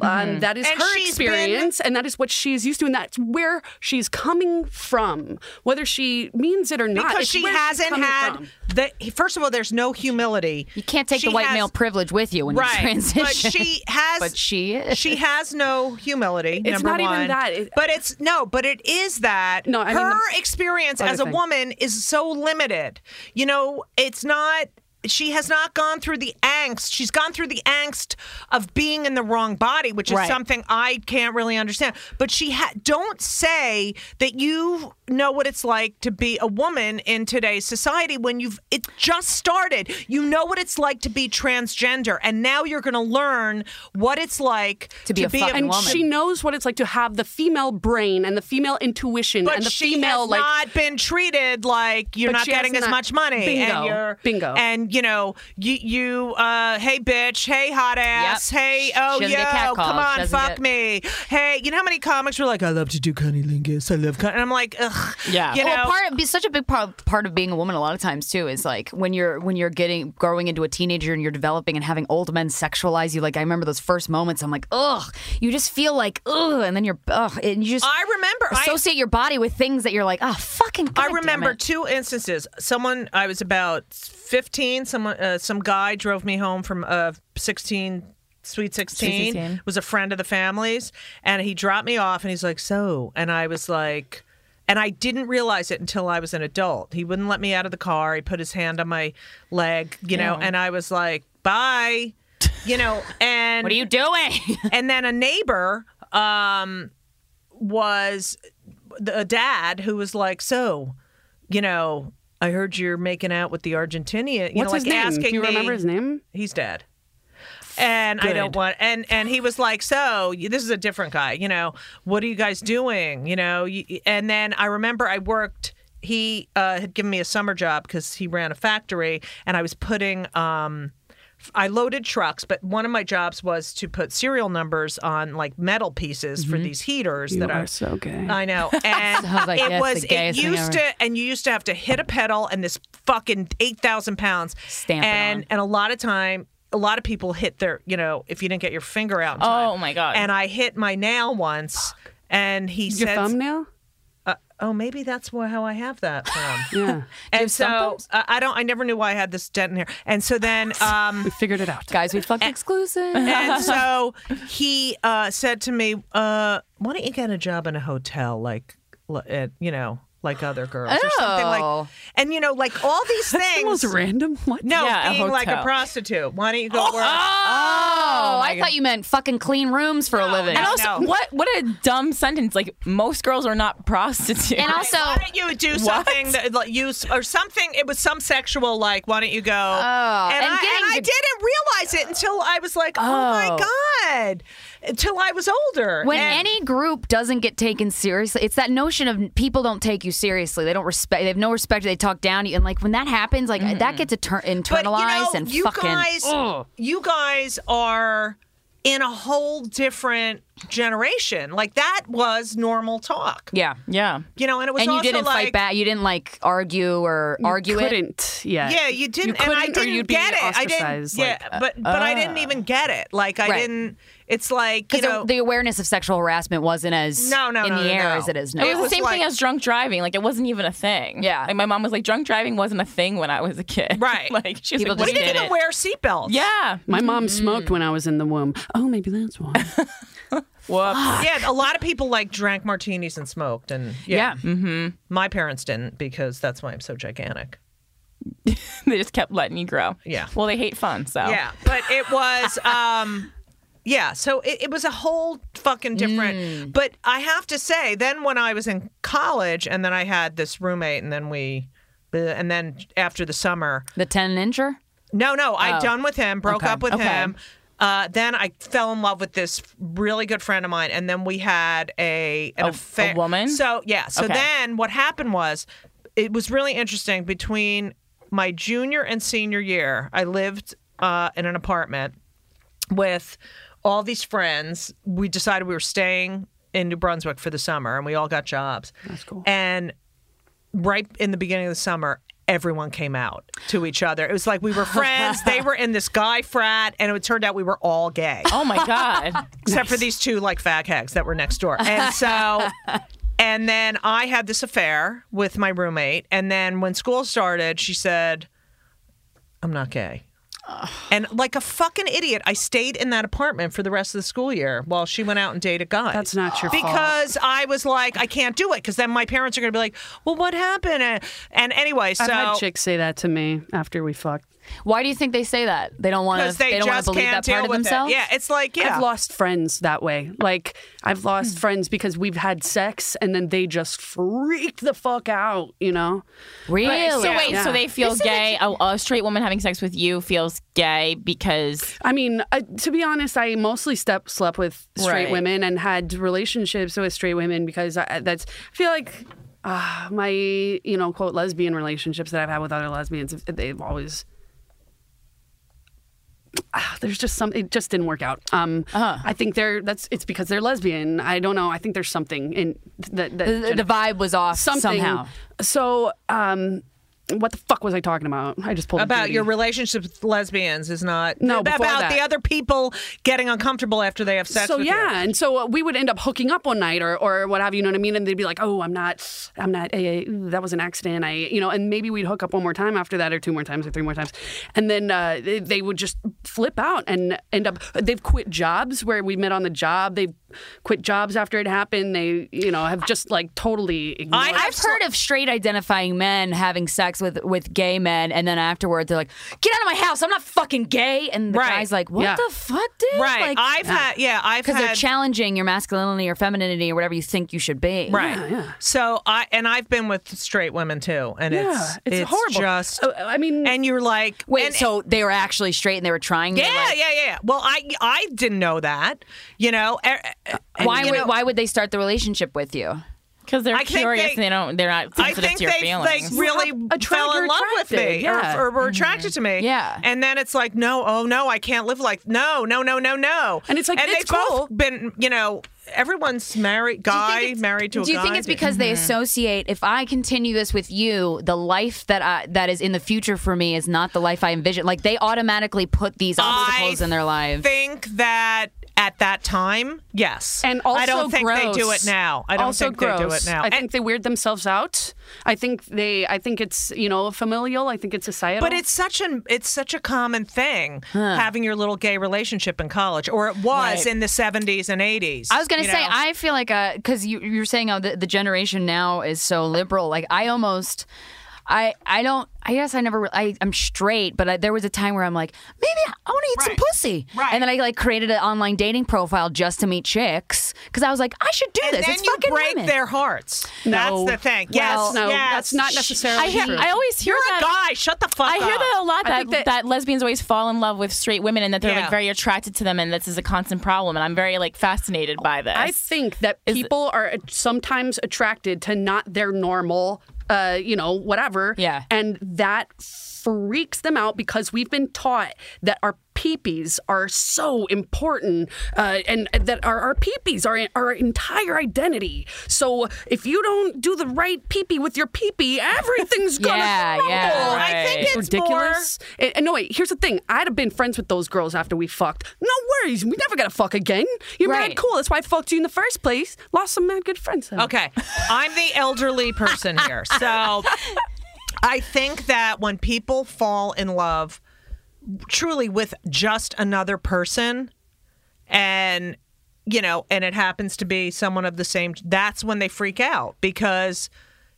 Speaker 6: um, that is
Speaker 5: Mm-hmm. And
Speaker 6: her
Speaker 5: she's been-
Speaker 6: experience experience, and that is what she's used to and that's where she's coming from whether she means it or not
Speaker 5: because
Speaker 6: it's
Speaker 5: she
Speaker 6: where she's
Speaker 5: hasn't
Speaker 6: coming
Speaker 5: had
Speaker 6: from.
Speaker 5: the first of all there's no humility
Speaker 2: You can't take
Speaker 5: She
Speaker 2: the white
Speaker 5: has-
Speaker 2: male privilege with you when you
Speaker 5: right
Speaker 2: <laughs> transition.
Speaker 5: but she has
Speaker 2: But <laughs> she is.
Speaker 5: <laughs> she has no humility
Speaker 6: It's
Speaker 5: number
Speaker 6: not even
Speaker 5: one.
Speaker 6: that. It-
Speaker 5: but it's no but it is that
Speaker 6: No, I mean
Speaker 5: her
Speaker 6: the-
Speaker 5: experience as a
Speaker 6: thing.
Speaker 5: woman is so limited you know it's not she has not gone through the angst. She's gone through the angst of being in the wrong body, which is
Speaker 1: Right.
Speaker 5: something I can't really understand. But she ha- don't say that you know what it's like to be a woman in today's society when you've it just started. You know what it's like to be transgender, and now you're going to learn what it's like
Speaker 2: To be a fucking
Speaker 6: and
Speaker 2: woman.
Speaker 6: she knows what it's like to have the female brain and the female intuition
Speaker 5: but
Speaker 6: and the
Speaker 5: she
Speaker 6: female
Speaker 5: has
Speaker 6: like
Speaker 5: not been treated like you're
Speaker 6: But
Speaker 5: not
Speaker 6: she has
Speaker 5: getting as
Speaker 6: not-
Speaker 5: much money and
Speaker 6: Bingo.
Speaker 5: you're
Speaker 6: Bingo.
Speaker 5: and you know you you uh hey bitch hey hot ass
Speaker 2: Yep.
Speaker 5: hey
Speaker 2: She
Speaker 5: oh
Speaker 2: doesn't get
Speaker 5: yo
Speaker 2: catcalled.
Speaker 5: come
Speaker 2: She
Speaker 5: on
Speaker 2: doesn't
Speaker 5: fuck
Speaker 2: get-
Speaker 5: me hey you know how many comics were like I love to do cunnilingus I love cun-, and I'm like ugh
Speaker 1: Yeah.
Speaker 5: you know
Speaker 2: well, part of, be- such a big part, part of being a woman a lot of times too is like when you're when you're getting growing into a teenager and you're developing and having old men sexualize you. Like I remember those first moments. I'm like, ugh. You just feel like ugh, and then you're ugh, and you just
Speaker 5: I remember I
Speaker 2: associate your body with things that you're like, oh fucking. God
Speaker 5: I remember two instances. Someone I was about fifteen. Someone, uh, some guy drove me home from uh, sixteen. Sweet 16,
Speaker 1: 16.
Speaker 5: was a friend of the family's, and he dropped me off, and he's like, "So," and I was like, and I didn't realize it until I was an adult. He wouldn't let me out of the car. He put his hand on my leg, you know, and I was like, "Bye," you know,
Speaker 2: <laughs>
Speaker 5: and
Speaker 2: What are you
Speaker 5: <laughs>
Speaker 2: doing?
Speaker 5: and then a neighbor um, was the, a dad who was like, "So, you know, I heard you're making out with the Argentinian." You know,
Speaker 6: What's
Speaker 5: like
Speaker 6: his name?
Speaker 5: asking
Speaker 6: Do you remember
Speaker 5: me-
Speaker 6: his name?
Speaker 5: He's dead. And I don't
Speaker 6: Good.
Speaker 5: want and and he was like, so you- this is a different guy, you know. What are you guys doing, you know? You, and then I remember I worked. He uh, had given me a summer job because he ran a factory, and I was putting. Um, f- I loaded trucks, but one of my jobs was to put serial numbers on like metal pieces
Speaker 6: Mm-hmm.
Speaker 5: for these heaters that are
Speaker 6: so gay.
Speaker 2: <laughs>
Speaker 5: I know. And
Speaker 2: Sounds like
Speaker 5: it
Speaker 2: that's
Speaker 5: was
Speaker 2: the
Speaker 5: it
Speaker 2: gayest thing
Speaker 5: used
Speaker 2: ever.
Speaker 5: to and you used to have to hit a pedal and this fucking eight thousand pounds.
Speaker 2: Stamp it
Speaker 5: and
Speaker 2: on.
Speaker 5: and a lot of time a lot of people hit their you know, if you didn't get your finger out in time.
Speaker 1: Oh, my God.
Speaker 5: And I hit my nail once and he
Speaker 6: Your
Speaker 5: said <laughs>
Speaker 6: thumbnail?
Speaker 5: uh, oh maybe that's wh- how I have that from.
Speaker 6: Yeah.
Speaker 5: and so uh, I don't I never knew why I had this dent in here. And so then um
Speaker 6: we figured it out.
Speaker 2: Guys, we fucked exclusive.
Speaker 5: and so he uh, said to me, uh, "Why don't you get a job in a hotel, like, l- at, you know, like other girls or something like?"
Speaker 2: Oh.
Speaker 5: And you know, like all these
Speaker 6: The
Speaker 5: things.
Speaker 6: most random one.
Speaker 5: no,
Speaker 1: Yeah, a
Speaker 5: being like a
Speaker 1: hotel.
Speaker 5: prostitute. Why don't you go work?
Speaker 2: Oh, I thought you meant fucking clean rooms for a living.
Speaker 1: And also,
Speaker 5: No.
Speaker 1: what what a dumb sentence! Like most girls are not prostitutes.
Speaker 2: And also,
Speaker 5: why don't you do something that like, you s- or something? It was some sexual like. Why don't you go? and,
Speaker 2: and
Speaker 5: I,
Speaker 2: getting
Speaker 5: and I
Speaker 2: to-
Speaker 5: didn't realize it until I was like, oh, my god, until I was older.
Speaker 2: when
Speaker 5: And-
Speaker 2: any group doesn't get taken seriously, it's that notion of people don't take you seriously. They don't respect. They have no respect. They talk down to you, and like when that happens, like that gets inter- internalized and
Speaker 5: you
Speaker 2: fucking.
Speaker 5: Guys, You guys are in a whole different generation. Like that was normal talk.
Speaker 2: yeah.
Speaker 1: yeah.
Speaker 5: You know, and it was
Speaker 2: And you
Speaker 5: also
Speaker 2: didn't
Speaker 5: like,
Speaker 2: fight back. You didn't like argue or argue it.
Speaker 6: couldn't yet.
Speaker 5: Yeah, you didn't, and I
Speaker 6: couldn't or
Speaker 5: didn't
Speaker 6: you'd be
Speaker 5: get it. I didn't.
Speaker 6: ostracized,
Speaker 5: Yeah,
Speaker 6: like, uh,
Speaker 5: but but I didn't even get it. Like I
Speaker 2: Right.
Speaker 5: didn't. It's like you
Speaker 2: Because
Speaker 5: know.
Speaker 2: the awareness of sexual harassment wasn't as
Speaker 5: No, no,
Speaker 2: in
Speaker 5: no,
Speaker 2: the
Speaker 5: no,
Speaker 2: air
Speaker 5: no.
Speaker 2: as it is
Speaker 1: It
Speaker 2: now.
Speaker 1: was the
Speaker 5: was
Speaker 1: same thing
Speaker 5: like-
Speaker 1: as drunk driving. Like it wasn't even a thing.
Speaker 2: Yeah.
Speaker 1: Like my mom was like, drunk driving wasn't a thing when I was a kid. <laughs>
Speaker 5: Right.
Speaker 1: like she was
Speaker 2: People
Speaker 1: like, what
Speaker 2: just
Speaker 1: do you
Speaker 5: didn't
Speaker 1: think?
Speaker 5: even wear seatbelts.
Speaker 1: Yeah. <laughs>
Speaker 6: My mom
Speaker 5: Mm-hmm.
Speaker 6: smoked when I was in the womb. Oh, maybe that's why.
Speaker 1: Whoops.
Speaker 5: yeah. A lot of people like drank martinis and smoked, and yeah. My parents didn't because that's why I'm so gigantic.
Speaker 1: they just kept letting me grow.
Speaker 5: Yeah.
Speaker 1: Well, they hate fun, so
Speaker 5: Yeah, but it was, um, yeah. So it, it was a whole fucking different. But I have to say, then when I was in college, and then I had this roommate, and then we, and then after the summer,
Speaker 2: the ten incher.
Speaker 5: no, no, I done with him, broke up with
Speaker 1: Oh. okay.
Speaker 5: him. Uh, then I fell in love with this really good friend of mine, and then we had a an
Speaker 1: A- a
Speaker 5: affair.
Speaker 1: woman?
Speaker 5: So yeah. So
Speaker 1: Okay.
Speaker 5: then what happened was, it was really interesting. Between my junior and senior year, I lived uh, in an apartment with all these friends. We decided we were staying in New Brunswick for the summer, and we all got jobs. That's
Speaker 6: cool.
Speaker 5: And right in the beginning of the summer, everyone came out to each other. It was
Speaker 1: <laughs>
Speaker 5: like we were friends. they were in this guy frat, and it turned out we were all gay,
Speaker 1: Oh my god.
Speaker 5: <laughs> except for these two like fag hags that were next door. And
Speaker 1: <laughs>
Speaker 5: so, and then I had this affair with my roommate, and then when school started, she said, "I'm not gay." And like a fucking idiot, I stayed in that apartment for the rest of the school year while she went out and dated guys.
Speaker 6: That's not your fault.
Speaker 5: because I was like, I can't do it because then my parents are going to be like, well, what happened? And, and anyway, so
Speaker 6: I've had chicks say that to me after we fucked.
Speaker 2: Why do you think they say that? They don't want
Speaker 5: because
Speaker 2: to. They,
Speaker 5: they,
Speaker 2: don't want
Speaker 5: just
Speaker 2: to believe
Speaker 5: can't
Speaker 2: that
Speaker 5: deal
Speaker 2: part of
Speaker 5: with
Speaker 2: themselves.
Speaker 5: it. Yeah, it's like yeah,
Speaker 6: I've lost friends that way. Like I've lost friends because we've had sex and then they just freak the fuck out. You know?
Speaker 2: Really?
Speaker 1: So wait,
Speaker 6: Yeah.
Speaker 1: so they feel gay. A, a straight woman having sex with you feels gay because
Speaker 6: I mean, I, to be honest, I mostly step, slept with straight
Speaker 1: Right.
Speaker 6: women and had relationships with straight women because I, that's. I feel like uh, my you know quote lesbian relationships that I've had with other lesbians, they've always. Ah, There's just some. It just didn't work out. Um, I think they're. That's. It's because they're lesbian. I don't know. I think there's something in that. that
Speaker 2: The, the vibe was off
Speaker 6: something.
Speaker 2: somehow.
Speaker 6: So, um, what the fuck was I talking about? I just pulled a
Speaker 5: about
Speaker 6: Judy.
Speaker 5: your relationship with lesbians is not
Speaker 6: No,
Speaker 5: about
Speaker 6: before that.
Speaker 5: the other people getting uncomfortable after they have sex.
Speaker 6: so
Speaker 5: with
Speaker 6: yeah,
Speaker 5: you.
Speaker 6: and so uh, we would end up hooking up one night or or what have you, you know what I mean? And they'd be like, "Oh, I'm not, I'm not. eh, eh, that was an accident. I, you know." And maybe we'd hook up one more time after that, or two more times, or three more times, and then uh, they, they would just flip out and end up. They've quit jobs where we met on the job. They've quit jobs after it happened. They, you know, have just like totally ignored.
Speaker 5: I-
Speaker 6: it.
Speaker 2: I've heard of straight identifying men having sex with with gay men, and then afterward they're like, "Get out of my house! I'm not fucking gay." And the
Speaker 5: Right.
Speaker 2: guy's like, "What
Speaker 6: Yeah.
Speaker 2: the fuck, dude?"
Speaker 5: Right.
Speaker 2: Like,
Speaker 5: I've had yeah, I've
Speaker 2: because they're
Speaker 5: had
Speaker 2: challenging your masculinity or femininity or whatever you think you should be.
Speaker 5: Right. So I and I've been with straight women too, and
Speaker 6: yeah,
Speaker 5: it's,
Speaker 6: it's, horrible.
Speaker 5: Just
Speaker 6: Uh, I mean,
Speaker 5: and you're like
Speaker 2: Wait,
Speaker 5: and-
Speaker 2: so they were actually straight and they were trying. to,
Speaker 5: yeah,
Speaker 2: like-
Speaker 5: yeah, yeah, yeah. Well, I I didn't know that. You know, er- and,
Speaker 2: Why
Speaker 5: you
Speaker 2: would
Speaker 5: know,
Speaker 2: why would they start the relationship with you?
Speaker 1: because they're
Speaker 5: I think
Speaker 1: curious
Speaker 5: they-
Speaker 1: and they don't. They're not
Speaker 5: I
Speaker 1: sensitive
Speaker 5: think
Speaker 1: to your
Speaker 5: they,
Speaker 1: feelings.
Speaker 5: they really
Speaker 6: attract-
Speaker 5: fell in
Speaker 6: you're
Speaker 5: love with me
Speaker 6: attracted, Mm-hmm. yeah.
Speaker 5: or, or were attracted to me.
Speaker 2: Yeah.
Speaker 5: And then it's like, no, oh no, I can't live like no, no, no, no, no.
Speaker 6: And it's like,
Speaker 5: and
Speaker 6: it's
Speaker 5: they've
Speaker 6: cool.
Speaker 5: both been, you know, everyone's married, guy married to a
Speaker 2: Do you
Speaker 5: guy.
Speaker 2: think it's because they
Speaker 5: Mm-hmm.
Speaker 2: associate if I continue this with you, the life that I that is in the future for me is not the life I envision. Like they automatically put these obstacles
Speaker 5: I
Speaker 2: in their life.
Speaker 5: think that at that time, yes.
Speaker 6: and also
Speaker 5: I don't think
Speaker 6: gross.
Speaker 5: they do it now. I don't
Speaker 6: also
Speaker 5: think
Speaker 6: gross.
Speaker 5: they do it now.
Speaker 6: I
Speaker 5: And-
Speaker 6: think they weird themselves out. I think they. I think it's you know familial. I think it's societal.
Speaker 5: but it's such an it's such a common thing having your little gay relationship in college, or it was in the seventies and eighties.
Speaker 2: I was gonna say I feel like uh because you you're saying oh the, the generation now is so liberal. Like I almost. I, I don't I guess I never re- I I'm straight but I, there was a time where I'm like maybe I want to eat some
Speaker 5: Right.
Speaker 2: pussy
Speaker 5: Right.
Speaker 2: and then I like created an online dating profile just to meet chicks because I was like I should do
Speaker 5: and
Speaker 2: this
Speaker 5: then
Speaker 2: it's
Speaker 5: you
Speaker 2: fucking
Speaker 5: break
Speaker 2: women.
Speaker 5: their hearts.
Speaker 6: No.
Speaker 5: That's the thing.
Speaker 6: Well,
Speaker 5: Yes,
Speaker 6: no,
Speaker 5: yes.
Speaker 6: that's not necessarily
Speaker 1: I, hear,
Speaker 6: true.
Speaker 1: I always hear
Speaker 5: You're
Speaker 1: that.
Speaker 5: a guy. Shut the fuck
Speaker 1: I
Speaker 5: up.
Speaker 1: hear that a lot.
Speaker 6: I
Speaker 1: That,
Speaker 6: think
Speaker 1: that,
Speaker 6: that-
Speaker 1: lesbians always fall in love with straight women, and that they're
Speaker 5: Yeah.
Speaker 1: like very attracted to them, and this is a constant problem. And I'm very like fascinated by this.
Speaker 6: I think that people are sometimes attracted to not their normal, uh, you know, whatever.
Speaker 1: Yeah.
Speaker 6: And that freaks them out because we've been taught that our peepees are so important uh, and that our, our peepees are our entire identity. So if you don't do the right peepee with your peepee, everything's going to
Speaker 2: Yeah,
Speaker 6: crumble.
Speaker 2: yeah,
Speaker 5: I think
Speaker 1: Right.
Speaker 5: it's More,
Speaker 6: ridiculous. And, and no, wait, here's the thing. I'd have been friends with those girls after we fucked. No worries. We never got to fuck again. You're
Speaker 2: Right.
Speaker 6: mad cool. That's why I fucked you in the first place. Lost some mad good friends. though.
Speaker 5: Okay. I'm the elderly person here. So I think that when people fall in love truly with just another person and you know, and it happens to be someone of the same that's when they freak out because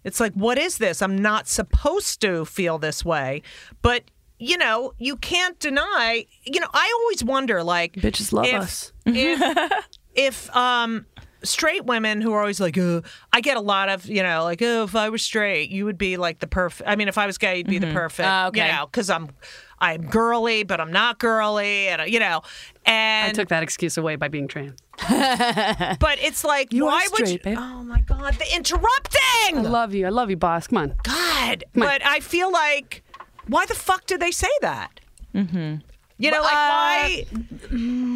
Speaker 5: it's like what is this? I'm not supposed to feel this way. But you know, you can't deny, you know, I always wonder like
Speaker 6: Bitches love
Speaker 5: if-
Speaker 6: us. <laughs>
Speaker 5: if if um straight women who are always like oh i get a lot of you know like oh if i was straight you would be like the perfect i mean if i was gay you'd be
Speaker 6: Mm-hmm.
Speaker 5: the perfect
Speaker 1: Oh,
Speaker 6: Ah,
Speaker 1: okay.
Speaker 5: you know because i'm i'm girly but i'm not girly and uh, you know
Speaker 6: I
Speaker 5: and
Speaker 6: took that excuse away by being trans.
Speaker 5: but it's like
Speaker 6: You are
Speaker 5: why would you
Speaker 6: straight, babe.
Speaker 5: oh my god the interrupting
Speaker 6: I love you. I love you, boss. Come on.
Speaker 5: god but i feel like why the fuck did they say that
Speaker 6: Mm-hmm.
Speaker 5: you know like why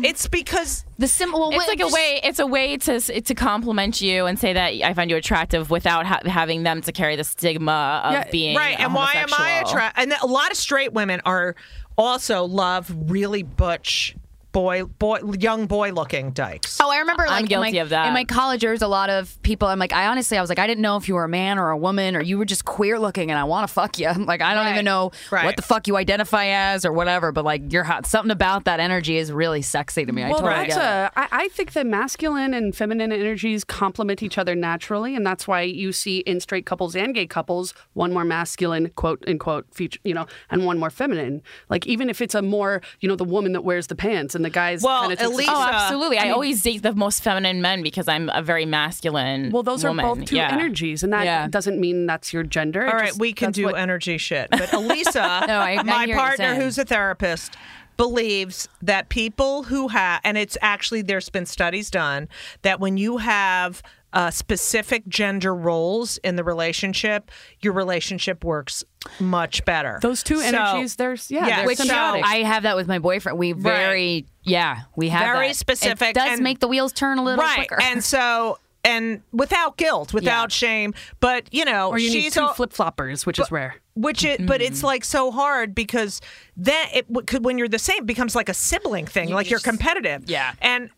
Speaker 5: it's because
Speaker 2: the sim- well,
Speaker 1: it's
Speaker 2: wait,
Speaker 1: like
Speaker 2: just-
Speaker 1: a way. It's a way to s- to compliment you and say that I find you attractive without ha- having them to carry the stigma of
Speaker 6: Yeah,
Speaker 1: being
Speaker 5: right
Speaker 1: a
Speaker 5: and why am i
Speaker 1: homosexual.
Speaker 5: attracted and a lot of straight women are also love really butch boy boy young boy looking dykes
Speaker 2: Oh, I remember. Like, in
Speaker 1: guilty
Speaker 2: my-
Speaker 1: of that.
Speaker 2: In my college, there was a lot of people. I'm like, I honestly, I was like, I didn't know if you were a man or a woman, or you were just queer looking, and I want to fuck you. <laughs> Like, I don't even know
Speaker 5: Right.
Speaker 2: what the fuck you identify as or whatever, but like, you're hot. Something about that energy is really sexy to me. I
Speaker 6: Well,
Speaker 2: totally
Speaker 6: that's
Speaker 2: get it.
Speaker 6: a, I, I think that masculine and feminine energies complement each other naturally, and that's why you see in straight couples and gay couples one more masculine quote unquote feature, you know, and one more feminine. Like even if it's a more, you know, the woman that wears the pants and the guys.
Speaker 5: Well,
Speaker 6: kinda takes-
Speaker 5: Elise-
Speaker 1: Oh,
Speaker 5: Uh,
Speaker 1: absolutely. I, always date the most feminine men because I'm a very masculine.
Speaker 6: well, those
Speaker 1: woman.
Speaker 6: are both two
Speaker 1: Yeah.
Speaker 6: energies, and that
Speaker 2: Yeah.
Speaker 6: doesn't mean that's your gender. It
Speaker 5: all right
Speaker 6: just-
Speaker 5: we can
Speaker 6: that's
Speaker 5: do
Speaker 6: what-
Speaker 5: energy shit but elisa
Speaker 6: <laughs>
Speaker 2: I- I
Speaker 5: my
Speaker 2: hear what you're
Speaker 5: partner
Speaker 2: saying.
Speaker 5: who's a therapist believes that people who have and it's actually there's been studies done that when you have uh, specific gender roles in the relationship your relationship works much better
Speaker 6: Those two
Speaker 5: So-
Speaker 6: energies, they're- yeah, they're
Speaker 5: so-
Speaker 6: symbiotic.
Speaker 2: I have that with my boyfriend. We very, yeah, we have
Speaker 5: Very
Speaker 2: that. It
Speaker 5: specific
Speaker 2: does
Speaker 5: and-
Speaker 2: make the wheels turn a little
Speaker 5: right
Speaker 2: quicker.
Speaker 5: and so and without guilt without shame but you know
Speaker 6: Or you
Speaker 5: she's
Speaker 6: need two
Speaker 5: all-
Speaker 6: flip floppers, which is rare.
Speaker 5: which it but it's like so hard because then it w- could when you're the same it becomes like a sibling thing like you're competitive
Speaker 1: Yeah.
Speaker 5: and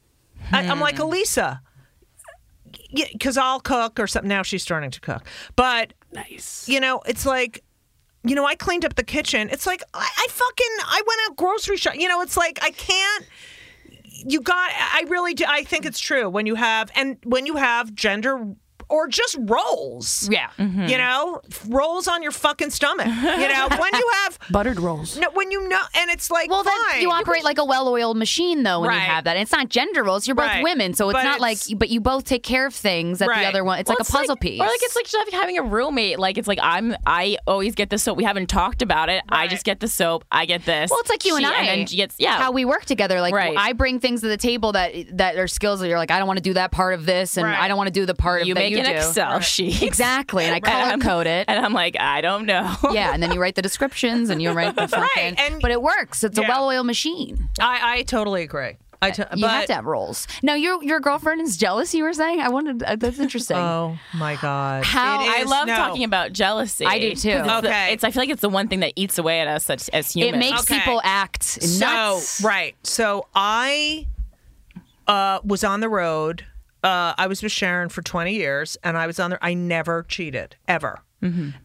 Speaker 5: I, i'm like elisa because i'll cook or something now she's starting to cook but
Speaker 6: Nice.
Speaker 5: you know, it's like, you know, I cleaned up the kitchen. It's like I, I fucking I went out grocery shop. You know, it's like I can't. you got i really do i think it's true when you have and when you have gender or just rolls
Speaker 2: Yeah. mm-hmm.
Speaker 5: you know rolls on your fucking stomach you
Speaker 2: <laughs>
Speaker 5: know when you have
Speaker 6: Buttered rolls.
Speaker 5: no, when you know and it's like
Speaker 2: Well,
Speaker 5: fine.
Speaker 2: then you operate like a well-oiled machine, though, when you
Speaker 5: Right.
Speaker 2: have that. And it's not gender roles; you're both
Speaker 5: Right.
Speaker 2: women, so it's
Speaker 5: But
Speaker 2: not
Speaker 5: it's-
Speaker 2: like. But you both take care of things that
Speaker 5: Right.
Speaker 2: the other one. It's
Speaker 1: Well,
Speaker 2: like a puzzle
Speaker 1: like-
Speaker 2: piece,
Speaker 1: Or like it's like just having a roommate. Like it's like I'm I always get the soap. We haven't talked about it. I just get the soap. I get this.
Speaker 2: Well, it's like you
Speaker 1: She-
Speaker 2: and I.
Speaker 1: then she gets yeah.
Speaker 2: How we work together. Like
Speaker 1: Right.
Speaker 2: I bring things to the table that that are skills that you're like, I don't want to do that part of this, and
Speaker 5: Right.
Speaker 2: I don't want to do the part of
Speaker 1: you
Speaker 2: that
Speaker 1: make
Speaker 2: you
Speaker 1: an
Speaker 2: do.
Speaker 1: Excel sheet <laughs>
Speaker 2: Exactly, and I color
Speaker 1: I'm-
Speaker 2: code it.
Speaker 1: and I'm like I don't know.
Speaker 2: yeah, and then you write the descriptions and you write the fucking.
Speaker 5: and-
Speaker 2: but it works. It's a
Speaker 5: Yeah.
Speaker 2: well-oiled machine.
Speaker 5: I, I totally agree I to-
Speaker 2: You
Speaker 5: but,
Speaker 2: have to have roles. Now your your girlfriend is jealous. You were saying I wanted. Uh, that's interesting.
Speaker 5: oh my god
Speaker 2: How-
Speaker 5: It
Speaker 1: <laughs> I
Speaker 5: is-
Speaker 1: love
Speaker 5: no.
Speaker 1: talking about jealousy.
Speaker 2: I do, too.
Speaker 1: 'Cause It's the-
Speaker 5: Okay.
Speaker 1: it's I feel like it's the one thing that eats away at us as, as humans.
Speaker 2: it makes
Speaker 5: Okay.
Speaker 2: people act
Speaker 5: so
Speaker 2: nuts.
Speaker 5: right so i uh was on the road uh i was with sharon for 20 years and i was on there i never cheated ever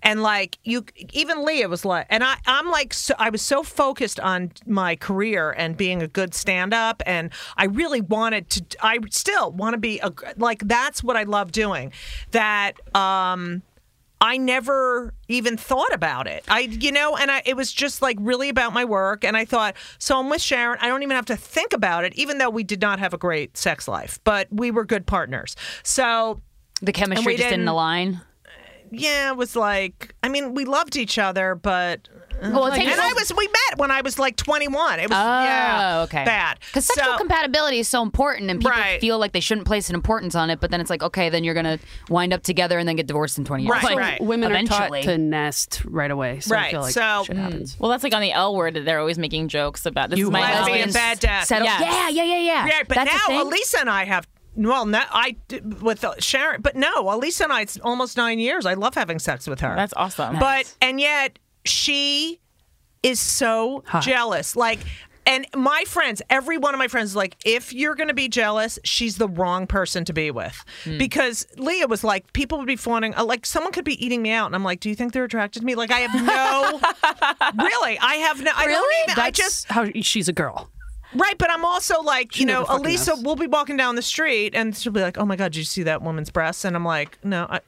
Speaker 5: and like you even leah was like and i i'm like so, i was so focused on my career and being a good stand-up and i really wanted to i still want to be a like that's what i love doing that um I never even thought about it. I, you know, and I, it was just like really about my work. And I thought, so I'm with Sharon. I don't even have to think about it, even though we did not have a great sex life, but we were good partners. So
Speaker 2: The chemistry
Speaker 5: we
Speaker 2: just didn't
Speaker 5: didn't-
Speaker 2: align.
Speaker 5: yeah, it was like, I mean, we loved each other, but.
Speaker 2: Well, it takes
Speaker 5: and I was, we met when I was like 21. It was, yeah,
Speaker 2: Oh, okay.
Speaker 5: bad.
Speaker 2: Because sexual compatibility is so important, and people
Speaker 5: Right.
Speaker 2: feel like they shouldn't place an importance on it. But then it's like, okay, then you're gonna wind up together and then get divorced in 20 years.
Speaker 5: Right,
Speaker 2: Like,
Speaker 5: right.
Speaker 6: Women
Speaker 2: Eventually.
Speaker 6: are taught to nest right away. So
Speaker 5: Right,
Speaker 6: I feel like
Speaker 5: so- mm.
Speaker 6: shit happens.
Speaker 1: Well, that's like on the L word that they're always making jokes about. This is my
Speaker 5: lesbian
Speaker 1: husband's-
Speaker 5: bad dad.
Speaker 2: Settle-
Speaker 1: Yes.
Speaker 2: Yeah, yeah, yeah, yeah.
Speaker 5: Yeah, but
Speaker 2: That's a
Speaker 5: now
Speaker 2: thing.
Speaker 5: Elisa and I have. Well, no, I with Sharon, but no, Elisa and I. It's almost nine years. I love having sex with
Speaker 1: <laughs>
Speaker 5: her.
Speaker 1: That's awesome.
Speaker 5: But and yet she is so jealous. Like. And my friends, every one of my friends is like, if you're going to be jealous, she's the wrong person to be with. Because Leah was like, people would be fawning, uh, like someone could be eating me out, and I'm like, do you think they're attracted to me? Like I have no, really, I have no, I don't even, I
Speaker 6: That's
Speaker 5: just,
Speaker 6: how she's a girl.
Speaker 5: Right, but I'm also like, you know,
Speaker 6: never fucking
Speaker 5: Elisa
Speaker 6: knows.
Speaker 5: will be walking down the street and she'll be like, oh my God, did you see that woman's breasts? And I'm like, no, I,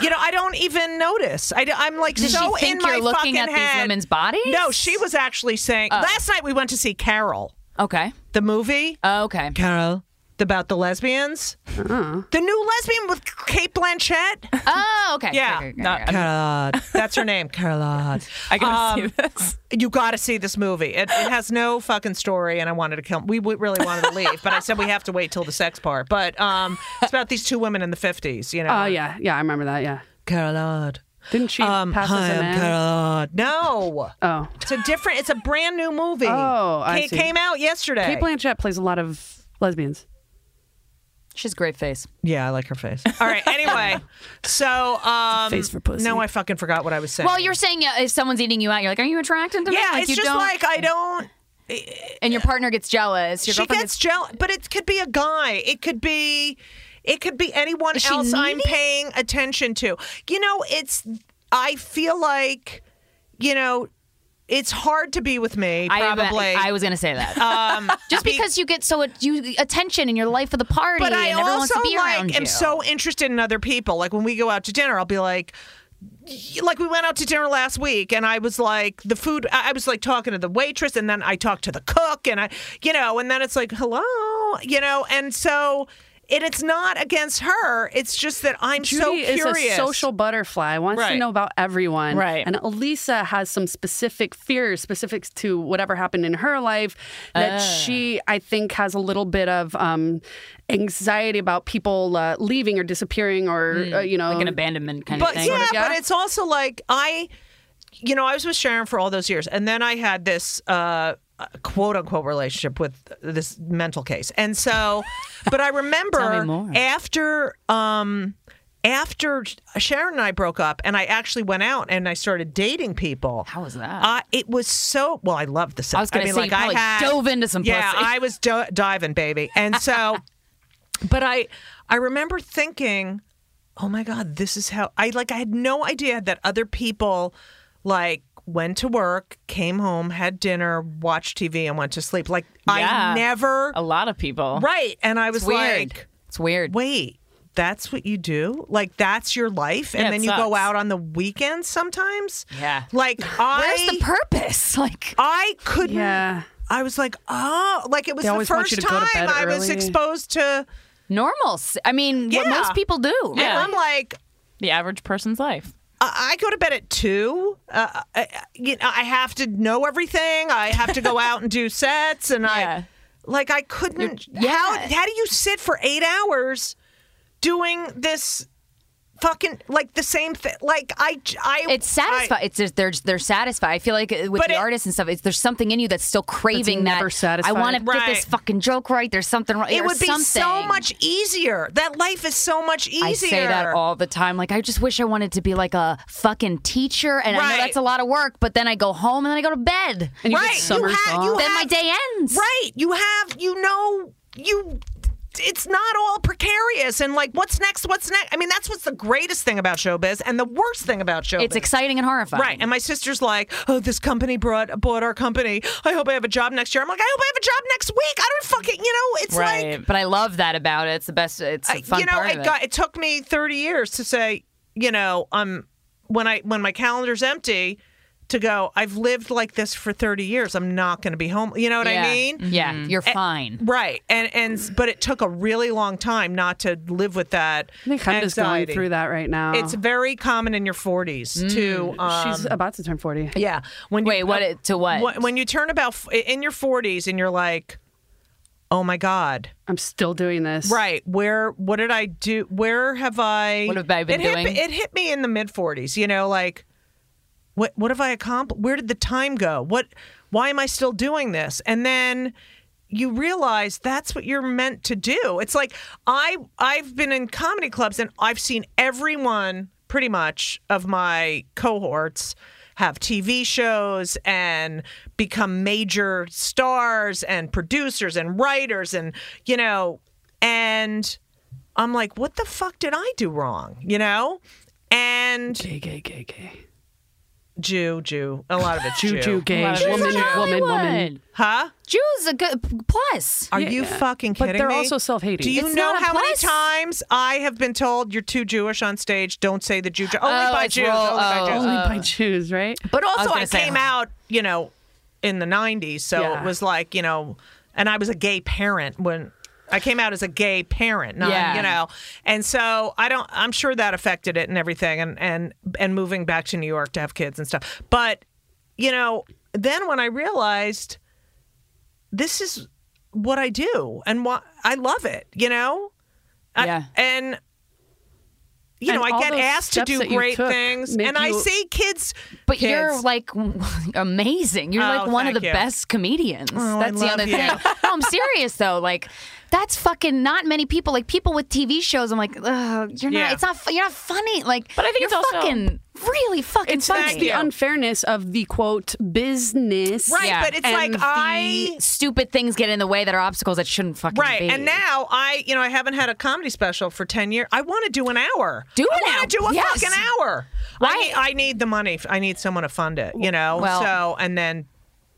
Speaker 5: you know, I don't even notice. I, am like
Speaker 2: Does she
Speaker 5: so
Speaker 2: think
Speaker 5: in my
Speaker 2: you're looking
Speaker 5: fucking
Speaker 2: at these
Speaker 5: head.
Speaker 2: women's bodies? Oh.
Speaker 5: No, she was actually saying, last night we went to see Carol,
Speaker 2: Okay. Oh,
Speaker 5: the movie. <laughs>
Speaker 2: Okay.
Speaker 5: Carol. About the lesbians.
Speaker 2: Uh-huh.
Speaker 5: The new lesbian with Kate Blanchett.
Speaker 2: Oh, okay.
Speaker 5: Yeah,
Speaker 2: Okay, okay, okay,
Speaker 1: not-
Speaker 2: okay.
Speaker 5: Carolade. That's her name, Carolade.
Speaker 1: I gotta
Speaker 6: Um,
Speaker 1: see
Speaker 6: <laughs>
Speaker 1: this.
Speaker 5: you got to see this movie. It, it has no fucking story, and I wanted to kill. We, we really wanted to leave, but I said we have to wait till the sex part. But um, it's about these two women in the fifties. You know,
Speaker 6: Oh yeah, yeah, I remember that. Yeah,
Speaker 5: Carolade.
Speaker 6: didn't she
Speaker 5: Um,
Speaker 6: pass
Speaker 5: hi,
Speaker 6: as a
Speaker 5: I'm
Speaker 6: man?
Speaker 5: Carolade. No,
Speaker 6: oh,
Speaker 5: it's a different. It's a brand new movie.
Speaker 6: Oh, I
Speaker 5: It
Speaker 6: see.
Speaker 5: came out yesterday.
Speaker 6: Kate Blanchett plays a lot of lesbians.
Speaker 2: She's great face.
Speaker 5: yeah, I like her face. All right. Anyway, <laughs> so um,
Speaker 6: face for pussy.
Speaker 5: No, I fucking forgot what I was saying.
Speaker 2: Well, you're saying uh, if someone's eating you out, you're like, are you attracted to me?
Speaker 5: yeah.
Speaker 2: Like,
Speaker 5: it's
Speaker 2: you
Speaker 5: just
Speaker 2: don't-
Speaker 5: like I don't.
Speaker 2: and your partner gets jealous. Your
Speaker 5: she
Speaker 2: girlfriend
Speaker 5: gets jealous, but it could be a guy. It could be, it could be anyone
Speaker 2: she
Speaker 5: else I'm
Speaker 2: needy?
Speaker 5: paying attention to. You know, it's. I feel like, you know, it's hard to be with me.
Speaker 2: I,
Speaker 5: Probably.
Speaker 2: I was gonna say that.
Speaker 5: um,
Speaker 2: <laughs> Just because you get so you attention in your life of the party,
Speaker 5: but I
Speaker 2: and everyone wants
Speaker 5: also
Speaker 2: to be around
Speaker 5: like
Speaker 2: you.
Speaker 5: am so interested in other people. Like when we go out to dinner, I'll be like. Like we went out to dinner last week, and I was like, the food. I I was like talking to the waitress, and then I talked to the cook, and I, you know, and then it's like, hello, you know, and so, and it's not against her. It's just that I'm so
Speaker 6: Judy
Speaker 5: curious.
Speaker 6: is a social butterfly, wants
Speaker 5: Right.
Speaker 6: to know about everyone.
Speaker 1: Right.
Speaker 6: And Elisa has some specific fears, specifics to whatever happened in her life
Speaker 5: Ah.
Speaker 6: that she, I think, has a little bit of um, anxiety about people uh, leaving or disappearing or,
Speaker 5: Hmm.
Speaker 6: uh, you know.
Speaker 2: like an abandonment kind of
Speaker 5: but
Speaker 2: thing.
Speaker 5: yeah,
Speaker 6: yeah?
Speaker 5: but it's also like I, you know, I was with Sharon for all those years, and then I had this uh, quote unquote relationship with this mental case, and so,
Speaker 2: <laughs>
Speaker 5: but I
Speaker 2: me more.
Speaker 5: remember after. Um, after Sharon and I broke up, and I actually went out and I started dating people.
Speaker 2: How was that?
Speaker 5: Uh, it was so well. I loved the sex.
Speaker 2: I was gonna
Speaker 5: mean,
Speaker 2: say,
Speaker 5: like
Speaker 2: you probably
Speaker 5: I had,
Speaker 2: dove into some
Speaker 5: Yeah,
Speaker 2: pussy.
Speaker 5: I was do- diving, baby, and
Speaker 2: <laughs>
Speaker 5: so. but I, I remember thinking, oh my god, this is how I like. I had no idea that other people, like, went to work, came home, had dinner, watched TV, and went to sleep. Like
Speaker 1: Yeah.
Speaker 5: I never
Speaker 2: Oh.
Speaker 1: A lot of people.
Speaker 5: right, and I was
Speaker 1: It's weird.
Speaker 5: like,
Speaker 1: it's weird.
Speaker 5: wait. That's what you do? Like that's your life and
Speaker 1: Yeah, it
Speaker 5: then you go
Speaker 1: sucks.
Speaker 5: out on the weekends sometimes?
Speaker 1: Yeah.
Speaker 5: Like I
Speaker 3: Where's the
Speaker 2: <laughs>
Speaker 3: purpose? Like,
Speaker 5: I couldn't
Speaker 6: Yeah.
Speaker 5: I was like, "Oh, like it was
Speaker 6: They
Speaker 5: the
Speaker 6: always want
Speaker 5: first
Speaker 6: you to go
Speaker 5: time
Speaker 6: to bed
Speaker 5: I was
Speaker 6: early.
Speaker 5: exposed to
Speaker 2: normal. I mean, what
Speaker 5: Yeah.
Speaker 2: most people do.
Speaker 5: and
Speaker 1: Yeah.
Speaker 5: I'm like,
Speaker 1: The average person's life.
Speaker 5: I I go to bed at two. Uh, I, you know, I have to know everything. I have to
Speaker 6: <laughs>
Speaker 5: go out and do sets, and
Speaker 1: Yeah.
Speaker 5: I like I couldn't. How how do you sit for eight hours doing this fucking like the same thing? Like I j- I
Speaker 2: It's satisfied. It's just, they're they're satisfied. I feel like uh, with
Speaker 5: But
Speaker 2: the
Speaker 5: it-
Speaker 2: artists and stuff, it's, there's something in you that's still craving
Speaker 6: never
Speaker 2: that.
Speaker 6: satisfied.
Speaker 2: I want to get this
Speaker 5: Right.
Speaker 2: fucking joke right. There's something wrong.
Speaker 5: I, it
Speaker 2: or
Speaker 5: would be so
Speaker 2: something.
Speaker 5: much easier. That life is so much easier.
Speaker 2: I say that all the time. Like, I just wish I wanted to be like a fucking teacher. And I know
Speaker 5: Right.
Speaker 2: that's a lot of work, but then I go home and then I go to bed.
Speaker 6: And you
Speaker 5: Right,
Speaker 6: did
Speaker 5: you
Speaker 6: summers
Speaker 5: had-
Speaker 6: off.
Speaker 5: you
Speaker 2: then my
Speaker 5: have-
Speaker 2: day ends.
Speaker 5: Right. You have, you know, you. It's not all precarious and like what's next? What's next? I mean, that's what's the greatest thing about showbiz and the worst thing about showbiz.
Speaker 2: It's exciting and horrifying.
Speaker 5: Right. And my sister's like, oh, this company brought bought our company. I hope I have a job next year. I'm like, I hope I have a job next week. I don't fucking, you know, it's like,
Speaker 2: But I love that about it. It's the best. It's a
Speaker 5: I-
Speaker 2: fun
Speaker 5: you know,
Speaker 2: part
Speaker 5: it,
Speaker 2: of it.
Speaker 5: got, it took me 30 years to say, you know, um, when I when my calendar's empty, to go, I've lived like this for 30 years. I'm not going to be home. You know what
Speaker 2: yeah. Mm-hmm.
Speaker 5: I mean?
Speaker 2: Yeah, you're fine.
Speaker 5: Right. And and but it took a really long time not to live with that.
Speaker 6: I think Helen's going
Speaker 5: anxiety.
Speaker 6: through that right now. Mm,
Speaker 5: It's very common in your 40s to um,
Speaker 6: She's about to turn 40.
Speaker 5: yeah. When you, uh,
Speaker 2: Wait, what? it- to what?
Speaker 5: Wh- When you turn about f- in your 40s and you're like, "Oh my god."
Speaker 6: I'm still doing this.
Speaker 5: Right. Where what did I do? Where have I
Speaker 2: What have I been
Speaker 5: it hit-
Speaker 2: doing?
Speaker 5: it hit me in the mid 40s, you know, like what what have I accomplished? Where did the time go? What why am I still doing this? And then you realize that's what you're meant to do. It's like I I've been in comedy clubs and I've seen everyone pretty much of my cohorts have TV shows and become major stars and producers and writers and you know and I'm like what the fuck did I do wrong, you know? And
Speaker 6: Gay, gay, gay, gay.
Speaker 5: Jew, Jew. A lot of it's
Speaker 6: Jew,
Speaker 5: Jew.
Speaker 6: Jew, gay.
Speaker 1: Wow. She's
Speaker 6: Woman,
Speaker 2: It's not
Speaker 6: woman, woman.
Speaker 2: Hollywood.
Speaker 5: Huh?
Speaker 2: Jews a good plus.
Speaker 5: Are you fucking
Speaker 6: But
Speaker 5: kidding
Speaker 6: they're
Speaker 5: me?
Speaker 6: also self-hating.
Speaker 5: Do you
Speaker 2: It's
Speaker 5: know
Speaker 2: not a
Speaker 5: how many
Speaker 2: plus.
Speaker 5: times I have been told you're too Jewish on stage? Don't say the Jew. Only
Speaker 2: Oh,
Speaker 5: by
Speaker 2: it's
Speaker 5: Jews.
Speaker 2: roll-
Speaker 5: only by
Speaker 2: oh,
Speaker 5: Jews.
Speaker 6: Only by Jews, right?
Speaker 5: But
Speaker 2: was
Speaker 5: also,
Speaker 2: gonna
Speaker 5: I
Speaker 2: say-
Speaker 5: came out, you know, in the 90s. So
Speaker 6: Yeah.
Speaker 5: it was like, you know, and I was a gay parent when I came out as a gay parent, not,
Speaker 2: Yeah.
Speaker 5: you know. And so I don't, I'm sure that affected it and everything and, and, and moving back to New York to have kids and stuff. But, you know, then when I realized this is what I do and why I love it, you know? I-
Speaker 2: Yeah.
Speaker 5: and, you
Speaker 6: And
Speaker 5: know, I
Speaker 6: all
Speaker 5: get
Speaker 6: those
Speaker 5: asked to
Speaker 6: steps
Speaker 5: do
Speaker 6: that you
Speaker 5: great
Speaker 6: took
Speaker 5: things.
Speaker 6: make
Speaker 5: And I
Speaker 6: you-
Speaker 5: see kids
Speaker 2: But
Speaker 5: Kids.
Speaker 2: you're like <laughs> amazing. You're
Speaker 5: Oh,
Speaker 2: like one of
Speaker 5: thank
Speaker 2: the
Speaker 5: you.
Speaker 2: best comedians.
Speaker 5: I
Speaker 2: that's the
Speaker 5: love
Speaker 2: other
Speaker 5: you.
Speaker 2: thing. No, I'm serious though. Like that's fucking not many people. Like people with TV shows. I'm like, Ugh, you're not.
Speaker 5: Yeah.
Speaker 2: It's not. fu- You're not funny. Like, but
Speaker 1: I think
Speaker 2: you're
Speaker 1: it's also-
Speaker 2: fucking really fucking
Speaker 6: It's
Speaker 2: funny.
Speaker 6: that's the
Speaker 5: you.
Speaker 6: unfairness of the quote business.
Speaker 5: Right,
Speaker 2: Yeah.
Speaker 5: but it's
Speaker 6: And
Speaker 5: like
Speaker 6: the-
Speaker 5: I
Speaker 2: Stupid things get in the way that are obstacles that shouldn't fucking
Speaker 5: right,
Speaker 2: be.
Speaker 5: and now I you know I haven't had a comedy special for ten years. I want to do an hour.
Speaker 2: Do
Speaker 5: I
Speaker 2: an
Speaker 5: wanna
Speaker 2: hour.
Speaker 5: Do a
Speaker 2: Yes.
Speaker 5: fucking hour. I need, I need the money. I need someone to fund it. You know.
Speaker 2: Well-
Speaker 5: so and then,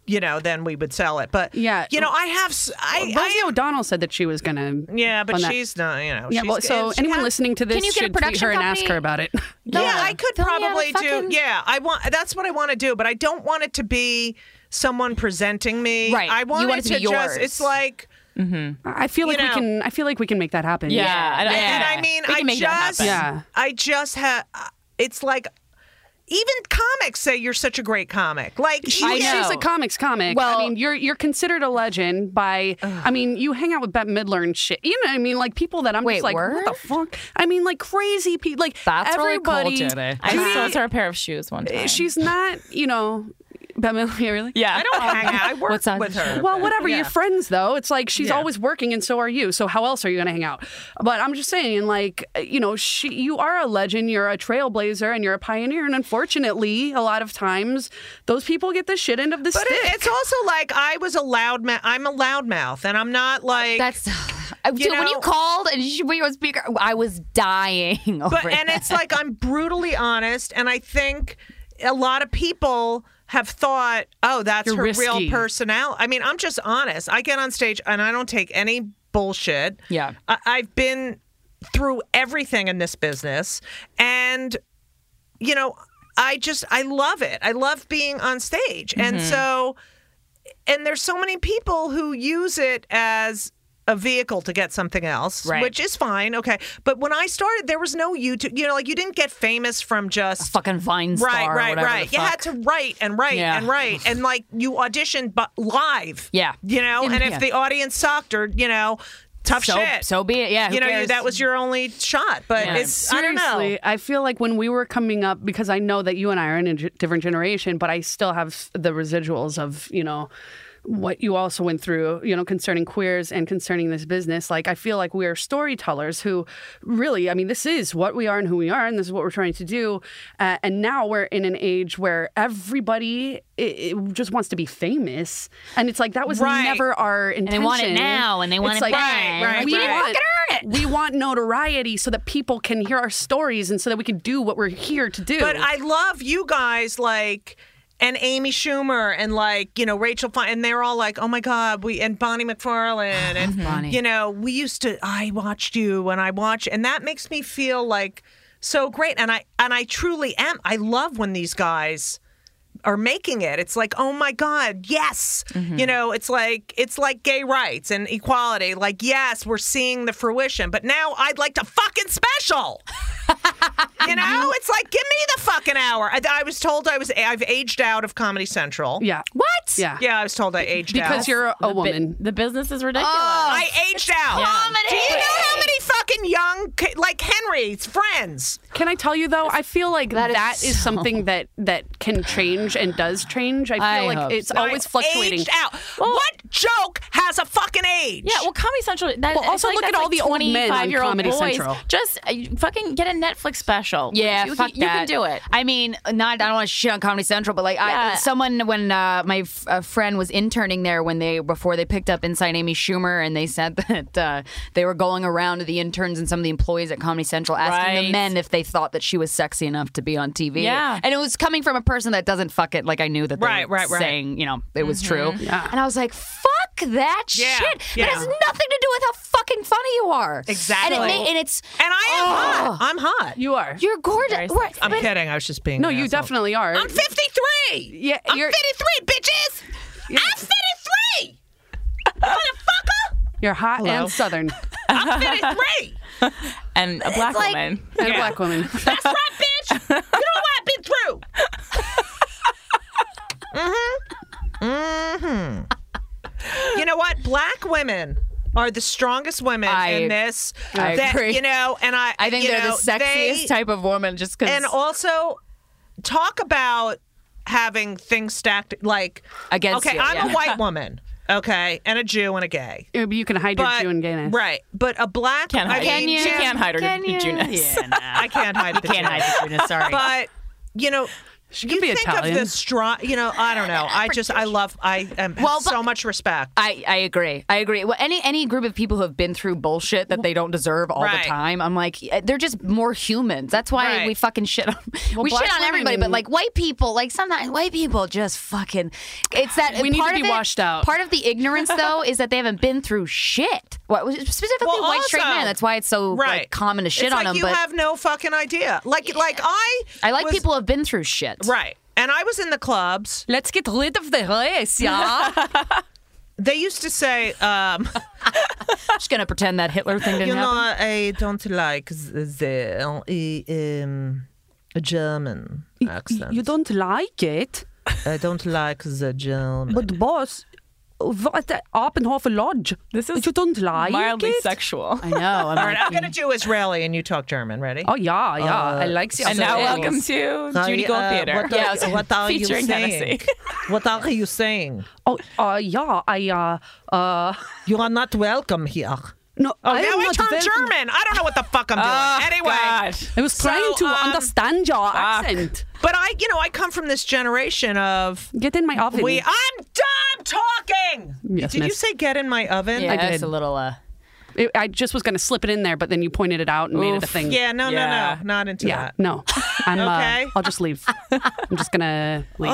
Speaker 5: you know, then we would sell it. But
Speaker 6: Yeah.
Speaker 5: you know, I have s- I,
Speaker 6: Rosie
Speaker 5: I
Speaker 6: O'Donnell said that she was gonna.
Speaker 5: yeah, but
Speaker 6: on that-
Speaker 5: she's not. You know.
Speaker 6: Yeah,
Speaker 5: she's,
Speaker 6: well, so
Speaker 5: she
Speaker 6: anyone
Speaker 5: has-
Speaker 6: listening to this
Speaker 2: Can you get a
Speaker 6: should tweet
Speaker 2: production
Speaker 6: her and ask
Speaker 2: company?
Speaker 6: her about it. <laughs>
Speaker 5: Yeah,
Speaker 2: Yeah.
Speaker 5: I could
Speaker 2: Fill me out a
Speaker 5: probably do.
Speaker 2: fucking-
Speaker 5: Yeah, I want. That's what I want to do, but I don't want it to be someone presenting me.
Speaker 2: Right.
Speaker 5: I
Speaker 2: You
Speaker 5: want,
Speaker 2: want it to be
Speaker 5: just.
Speaker 2: yours.
Speaker 5: It's like.
Speaker 6: I feel like
Speaker 5: You
Speaker 6: we
Speaker 5: know.
Speaker 6: can. I feel like we can make that happen.
Speaker 1: Yeah. And,
Speaker 5: And I mean,
Speaker 1: we
Speaker 5: I
Speaker 1: can make
Speaker 5: just,
Speaker 1: that happen.
Speaker 6: Yeah.
Speaker 5: I just have. It's like, even comics say you're such a great comic. Like,
Speaker 6: Well,
Speaker 5: even-
Speaker 1: know.
Speaker 6: she's a comics comic.
Speaker 2: Well-
Speaker 6: I mean, you're you're considered a legend by. I mean, you hang out with Bette Midler and shit. You know, what I mean, like people that I'm
Speaker 2: Wait,
Speaker 6: just like,
Speaker 2: word?
Speaker 6: what the fuck? I mean, like crazy people. Like
Speaker 2: That's really cool,
Speaker 6: everybody. eh,
Speaker 2: Jenny.
Speaker 1: I sold her a pair of shoes one time.
Speaker 6: She's not, you know, Bette Midler. <laughs> Really?
Speaker 1: yeah.
Speaker 5: I don't <laughs> hang
Speaker 1: um,
Speaker 5: out. I work
Speaker 2: What's on
Speaker 5: with
Speaker 2: the
Speaker 5: her.
Speaker 6: Well, whatever.
Speaker 5: Yeah.
Speaker 6: You're friends, though. It's like she's
Speaker 5: Yeah.
Speaker 6: always working, and so are you. So how else are you going to hang out? But I'm just saying, like, you know, she, you are a legend. You're a trailblazer, and you're a pioneer. And unfortunately, a lot of times, those people get the shit end of the
Speaker 5: But
Speaker 6: stick.
Speaker 5: it, it's also like I was a loud ma- I'm a loudmouth, and I'm not like
Speaker 2: That's <sighs> dude. when you
Speaker 5: know-
Speaker 2: called and she we on speaker, I was dying <laughs> over
Speaker 5: but and
Speaker 2: that.
Speaker 5: it's like I'm brutally honest, and I think a lot of people have thought, oh, that's
Speaker 6: You're
Speaker 5: her
Speaker 6: risky.
Speaker 5: real personality. I mean, I'm just honest. I get on stage and I don't take any bullshit.
Speaker 1: Yeah.
Speaker 5: I- I've been through everything in this business and you know, I just I love it. I love being on stage. And so and there's so many people who use it as a vehicle to get something else,
Speaker 1: Right.
Speaker 5: which is fine, okay. But when I started, there was no YouTube. You know, like you didn't get famous from just
Speaker 2: fucking Vine star,
Speaker 5: right,
Speaker 2: or
Speaker 5: right,
Speaker 2: whatever
Speaker 5: right.
Speaker 2: the
Speaker 5: You had
Speaker 2: fuck.
Speaker 5: to write and write
Speaker 1: Yeah.
Speaker 5: and write, and like you auditioned but live.
Speaker 1: Yeah.
Speaker 5: you know, and if
Speaker 2: yeah.
Speaker 5: the audience sucked or you know, tough
Speaker 1: So-
Speaker 5: shit.
Speaker 1: so be it. Yeah, who
Speaker 5: you know,
Speaker 1: cares?
Speaker 5: that was your only shot. But it's
Speaker 6: Seriously,
Speaker 5: I don't know.
Speaker 6: feel like when we were coming up, because I know that you and I are in a g- different generation, but I still have the residuals of, you know, what you also went through, you know, concerning queers and concerning this business. Like, I feel like we are storytellers who really, I mean, this is what we are and who we are, and this is what we're trying to do. Uh, and now we're in an age where everybody i it just wants to be famous. And it's like, that was
Speaker 5: Right.
Speaker 6: never our intention.
Speaker 2: want it now, and they want
Speaker 6: It's
Speaker 2: it
Speaker 5: Right, right,
Speaker 6: we
Speaker 5: right.
Speaker 6: want, we want notoriety so that people can hear our stories and so that we can do what we're here to do.
Speaker 5: But I love you guys like and Amy Schumer and like, you know, Rachel Fine and they're all like, Oh my God, we and Bonnie McFarlane and
Speaker 2: Bonnie.
Speaker 5: you know, we used to I watched you and I watch and that makes me feel like so great. And I and I truly am I love when these guys are making it. It's like, oh my God, yes.
Speaker 6: Mm-hmm.
Speaker 5: You know, it's like it's like gay rights and equality. Like, yes, we're seeing the fruition. But now I'd like to fucking
Speaker 6: <laughs>
Speaker 5: special. you know, it's like give me the fucking hour. I, I was told I was I've aged out of Comedy Central.
Speaker 6: yeah.
Speaker 1: What?
Speaker 6: Yeah.
Speaker 5: yeah, I was told I aged out
Speaker 6: Because you're a, a
Speaker 1: Bi-
Speaker 6: woman.
Speaker 1: the business is ridiculous.
Speaker 6: Oh,
Speaker 5: I aged out.
Speaker 1: comedy.
Speaker 5: Do you know how many fucking young ki- like Henry's friends?
Speaker 6: Can I tell you though? I feel like
Speaker 2: That
Speaker 6: that
Speaker 2: is
Speaker 6: is, something that that can change and does change. I feel
Speaker 2: I hope
Speaker 6: like it's
Speaker 2: so.
Speaker 6: always
Speaker 5: I
Speaker 6: fluctuating.
Speaker 5: Aged out. what joke has a fucking age?
Speaker 1: Yeah, well, Comedy Central. That,
Speaker 6: Well,
Speaker 1: I feel
Speaker 6: also
Speaker 1: like
Speaker 6: look
Speaker 1: that's
Speaker 6: at all
Speaker 1: like
Speaker 6: the old men on
Speaker 1: 25-year-old
Speaker 6: Comedy
Speaker 1: boys.
Speaker 6: Central.
Speaker 1: Just uh, fucking get a Netflix special.
Speaker 2: Yeah,
Speaker 1: you,
Speaker 2: fuck
Speaker 1: you
Speaker 2: that.
Speaker 1: can do it.
Speaker 2: I mean, not I don't want to shit on Comedy Central, but like I,
Speaker 1: Yeah.
Speaker 2: someone when uh, my f- a friend was interning there when they before they picked up Inside Amy Schumer, and they said <laughs> that uh, they were going around to the interns and some of the employees at Comedy Central asking the
Speaker 1: Right.
Speaker 2: men if they thought that she was sexy enough to be on TV.
Speaker 1: Yeah.
Speaker 2: and it was coming from a person that doesn't fuck it. Like I knew that they
Speaker 5: Right,
Speaker 2: were
Speaker 5: right, right.
Speaker 2: saying you know it was
Speaker 1: Mm-hmm.
Speaker 2: true. Yeah. and I was like, fuck that
Speaker 5: Yeah,
Speaker 2: shit.
Speaker 5: yeah.
Speaker 2: That has nothing to do with how fucking funny you are.
Speaker 5: Exactly.
Speaker 2: and, it ma- and it's
Speaker 5: And I
Speaker 6: Oh.
Speaker 5: am
Speaker 2: Ugh.
Speaker 5: hot. I'm hot.
Speaker 6: You are.
Speaker 2: You're gorgeous. Right,
Speaker 5: I'm
Speaker 2: but-
Speaker 5: kidding. I was just being.
Speaker 6: no,
Speaker 5: an
Speaker 6: you
Speaker 5: asshole.
Speaker 6: definitely are.
Speaker 5: I'm 53.
Speaker 6: Yeah,
Speaker 5: I'm
Speaker 6: you're-
Speaker 5: 53, bitches. I'm 53.
Speaker 6: You're hot and southern
Speaker 5: I'm 53.
Speaker 1: And a black
Speaker 2: like-
Speaker 1: woman.
Speaker 6: and a black woman. <laughs>
Speaker 5: That's right, bitch. You know what I've been <laughs> through. hmm hmm Mm-hmm. You know what? Black women are the strongest women
Speaker 2: I-
Speaker 5: in this.
Speaker 2: I
Speaker 5: that,
Speaker 2: agree.
Speaker 5: You know, and I.
Speaker 2: I think
Speaker 5: you
Speaker 2: they're
Speaker 5: know,
Speaker 2: the sexiest
Speaker 5: they-
Speaker 2: type of woman just because.
Speaker 5: And also, talk about having things stacked like
Speaker 2: Against
Speaker 5: Okay,
Speaker 2: you,
Speaker 5: I'm
Speaker 2: yeah. <laughs>
Speaker 5: a white woman. Okay, and a Jew and a gay.
Speaker 6: You can hide your
Speaker 5: But-
Speaker 6: Jew and gayness.
Speaker 5: Right, but a black.
Speaker 1: Can't
Speaker 5: I
Speaker 1: hide.
Speaker 5: mean,
Speaker 1: She
Speaker 5: Jew-
Speaker 1: can't hide her
Speaker 2: Can you?
Speaker 1: Junus.
Speaker 2: Yeah, nah.
Speaker 5: I can't hide. the
Speaker 2: can't
Speaker 5: Jew.
Speaker 2: hide the Junus. Sorry.
Speaker 5: but you know
Speaker 6: She
Speaker 5: you
Speaker 6: could be
Speaker 5: think
Speaker 6: Italian.
Speaker 5: of the strong you know i don't know i just i love i am, have
Speaker 2: Well, but-
Speaker 5: so much respect
Speaker 2: I, I agree. I agree. Well, any any group of people who have been through bullshit that they don't deserve all
Speaker 5: Right.
Speaker 2: the time, I'm like, eh, they're just more humans. That's why
Speaker 5: Right.
Speaker 2: we fucking shit on we shit
Speaker 6: black
Speaker 2: on everybody. But
Speaker 6: women-
Speaker 2: like white people, like sometimes white people just fucking. It's that
Speaker 6: We need to
Speaker 2: part
Speaker 6: be
Speaker 2: of it-
Speaker 6: washed out.
Speaker 2: Part of the ignorance
Speaker 6: <laughs>
Speaker 2: though is that they haven't been through shit. What specifically
Speaker 5: Well,
Speaker 2: white straight
Speaker 5: also-
Speaker 2: men? That's why it's so
Speaker 5: right
Speaker 2: like, common to shit
Speaker 5: it's
Speaker 2: on
Speaker 5: like
Speaker 2: them.
Speaker 5: you
Speaker 2: but
Speaker 5: have no fucking idea like like i
Speaker 2: I like
Speaker 5: was-
Speaker 2: people who have been through shit.
Speaker 5: right and i was in the clubs
Speaker 2: Let's get rid of the <laughs> race, yeah.
Speaker 5: they used to say um
Speaker 2: just gonna pretend that Hitler thing didn't
Speaker 5: you know
Speaker 2: happen.
Speaker 5: i don't like the um, german accent
Speaker 6: You don't like it,
Speaker 5: i don't like the german
Speaker 6: but boss, what Oppenhofer Lodge?
Speaker 1: This is
Speaker 6: you don't like
Speaker 1: Mildly
Speaker 6: it.
Speaker 1: sexual.
Speaker 2: I know. I'm
Speaker 5: all right i'm gonna do israeli and you talk german ready
Speaker 6: Oh yeah, yeah. I like the
Speaker 1: And now,
Speaker 6: Australians.
Speaker 1: welcome to Judy Gold Theater.
Speaker 5: <laughs>
Speaker 2: Yeah, so
Speaker 5: uh, what are
Speaker 1: you featuring saying? Hennessy.
Speaker 5: what are you saying?
Speaker 6: Oh, uh, yeah, I, uh, uh,
Speaker 5: You are not welcome here.
Speaker 6: no,
Speaker 5: Oh,
Speaker 6: I
Speaker 5: now
Speaker 6: am
Speaker 5: I
Speaker 6: not
Speaker 5: turn
Speaker 6: welcome.
Speaker 5: German. I don't know what the fuck <laughs> I'm doing. anyway,
Speaker 1: God.
Speaker 6: I was
Speaker 5: So,
Speaker 6: trying to
Speaker 5: um,
Speaker 6: understand your accent.
Speaker 5: but I, you know, I come from this generation of
Speaker 6: Get in my oven.
Speaker 5: we. I'm done talking.
Speaker 6: Yes,
Speaker 5: Did you
Speaker 6: miss.
Speaker 5: say get in my oven?
Speaker 2: Yeah,
Speaker 6: I
Speaker 2: it's
Speaker 6: did.
Speaker 2: a little. Uh,
Speaker 6: It, I just was going to slip it in there, but then you pointed it out and made it a thing.
Speaker 5: Yeah, no,
Speaker 1: Yeah.
Speaker 5: no, no, not into
Speaker 6: Yeah,
Speaker 5: that.
Speaker 6: no. I'm,
Speaker 5: Okay.
Speaker 6: uh, I'll just leave. I'm just going to <laughs> leave.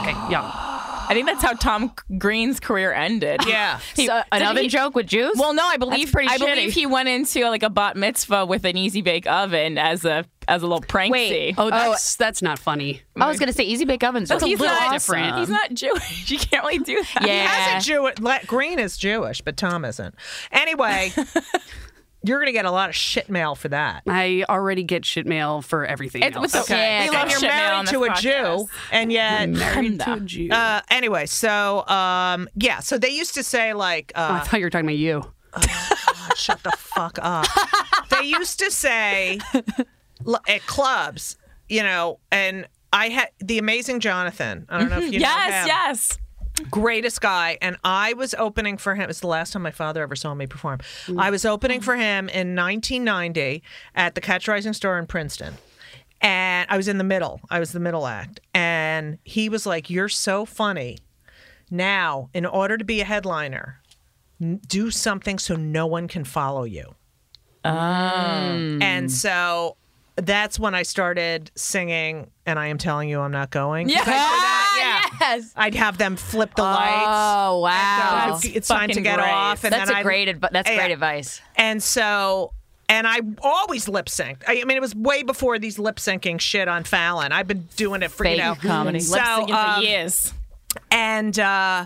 Speaker 6: okay, yeah.
Speaker 1: I think that's how Tom Green's career
Speaker 6: <laughs>
Speaker 1: ended.
Speaker 5: Yeah.
Speaker 1: He-
Speaker 2: So, an
Speaker 1: did
Speaker 2: oven
Speaker 1: he-
Speaker 2: joke with juice?
Speaker 1: Well, no, I believe
Speaker 2: That's pretty
Speaker 1: I
Speaker 2: shitty.
Speaker 1: believe he went into like a bat mitzvah with an easy bake oven as a as a little prank.
Speaker 2: Wait.
Speaker 6: Oh, that's that's not funny.
Speaker 2: I was gonna say easy bake ovens. That's
Speaker 1: he's not
Speaker 6: different.
Speaker 1: He's not Jewish. <laughs> You can't really do that.
Speaker 2: Yeah.
Speaker 5: As a Jew, Le- Green is Jewish, but Tom isn't.
Speaker 6: <laughs>
Speaker 5: Anyway, you're going to get a lot of shit mail for that.
Speaker 6: I already get shit mail for everything.
Speaker 1: It's-
Speaker 6: else.
Speaker 1: it's okay.
Speaker 2: Yeah,
Speaker 1: We
Speaker 2: okay.
Speaker 1: love
Speaker 5: You're
Speaker 1: shit mail on
Speaker 5: married
Speaker 1: this
Speaker 5: to a
Speaker 1: podcast.
Speaker 5: Jew, and yet
Speaker 6: Married to a Jew.
Speaker 5: Uh, anyway, so um, yeah, so they used to say like,
Speaker 6: Oh, I
Speaker 5: uh,
Speaker 6: thought you were talking about you.
Speaker 5: Oh "Shut the fuck up." <laughs> they used to say l- at clubs, you know, and I had the amazing Jonathan. I don't know if you know
Speaker 1: Yes,
Speaker 5: him.
Speaker 1: yes.
Speaker 5: greatest guy and i was opening for him it was the last time my father ever saw me perform i was opening for him in 1990 at the catch rising star in princeton and i was in the middle i was the middle act and he was like you're so funny now in order to be a headliner n- do something so no one can follow you
Speaker 1: Mm.
Speaker 5: and so that's when i started singing and i am telling you i'm not going
Speaker 1: <laughs> Yeah.
Speaker 2: yes.
Speaker 5: I'd have them flip the lights.
Speaker 2: Oh wow.
Speaker 5: So it's time to
Speaker 1: fucking
Speaker 5: get
Speaker 1: great.
Speaker 5: off. And
Speaker 2: That's
Speaker 5: then
Speaker 2: a
Speaker 5: I-
Speaker 2: great advice. That's
Speaker 5: Yeah.
Speaker 2: great advice.
Speaker 5: And so, and I always lip synced. I, I mean, it was way before these lip syncing shit on Fallon. I've been doing it for
Speaker 2: Fake
Speaker 5: you know
Speaker 2: comedy.
Speaker 5: So,
Speaker 1: Lip syncing for
Speaker 5: um,
Speaker 1: years.
Speaker 5: and uh,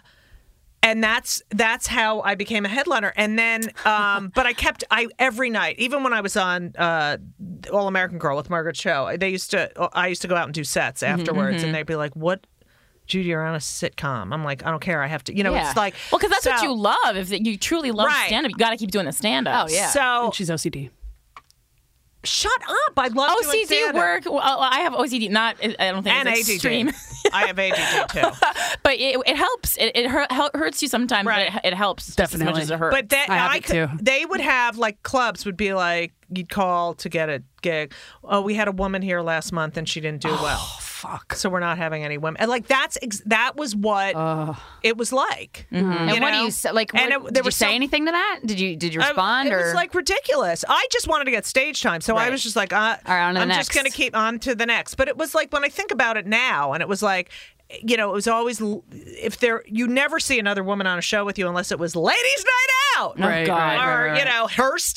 Speaker 5: and that's that's how I became a headliner. And then, um, <laughs> but I kept I every night, even when I was on uh, All American Girl with Margaret Cho, they used to I used to go out and do sets
Speaker 1: Mm-hmm,
Speaker 5: afterwards, and they'd be like, "What, Judy, you're on a sitcom." I'm like, "I don't care. I have to." You know,
Speaker 1: yeah.
Speaker 5: it's like
Speaker 1: well, because that's what
Speaker 5: so-
Speaker 1: you love. If you truly love
Speaker 5: Right.
Speaker 1: stand up, you got to keep doing the stand up.
Speaker 2: Oh, yeah.
Speaker 5: So
Speaker 6: She's OCD.
Speaker 5: shut up. I love
Speaker 1: Oh, OCD
Speaker 5: doing stand-up.
Speaker 1: work. Well, uh, I have OCD. Not. I don't think
Speaker 5: and
Speaker 1: it's extreme. <laughs>
Speaker 5: ADD. <laughs> I
Speaker 2: <laughs>
Speaker 5: have ADD too.
Speaker 1: But it, it helps. It, it hurt, hel- hurts you sometimes,
Speaker 5: Right.
Speaker 1: but it, it helps just as much
Speaker 6: Definitely.
Speaker 1: as it hurts.
Speaker 5: But that
Speaker 6: I have
Speaker 5: I
Speaker 6: it,
Speaker 5: could,
Speaker 6: too.
Speaker 5: they would have like clubs would be like you'd call to get a gig. Oh, we had a woman here last month and she didn't do well.
Speaker 6: Fuck.
Speaker 5: So we're not having any women. And like that's ex- that was what it was like.
Speaker 2: And what do you say? Like,
Speaker 5: And
Speaker 2: what,
Speaker 5: it- there
Speaker 2: did you
Speaker 5: was
Speaker 2: say
Speaker 5: some-
Speaker 2: anything to that? Did you did you
Speaker 5: I-
Speaker 2: respond
Speaker 5: It
Speaker 2: or
Speaker 5: was like ridiculous. I just wanted to get stage time, so I was just like, uh,
Speaker 2: All right, on to the
Speaker 5: I'm just
Speaker 2: next.
Speaker 5: going to keep on to the next. But it was like when I think about it now, and it was like, you know, it was always l- if there you never see another woman on a show with you unless it was ladies' night out.
Speaker 2: Oh,
Speaker 6: Right,
Speaker 1: God.
Speaker 6: right, right,
Speaker 5: Or
Speaker 6: right.
Speaker 5: you know,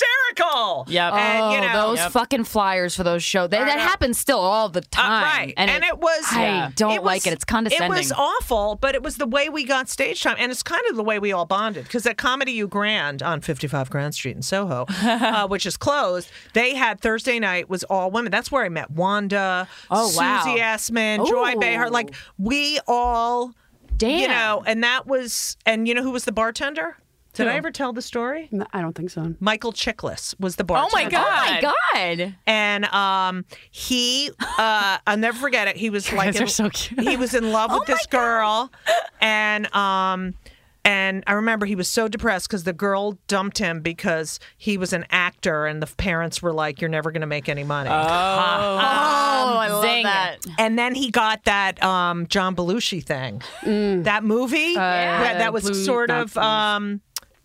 Speaker 5: hysterical.
Speaker 1: Yep.
Speaker 5: And,
Speaker 2: oh
Speaker 5: uh, you know,
Speaker 2: those fucking flyers for those shows? They, that
Speaker 5: know.
Speaker 2: happens still all the
Speaker 5: Uh,
Speaker 2: time.
Speaker 5: right. And, it, was.
Speaker 2: I don't like it. It's condescending.
Speaker 5: It was oh awful, but it was the way we got stage time. And it's kind of the way we all bonded. Because at Comedy U Grand on 55 Grand Street
Speaker 2: <laughs>
Speaker 5: in Soho, uh, which is closed, they had Thursday night was all women. That's where I met Wanda,
Speaker 2: Oh,
Speaker 5: Susie
Speaker 2: wow.
Speaker 5: Essman, Joy
Speaker 2: Ooh.
Speaker 5: Behar. Like, we all,
Speaker 2: Damn.
Speaker 5: you know, and that was, and you know who was the bartender? Did I ever tell the story?
Speaker 6: No, I don't think so.
Speaker 5: Michael Chiklis was the
Speaker 1: oh
Speaker 5: bartender
Speaker 1: my god!
Speaker 2: Oh my god.
Speaker 5: and um, he uh, I'll never forget it. He
Speaker 6: <laughs>
Speaker 5: was like,
Speaker 6: guys
Speaker 5: in-
Speaker 6: are so cute. Oh
Speaker 5: He was
Speaker 6: <laughs>
Speaker 5: in love with this girl, and um, and I remember he was so depressed because the girl dumped him because he was an actor, and the parents were like, "You're never going to make any money."
Speaker 2: Oh, I love
Speaker 1: zing.
Speaker 2: that.
Speaker 5: And then he got that um, John Belushi thing,
Speaker 2: Mm.
Speaker 5: that movie
Speaker 2: Uh,
Speaker 5: that, that was
Speaker 6: Blue-
Speaker 5: sort
Speaker 6: not
Speaker 5: of
Speaker 6: Blues.
Speaker 5: um,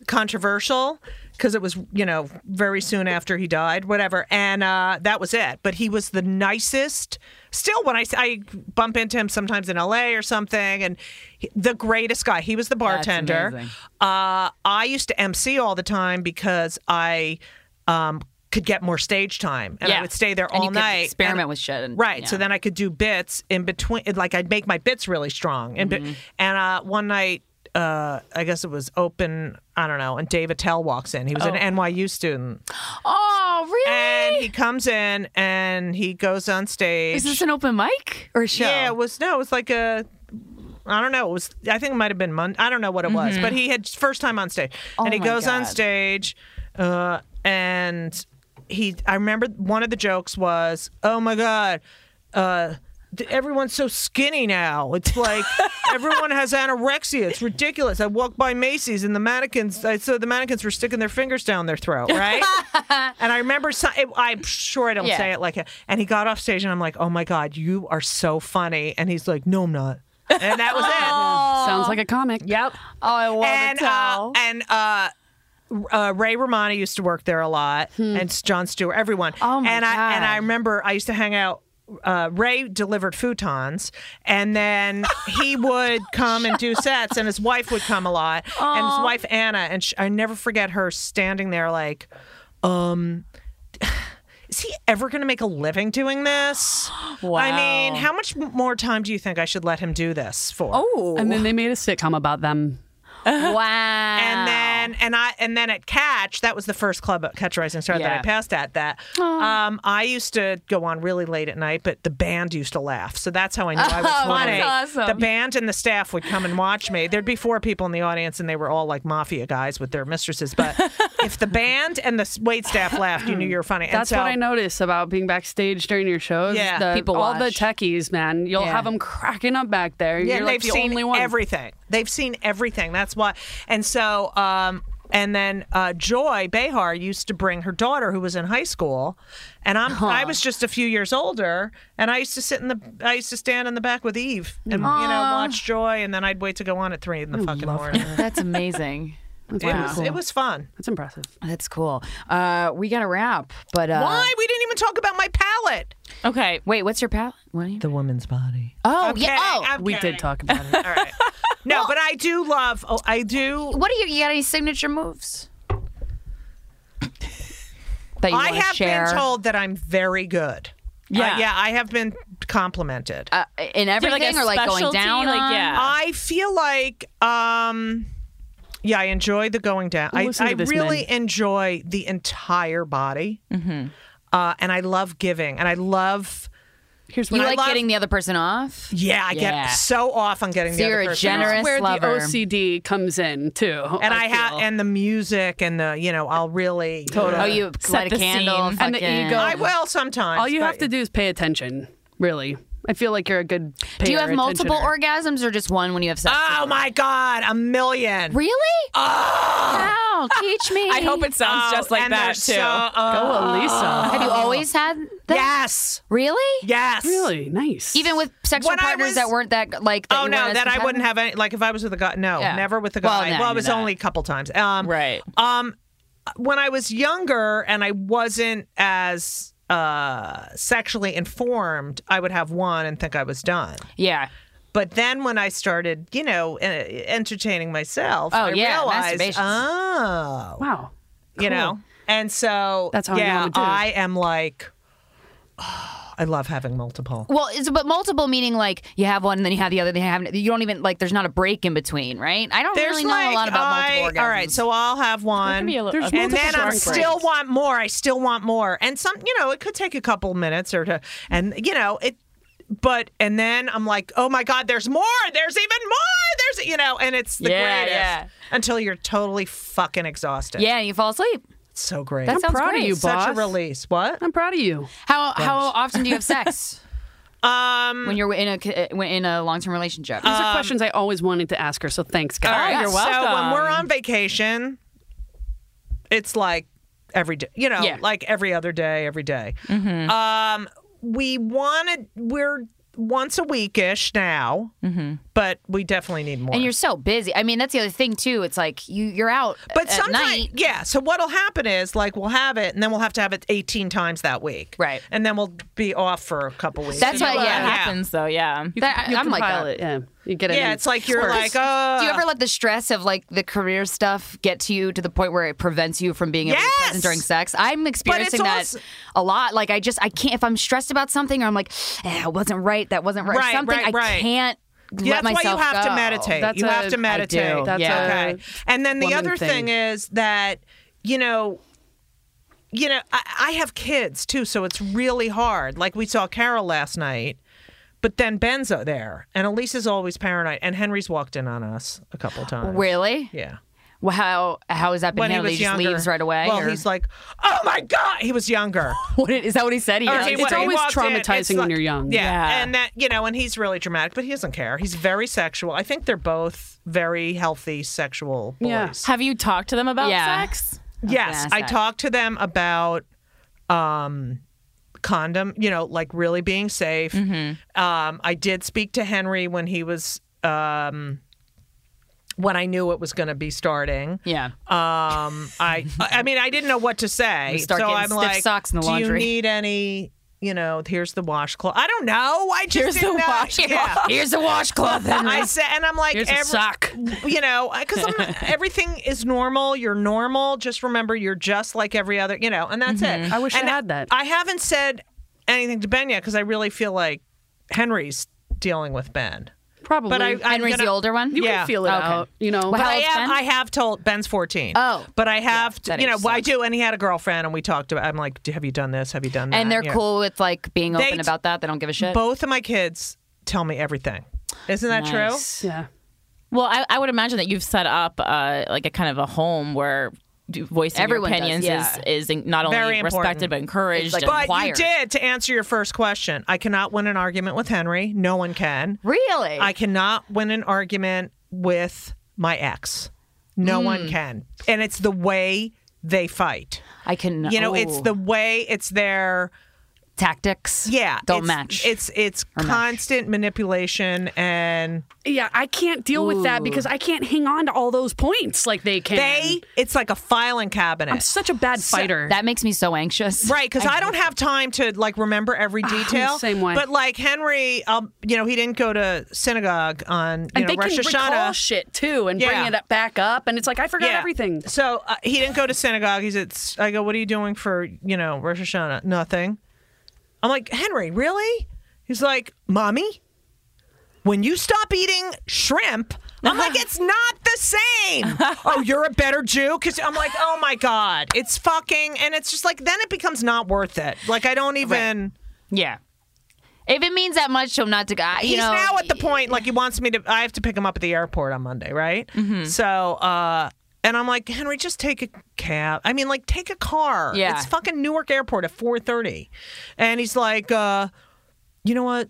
Speaker 5: controversial because it was, you know, very soon after he died, whatever. And uh, that was it. But he was the nicest. Still, when I, s- I bump into him sometimes in L.A. or something, and he, the greatest guy. He was the bartender.
Speaker 2: amazing.
Speaker 5: Uh, I used to MC all the time because I. Um, could get more stage time, and I
Speaker 2: Yeah.
Speaker 5: would stay there
Speaker 2: And
Speaker 5: all
Speaker 2: you could
Speaker 5: night. and-
Speaker 2: experiment with shit. and-
Speaker 5: Right.
Speaker 2: yeah.
Speaker 5: So then I could do bits in between. Like I'd make my bits really strong. And
Speaker 2: Mm-hmm.
Speaker 5: bi- and uh, one night, uh, I guess it was open. I don't know. And Dave Attell walks in. He was an NYU student,
Speaker 2: Oh, really?
Speaker 5: and he comes in and he goes on stage.
Speaker 2: Is this an open mic or a show?
Speaker 5: yeah, it was no, it was like a. I don't know. It was. I think it might have been Monday. I don't know what it was, but he had first time on stage, and he
Speaker 2: Mm-hmm. Oh my
Speaker 5: goes on
Speaker 2: God.
Speaker 5: stage, uh, and he. I remember one of the jokes was, "Oh my God, uh, th- everyone's so skinny now.
Speaker 2: <laughs>
Speaker 5: It's like everyone has anorexia. It's ridiculous." I walked by Macy's, and the mannequins. I saw the mannequins were sticking their fingers down their throat, right?
Speaker 2: <laughs>
Speaker 5: And I remember, some, it, I'm sure I don't
Speaker 2: Yeah.
Speaker 5: say it like it. And he got off stage, and I'm like, "Oh my god, you are so funny!" And he's like, "No, I'm not." And that was it.
Speaker 6: Sounds like a comic.
Speaker 5: Yep.
Speaker 2: Oh, I love
Speaker 5: and
Speaker 2: it.
Speaker 5: uh, and uh, uh, Ray Romano used to work there a lot, and John Stewart, everyone.
Speaker 2: Hmm. Oh, my
Speaker 5: and I, and
Speaker 2: God.
Speaker 5: I remember I used to hang out. Uh, Ray delivered futons, and then
Speaker 2: <laughs>
Speaker 5: he would come and do sets, and his wife would come a lot, and his wife Anna, and sh I never forget her standing there like, um. <sighs> Is he ever going to make a living
Speaker 2: <gasps>
Speaker 5: doing this? I mean,
Speaker 1: Wow.
Speaker 5: how much more time do you think I should let him do this for?
Speaker 1: Oh,
Speaker 6: And then they made a sitcom about them.
Speaker 2: wow.
Speaker 5: and then and I and then at Catch, that was the first club at Catch Rising Star that
Speaker 1: Yeah.
Speaker 5: I passed at. That um, I used to go on really late at night, but the band used to laugh, so that's how I knew I was funny.
Speaker 1: awesome.
Speaker 5: The band and the staff would come and watch me. There'd be four people in the audience, and they were all like mafia guys with their mistresses. But if the band and the wait staff laughed, you knew you were funny. And
Speaker 6: That's
Speaker 5: so,
Speaker 6: what I notice about being backstage during your shows.
Speaker 5: Yeah.
Speaker 6: the-
Speaker 1: People
Speaker 6: all
Speaker 1: watch.
Speaker 6: the techies, man. You'll
Speaker 1: Yeah.
Speaker 6: have them cracking up back there.
Speaker 5: Yeah,
Speaker 6: You're
Speaker 5: and
Speaker 6: like
Speaker 5: they've
Speaker 6: the
Speaker 5: seen
Speaker 6: only one.
Speaker 5: everything. They've seen everything. That's why. And so, um, and then uh, Joy Behar used to bring her daughter, who was in high school, and I'm I was just a few years older, and I used to sit in the I used to stand in the back with Eve and you know watch Joy, and then I'd wait to go on at three in the fucking morning.
Speaker 2: that's
Speaker 5: <laughs>
Speaker 2: amazing.
Speaker 6: That's
Speaker 5: It
Speaker 6: pretty
Speaker 5: was,
Speaker 6: cool.
Speaker 5: it was fun.
Speaker 6: That's impressive.
Speaker 2: Oh, That's cool. Uh, we got to wrap, but uh,
Speaker 5: Why we didn't even talk about my palette?
Speaker 1: okay.
Speaker 2: Wait, what's your pal? What are you-
Speaker 5: The woman's body.
Speaker 2: Oh,
Speaker 5: I'm
Speaker 2: yeah.
Speaker 5: kidding.
Speaker 2: Oh,
Speaker 5: I'm
Speaker 6: We
Speaker 5: kidding.
Speaker 6: did talk about
Speaker 2: <laughs>
Speaker 6: it.
Speaker 5: All right.
Speaker 6: <laughs>
Speaker 5: No, but I do love. Oh, I do.
Speaker 2: what are you? You got any signature moves? That you
Speaker 5: I
Speaker 2: wanna
Speaker 5: have
Speaker 2: share?
Speaker 5: been told that I'm very good. Uh,
Speaker 1: Yeah.
Speaker 5: yeah, I have been complimented.
Speaker 2: uh, in
Speaker 1: Do you have,
Speaker 2: everything,
Speaker 1: like, a
Speaker 2: or like going
Speaker 1: specialty?
Speaker 2: down?
Speaker 1: Like,
Speaker 2: on?
Speaker 1: yeah.
Speaker 5: I feel like um yeah, I enjoy the going down. I,
Speaker 6: Listen to
Speaker 5: I
Speaker 6: this
Speaker 5: really enjoy the entire body.
Speaker 6: Mm-hmm.
Speaker 5: Uh, and I love giving and I love
Speaker 6: Here's
Speaker 2: You
Speaker 6: what I
Speaker 2: like
Speaker 5: love-
Speaker 2: getting the other person off?
Speaker 5: yeah, I
Speaker 1: Yeah.
Speaker 5: get so off on getting
Speaker 2: So
Speaker 5: the other
Speaker 2: you're a
Speaker 5: person off.
Speaker 2: generous
Speaker 6: where
Speaker 2: lover.
Speaker 6: the OCD comes in too.
Speaker 5: and I, have
Speaker 6: feel.
Speaker 5: and the music and the you know, I'll really
Speaker 2: Oh, you
Speaker 1: Set
Speaker 2: light
Speaker 1: the
Speaker 2: a candle
Speaker 1: scene.
Speaker 6: And the
Speaker 2: fucking-
Speaker 6: ego.
Speaker 5: I will sometimes.
Speaker 6: all you
Speaker 5: but-
Speaker 6: have to do is pay attention. Really, I feel like you're a good.
Speaker 2: Do you
Speaker 6: payer
Speaker 2: have multiple
Speaker 6: attentioner.
Speaker 2: orgasms or just one when you have sex?
Speaker 5: Oh my god, a million.
Speaker 2: Uh, Really? Wow, teach me.
Speaker 1: I hope it sounds just like
Speaker 5: Oh, and
Speaker 1: that
Speaker 5: they're
Speaker 1: too.
Speaker 5: so- uh,
Speaker 6: Oh, Lisa.
Speaker 2: Have you always had that?
Speaker 5: yes.
Speaker 2: Really?
Speaker 5: Yes.
Speaker 6: Really nice.
Speaker 2: Even with sexual
Speaker 5: When I
Speaker 2: partners
Speaker 5: was-
Speaker 2: that weren't that like. That
Speaker 5: Oh
Speaker 2: you
Speaker 5: no,
Speaker 2: weren't
Speaker 5: that
Speaker 2: as
Speaker 5: I wouldn't have any. Like if I was with a guy, no,
Speaker 2: Yeah.
Speaker 5: never with a
Speaker 2: Well,
Speaker 5: guy.
Speaker 2: no,
Speaker 5: Well,
Speaker 2: no,
Speaker 5: it was
Speaker 2: no.
Speaker 5: only a couple times. Um,
Speaker 1: Right.
Speaker 5: Um, when I was younger and I wasn't as uh sexually informed, I would have one and think I was done.
Speaker 1: Yeah.
Speaker 5: But then when I started, you know, uh, entertaining myself, I
Speaker 2: yeah,
Speaker 5: realized,
Speaker 2: masturbation's-
Speaker 5: oh,
Speaker 6: wow.
Speaker 5: you know, and so
Speaker 6: That's how I know
Speaker 5: yeah,
Speaker 6: I'm a dude.
Speaker 5: am like, <sighs> oh, I love having multiple.
Speaker 2: Well, it's but multiple meaning like you have one, and then you have the other, then you have you don't even like. There's not a break in between, right? I don't really know a lot about
Speaker 5: I-
Speaker 2: multiple orgasms.
Speaker 5: All right, so I'll have one.
Speaker 1: be a little- There's
Speaker 5: and
Speaker 1: multiple
Speaker 5: then I
Speaker 1: short
Speaker 5: still
Speaker 1: breaks.
Speaker 5: want more. I still want more. And some, you know, it could take a couple minutes or to, and you know, it but and then I'm like, "Oh my god, there's more. There's even more. There's, you know, and it's the
Speaker 1: Yeah,
Speaker 5: greatest
Speaker 1: yeah.
Speaker 5: until you're totally fucking exhausted.
Speaker 2: yeah, you fall asleep.
Speaker 5: It's so great.
Speaker 2: That sounds
Speaker 6: proud of
Speaker 2: great.
Speaker 6: you,
Speaker 5: such a
Speaker 6: boss.
Speaker 5: release. What?
Speaker 6: I'm proud of you.
Speaker 2: How how often do
Speaker 5: <laughs>
Speaker 2: you have sex
Speaker 5: Um
Speaker 2: when you're in a when in a long term relationship?
Speaker 5: Uh,
Speaker 6: These are questions I always wanted to ask her. So thanks,
Speaker 5: all
Speaker 6: guys.
Speaker 5: right,
Speaker 1: you're
Speaker 5: So when
Speaker 1: welcome.
Speaker 5: we're on vacation, it's like every day, you know,
Speaker 1: Yeah.
Speaker 5: like every other day, every day.
Speaker 2: Mm-hmm.
Speaker 5: Um, we wanted we're once a week ish now, but we definitely need more.
Speaker 2: Mm-hmm. and you're so busy. I mean, that's the other thing too. It's like you you're out
Speaker 5: but
Speaker 2: at
Speaker 5: sometimes,
Speaker 2: night.
Speaker 5: yeah. So what'll happen is like we'll have it, and then we'll have to have it 18 times that week,
Speaker 2: Right.
Speaker 5: And then we'll be off for a couple weeks.
Speaker 2: That's why,
Speaker 1: That
Speaker 2: yeah.
Speaker 1: happens though. Yeah.
Speaker 6: You,
Speaker 2: That-
Speaker 6: you
Speaker 2: I'm like
Speaker 6: compile
Speaker 2: that.
Speaker 6: it. Yeah, you get it.
Speaker 5: yeah.
Speaker 6: in
Speaker 5: It's like you're
Speaker 6: spurts.
Speaker 5: like, oh,
Speaker 2: Do you ever let the stress of like the career stuff get to you to the point where it prevents you from being able to be
Speaker 5: Yes!
Speaker 2: present during sex? I'm experiencing that
Speaker 5: also-
Speaker 2: a lot. Like I just I can't if I'm stressed about something or I'm like, eh, it wasn't right, that wasn't right,
Speaker 5: Right,
Speaker 2: something
Speaker 5: right,
Speaker 2: I
Speaker 5: right.
Speaker 2: can't
Speaker 5: Yeah,
Speaker 2: let
Speaker 5: that's why
Speaker 2: myself
Speaker 5: you have
Speaker 2: go.
Speaker 5: to meditate.
Speaker 6: That's
Speaker 5: you
Speaker 6: a- I
Speaker 5: have
Speaker 6: do.
Speaker 5: to meditate.
Speaker 6: That's
Speaker 2: Yeah.
Speaker 6: a
Speaker 5: okay. And then the
Speaker 6: woman
Speaker 5: other
Speaker 6: thing.
Speaker 5: thing is that you know, you know, I, I have kids too, so it's really hard. Like we saw Carol last night. But then Ben's out there, and Elise is always paranoid, and Henry's walked in on us a couple times.
Speaker 2: Really?
Speaker 5: Yeah.
Speaker 2: Well, How how has that been
Speaker 5: When he
Speaker 2: handled?
Speaker 5: was
Speaker 2: He, just
Speaker 5: younger.
Speaker 2: leaves right away.
Speaker 5: Well,
Speaker 2: or-
Speaker 5: he's like, "Oh my god!" He was younger.
Speaker 2: <laughs> what is is that? What he said? He
Speaker 5: Or
Speaker 2: yelled? <laughs>
Speaker 5: he
Speaker 6: it's
Speaker 5: wa- he
Speaker 6: always
Speaker 5: walked in, it's
Speaker 6: traumatizing when you're young.
Speaker 5: Yeah.
Speaker 1: Yeah.
Speaker 5: And that, you know, and he's really dramatic, but he doesn't care. He's very sexual. I think they're both very healthy sexual boys.
Speaker 6: Yeah.
Speaker 1: Have you talked to them about
Speaker 2: Yeah.
Speaker 1: sex?
Speaker 5: Yes.
Speaker 2: ask
Speaker 5: I
Speaker 2: that.
Speaker 5: talked to them about um condom, you know, like really being safe.
Speaker 1: Mm-hmm.
Speaker 5: Um I did speak to Henry when he was um when I knew it was going to be starting.
Speaker 2: Yeah.
Speaker 5: <laughs> Um, I I mean I didn't know what to say.
Speaker 2: start
Speaker 5: so
Speaker 2: getting
Speaker 5: I'm
Speaker 2: stiff
Speaker 5: like,
Speaker 2: socks in the
Speaker 5: do
Speaker 2: laundry."
Speaker 5: you need any? You know, here's the washcloth. I don't know. I just
Speaker 1: Here's the
Speaker 5: didn't know.
Speaker 1: washcloth.
Speaker 2: <laughs>
Speaker 5: Yeah.
Speaker 2: Here's the washcloth.
Speaker 5: I said, and I'm like,
Speaker 2: Here's a
Speaker 5: every,
Speaker 2: sock.
Speaker 5: You know, because
Speaker 2: <laughs>
Speaker 5: everything is normal. You're normal. Just remember, you're just like every other. You know, and that's it.
Speaker 2: Mm-hmm.
Speaker 6: I wish I
Speaker 5: and
Speaker 6: had that.
Speaker 5: I haven't said anything to Ben yet because I really feel like Henry's dealing with Ben.
Speaker 6: Probably.
Speaker 5: But I, I'm
Speaker 2: Henry's
Speaker 5: gonna-
Speaker 2: the older one.
Speaker 6: you
Speaker 5: yeah.
Speaker 6: can feel it
Speaker 2: Okay.
Speaker 6: out. You know.
Speaker 2: Well,
Speaker 5: But
Speaker 2: How
Speaker 5: I
Speaker 2: old's
Speaker 5: have,
Speaker 2: Ben?
Speaker 5: I have told Ben's 14.
Speaker 2: Oh.
Speaker 5: But I have,
Speaker 2: that
Speaker 5: you
Speaker 2: age
Speaker 5: know, well, I
Speaker 2: sucks.
Speaker 5: do. And he had a girlfriend, and we talked about I'm like, "Do- have you done this? Have you done that?
Speaker 2: and they're
Speaker 5: You know.
Speaker 2: cool with like being
Speaker 5: They
Speaker 2: open
Speaker 5: t-
Speaker 2: about that. They don't give a shit.
Speaker 5: Both of my kids tell me everything. Isn't that
Speaker 2: Nice.
Speaker 6: yeah.
Speaker 1: Well, I, I would imagine that you've set up uh, like a kind of a home where d- voicing
Speaker 2: Everyone
Speaker 1: your
Speaker 2: does,
Speaker 1: opinions
Speaker 2: yeah.
Speaker 1: is, is en- not only
Speaker 5: Very important.
Speaker 1: respected but encouraged.
Speaker 2: like-
Speaker 5: true? But you
Speaker 2: Required.
Speaker 5: did, to answer your first question, I cannot win an argument with Henry. No one can.
Speaker 2: Really?
Speaker 5: I cannot win an argument with my ex. No one
Speaker 2: Mm.
Speaker 5: can. And it's the way they fight.
Speaker 2: I can.
Speaker 5: You know, it's
Speaker 2: ooh.
Speaker 5: the way, it's their.
Speaker 2: tactics.
Speaker 5: Yeah,
Speaker 2: don't
Speaker 5: it's-
Speaker 2: match.
Speaker 5: It's it's
Speaker 2: match.
Speaker 5: constant manipulation, and
Speaker 6: Yeah, I can't deal with that because I can't hang on to all those points like they can.
Speaker 5: they it's like a filing cabinet.
Speaker 6: I'm such a bad fighter.
Speaker 2: that makes me so anxious.
Speaker 5: Right, because I don't have time to like remember every detail.
Speaker 6: Ah, same way.
Speaker 5: But like Henry, um, you know, he didn't go to synagogue on you
Speaker 6: and
Speaker 5: know
Speaker 6: they
Speaker 5: Rosh
Speaker 6: can recall
Speaker 5: Hashanah.
Speaker 6: shit too and
Speaker 5: Yeah.
Speaker 6: bring it back up. And it's like I forgot
Speaker 5: Yeah.
Speaker 6: everything.
Speaker 5: So uh, he didn't go to synagogue. He's at. I go, what are you doing for you know Rosh Hashanah? Nothing. I'm like Henry, really? He's like, mommy, when you stop eating shrimp. I'm like,
Speaker 6: <laughs>
Speaker 5: it's not the same. oh, you're a better Jew? Because I'm like, oh my God. It's fucking. And it's just like, then it becomes not worth it. Like, I don't even.
Speaker 2: Yeah. If it means that much to him not to go, you
Speaker 5: He's
Speaker 2: know.
Speaker 5: now at the point like he wants me to. I have to pick him up at the airport on Monday, right?
Speaker 2: Mm-hmm.
Speaker 5: So, uh, and I'm like, Henry, just take a cab. I mean, like, take a car.
Speaker 2: Yeah.
Speaker 5: it's fucking Newark Airport at four thirty, and he's like, uh, you know what?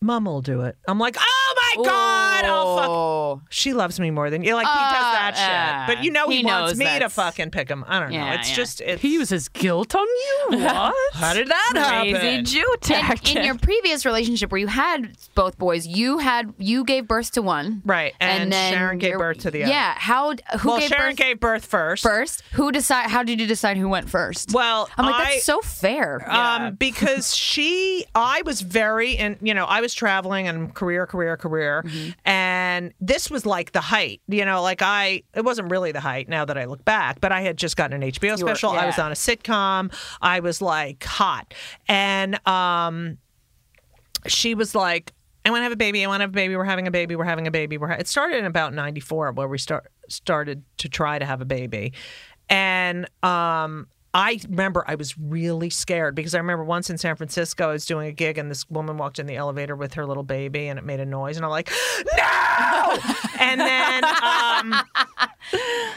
Speaker 5: Mom will do it. I'm like, oh my god, oh fuck.
Speaker 2: Oh.
Speaker 5: She loves me more than you. Like he does that
Speaker 2: Ah,
Speaker 5: shit, but you know he,
Speaker 2: he
Speaker 5: wants
Speaker 2: knows
Speaker 5: me to
Speaker 2: that's-
Speaker 5: fucking pick him. I don't know.
Speaker 2: Yeah,
Speaker 5: It's
Speaker 2: yeah.
Speaker 5: just it's,
Speaker 6: He uses guilt on you. What?
Speaker 5: How did that happen?
Speaker 1: Jew
Speaker 2: And
Speaker 1: tactic.
Speaker 2: in your previous relationship where you had both boys, you had you gave birth to one,
Speaker 5: Right, and
Speaker 2: then
Speaker 5: Sharon gave
Speaker 2: you're-
Speaker 5: birth to the other.
Speaker 2: Yeah, how who
Speaker 5: well,
Speaker 2: gave
Speaker 5: Sharon
Speaker 2: birth
Speaker 5: gave birth first.
Speaker 2: first? Who decide? How did you decide who went first?
Speaker 5: Well,
Speaker 2: I'm like
Speaker 5: I-
Speaker 2: that's so fair.
Speaker 5: um, because she, I was very, in, you know, I was traveling and career, career, career, and this was like the height, you know, like I, it wasn't really the height now that I look back, but I had just gotten an HBO special, I was
Speaker 2: yeah.
Speaker 5: on a sitcom, I was like hot, and um, she was like, I want to have a baby, I want to have a baby, we're having a baby, we're having a baby, we're. Ha-. It started in about '94 where we start started to try to have a baby, and um. I remember I was really scared because I remember once in San Francisco I was doing a gig and this woman walked in the elevator with her little baby and it made a noise and I'm like, no! and then um,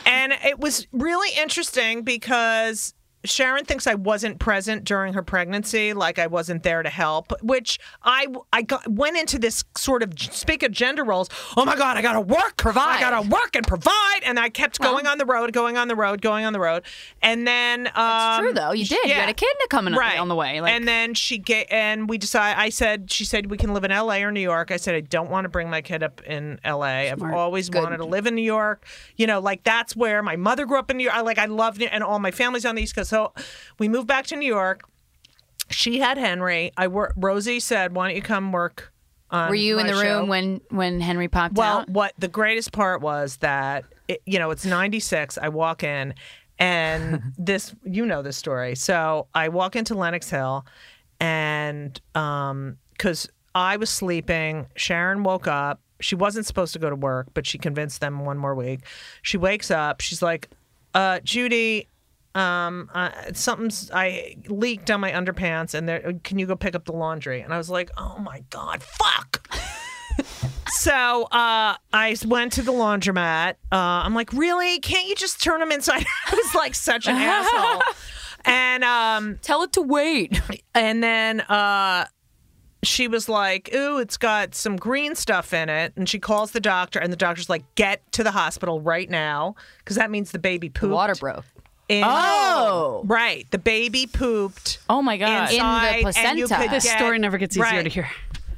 Speaker 5: and it was really interesting because Sharon thinks I wasn't present during her pregnancy, like I wasn't there to help. Which I I got, went into this sort of speak of gender roles. Oh my God, I gotta work, provide, I gotta work and provide, and I kept going on the road, going on the road, going on the road, and then um,
Speaker 2: It's true though. You did. You had a kid coming up
Speaker 5: right.
Speaker 2: on the way. Like,
Speaker 5: and then she get and we decide. I said she said we can live in L.A. or New York. I said I don't want to bring my kid up in L.A. I've always wanted to live in New York. You know, like that's where my mother grew up in New York. I like I loved it, and all my family's on the East Coast. So we moved back to New York. She had Henry. I wor- Rosie said, "Why don't you come work?" On
Speaker 2: were you in
Speaker 5: my
Speaker 2: the
Speaker 5: show?"
Speaker 2: room when when Henry popped
Speaker 5: Well,
Speaker 2: out?
Speaker 5: what the greatest part was that it, you know it's 96. I walk in,
Speaker 2: <laughs>
Speaker 5: and this you know this story. So I walk into Lenox Hill, and um, because I was sleeping, Sharon woke up. She wasn't supposed to go to work, but she convinced them one more week. She wakes up. She's like, uh, "Judy, um, uh, something's I leaked on my underpants, and there, can you go pick up the laundry?" And I was like, "Oh my god, fuck!" so uh, I s- went to the laundromat. Uh, I'm like, "Really? Can't you just turn them inside?" <laughs> I was like such an asshole. And um,
Speaker 2: Tell it to wait.
Speaker 5: and then uh, she was like, "Ooh, it's got some green stuff in it." And she calls the doctor, and the doctor's like, "Get to the hospital right now, because that means the baby pooped."
Speaker 2: Water broke.
Speaker 5: in-
Speaker 2: Oh.
Speaker 5: right. The baby pooped
Speaker 1: oh my god!
Speaker 5: inside,
Speaker 2: In the
Speaker 5: and you
Speaker 2: placenta.
Speaker 5: could
Speaker 2: This
Speaker 5: get-
Speaker 6: story never gets easier
Speaker 5: right.
Speaker 6: to hear.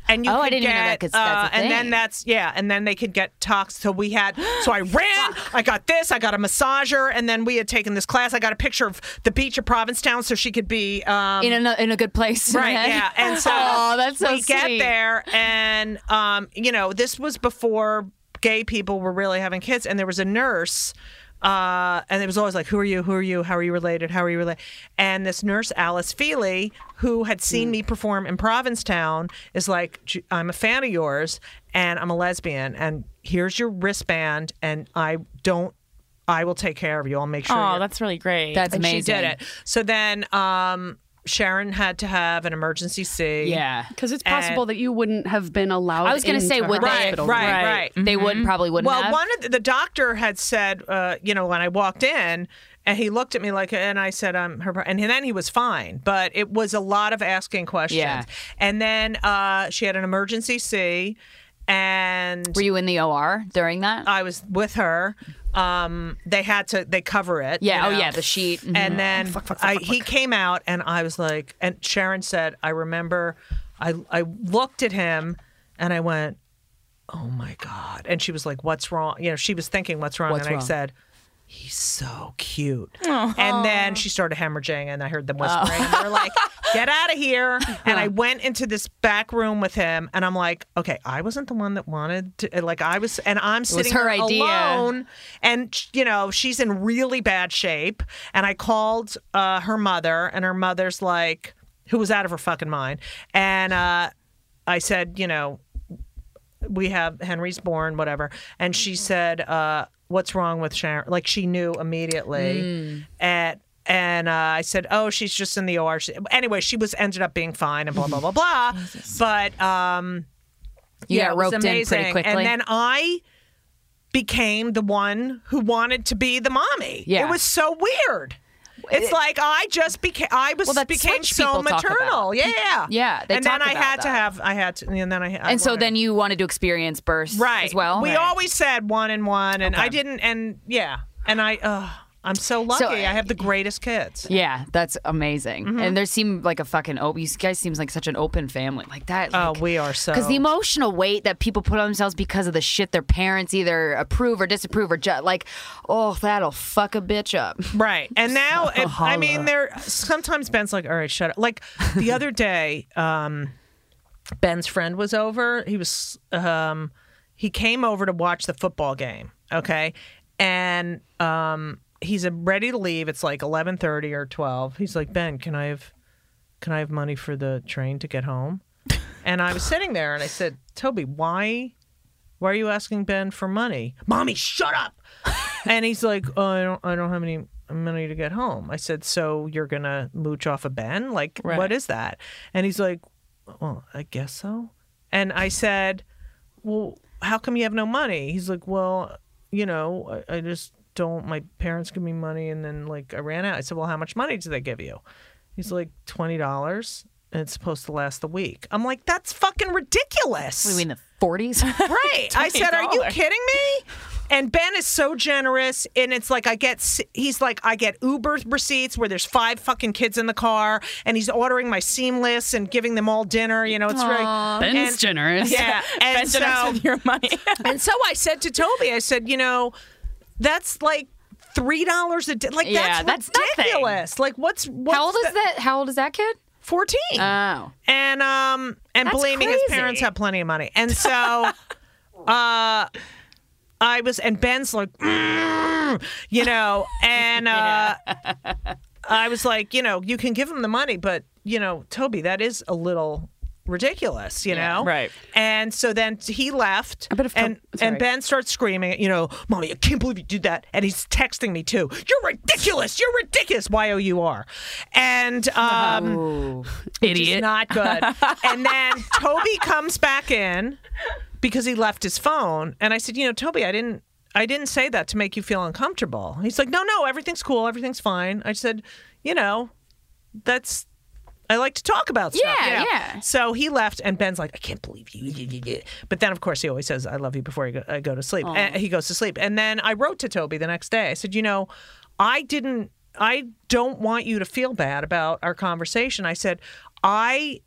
Speaker 5: and you
Speaker 2: Oh,
Speaker 5: could
Speaker 2: I didn't
Speaker 5: get uh,
Speaker 2: even know that could- that's a
Speaker 5: and then
Speaker 2: thing.
Speaker 5: that's yeah, and then they could get talks. So we had so I ran, I got this, I got a massager, and then we had taken this class. I got a picture of the beach of Provincetown, so she could be um,
Speaker 2: in a in a good place.
Speaker 5: Right,
Speaker 2: <laughs>
Speaker 5: yeah. And so
Speaker 2: oh, that's so
Speaker 5: we
Speaker 2: sweet.
Speaker 5: get there and um, you know, this was before gay people were really having kids and there was a nurse uh, and it was always like, who are you? Who are you? How are you related? How are you related? And this nurse, Alice Feely, who had
Speaker 2: Mm.
Speaker 5: seen me perform in Provincetown, is like, "J- I'm a fan of yours and I'm a lesbian. And here's your wristband. And I don't, I will take care of you. I'll make sure.
Speaker 1: Oh,
Speaker 5: you're-
Speaker 1: that's really great.
Speaker 2: That's
Speaker 5: and
Speaker 2: amazing.
Speaker 5: she did it. So then um, Sharon had to have an emergency C.
Speaker 2: Yeah.
Speaker 6: Because it's possible that you wouldn't have been allowed.
Speaker 2: I was going to say,
Speaker 6: into
Speaker 2: would
Speaker 6: her
Speaker 2: they?
Speaker 5: Right,
Speaker 6: hospital
Speaker 5: right.
Speaker 6: room.
Speaker 2: They would probably wouldn't.
Speaker 5: Well,
Speaker 2: have.
Speaker 5: one of the, the doctor had said, uh, you know, when I walked in, and he looked at me like, and I said, "I'm her," and then he was fine, but it was a lot of asking questions.
Speaker 2: Yeah.
Speaker 5: And then uh, she had an emergency C, and
Speaker 2: Were you in the OR during that?
Speaker 5: I was with her. Um, they had to they cover it.
Speaker 2: yeah.
Speaker 5: you
Speaker 2: Oh
Speaker 5: know?
Speaker 2: yeah, the sheet. Mhm.
Speaker 5: And then I, he came out, and I was like, and Sharon said, I remember, I I looked at him, and I went, oh my god. And she was like, what's wrong? You know, she was thinking, what's wrong?
Speaker 2: What's
Speaker 5: and I
Speaker 2: wrong?
Speaker 5: said. He's so cute. And then she started hemorrhaging, and I heard
Speaker 2: Oh.
Speaker 5: them whispering. And they
Speaker 2: <laughs>
Speaker 5: were like, Get out of here. And I went into this back room with him, and I'm like, Okay, I wasn't the one that wanted to. eh, Like, I was, and I'm sitting
Speaker 2: her
Speaker 5: there
Speaker 2: idea.
Speaker 5: alone and you know she's in really bad shape and i called uh, her mother and her mother's like who was out of her fucking mind and uh, i said you know we have henry's born whatever and she said uh, what's wrong with sharon like she knew immediately
Speaker 2: Mm.
Speaker 5: and and uh, I said, "Oh, she's just in the OR." She- Anyway, she was ended up being fine and blah blah
Speaker 2: <laughs>
Speaker 5: blah blah. But um,
Speaker 2: You
Speaker 5: yeah,
Speaker 2: got
Speaker 5: it was
Speaker 2: roped in pretty
Speaker 5: amazing.
Speaker 2: quickly.
Speaker 5: And then I became the one who wanted to be the mommy.
Speaker 2: Yeah.
Speaker 5: It was so weird. It's like I just became I was
Speaker 2: Well, that's
Speaker 5: became
Speaker 2: what
Speaker 5: so
Speaker 2: people talk
Speaker 5: maternal.
Speaker 2: about.
Speaker 5: Yeah, yeah.
Speaker 2: Yeah, they
Speaker 5: and then
Speaker 2: talk
Speaker 5: I
Speaker 2: about
Speaker 5: had to
Speaker 2: that.
Speaker 5: have I had to and then I, I
Speaker 2: and so
Speaker 5: wanted-
Speaker 2: then you wanted to experience birth
Speaker 5: right
Speaker 2: as well.
Speaker 5: We
Speaker 2: Right.
Speaker 5: always said one and one and I didn't and yeah. And I uh I'm so lucky.
Speaker 2: So, uh,
Speaker 5: I have the greatest kids.
Speaker 2: Yeah, that's amazing.
Speaker 5: Mm-hmm.
Speaker 2: And there seemed like a fucking open. You guys seems like such an open family. Like that.
Speaker 5: Oh, we are so
Speaker 2: Because the emotional weight that people put on themselves because of the shit their parents either approve or disapprove or ju- like, oh, that'll fuck a bitch up.
Speaker 5: Right. And now, if, I mean, there sometimes Ben's like, all right, shut up. Like the other day, um, Ben's friend was over. He was, um, he came over to watch the football game. Okay. And, um, he's uh, ready to leave. It's like 1130 or 12. He's like, Ben, can I have, can I have money for the train to get home? And I was sitting there and I said, Toby, why, why are you asking Ben for money? Mommy, shut up. and he's like, oh, I don't, I don't have any money to get home. I said, so you're gonna mooch off of Ben? Like, what is that? And he's like, well, I guess so. And I said, well, how come you have no money? He's like, well, you know, I, I just don't. My parents give me money, and then like I ran out. I said, well, how much money do they give you? He's like twenty dollars. And it's supposed to last the week. I'm like, that's fucking ridiculous.
Speaker 2: We
Speaker 1: <laughs>
Speaker 2: in the 40s?
Speaker 5: Right. I said, "Are you kidding me?" And Ben is so generous, and it's like I get. s- He's like, I get Uber receipts where there's five fucking kids in the car, and he's ordering my seamless and giving them all dinner. You know, it's really
Speaker 6: Ben's
Speaker 5: and-
Speaker 2: <laughs>
Speaker 6: generous.
Speaker 5: Yeah, and
Speaker 1: That's what happens
Speaker 5: so
Speaker 1: with your money.
Speaker 5: <laughs> and so I said to Toby, I said, you know, that's like three dollars a day. Like
Speaker 2: Yeah,
Speaker 5: that's,
Speaker 2: that's nothing.
Speaker 5: ridiculous. Like what's, what's
Speaker 2: How old is that? How old is that kid?
Speaker 5: Fourteen.
Speaker 2: Oh.
Speaker 5: and um and
Speaker 2: That's
Speaker 5: believe me his
Speaker 2: crazy.
Speaker 5: parents have plenty of money and so <laughs> uh i was and ben's like "Mm," you know and uh i was like you know you can give him the money but you know toby that is a little ridiculous you know
Speaker 1: right.
Speaker 5: and so then he left
Speaker 6: bet if Tom-
Speaker 5: and
Speaker 6: sorry.
Speaker 5: and ben starts screaming you know mommy i can't believe you did that and he's texting me too you're ridiculous you're ridiculous y-o-u-r and um
Speaker 6: Idiot.
Speaker 5: it's not good. and then Toby comes back in because he left his phone, and I said, you know, Toby, I didn't. I didn't say that to make you feel uncomfortable. He's like, no, no, everything's cool, everything's fine. I said, you know, that's I like to talk about stuff.
Speaker 2: Yeah,
Speaker 5: you know?
Speaker 2: yeah.
Speaker 5: So he left, and Ben's like, I can't believe you. But then, of course, he always says, I love you before I go, I go to sleep. And he goes to sleep. And then I wrote to Toby the next day. I said, You know, I didn't, I don't want you to feel bad about our conversation. I said, I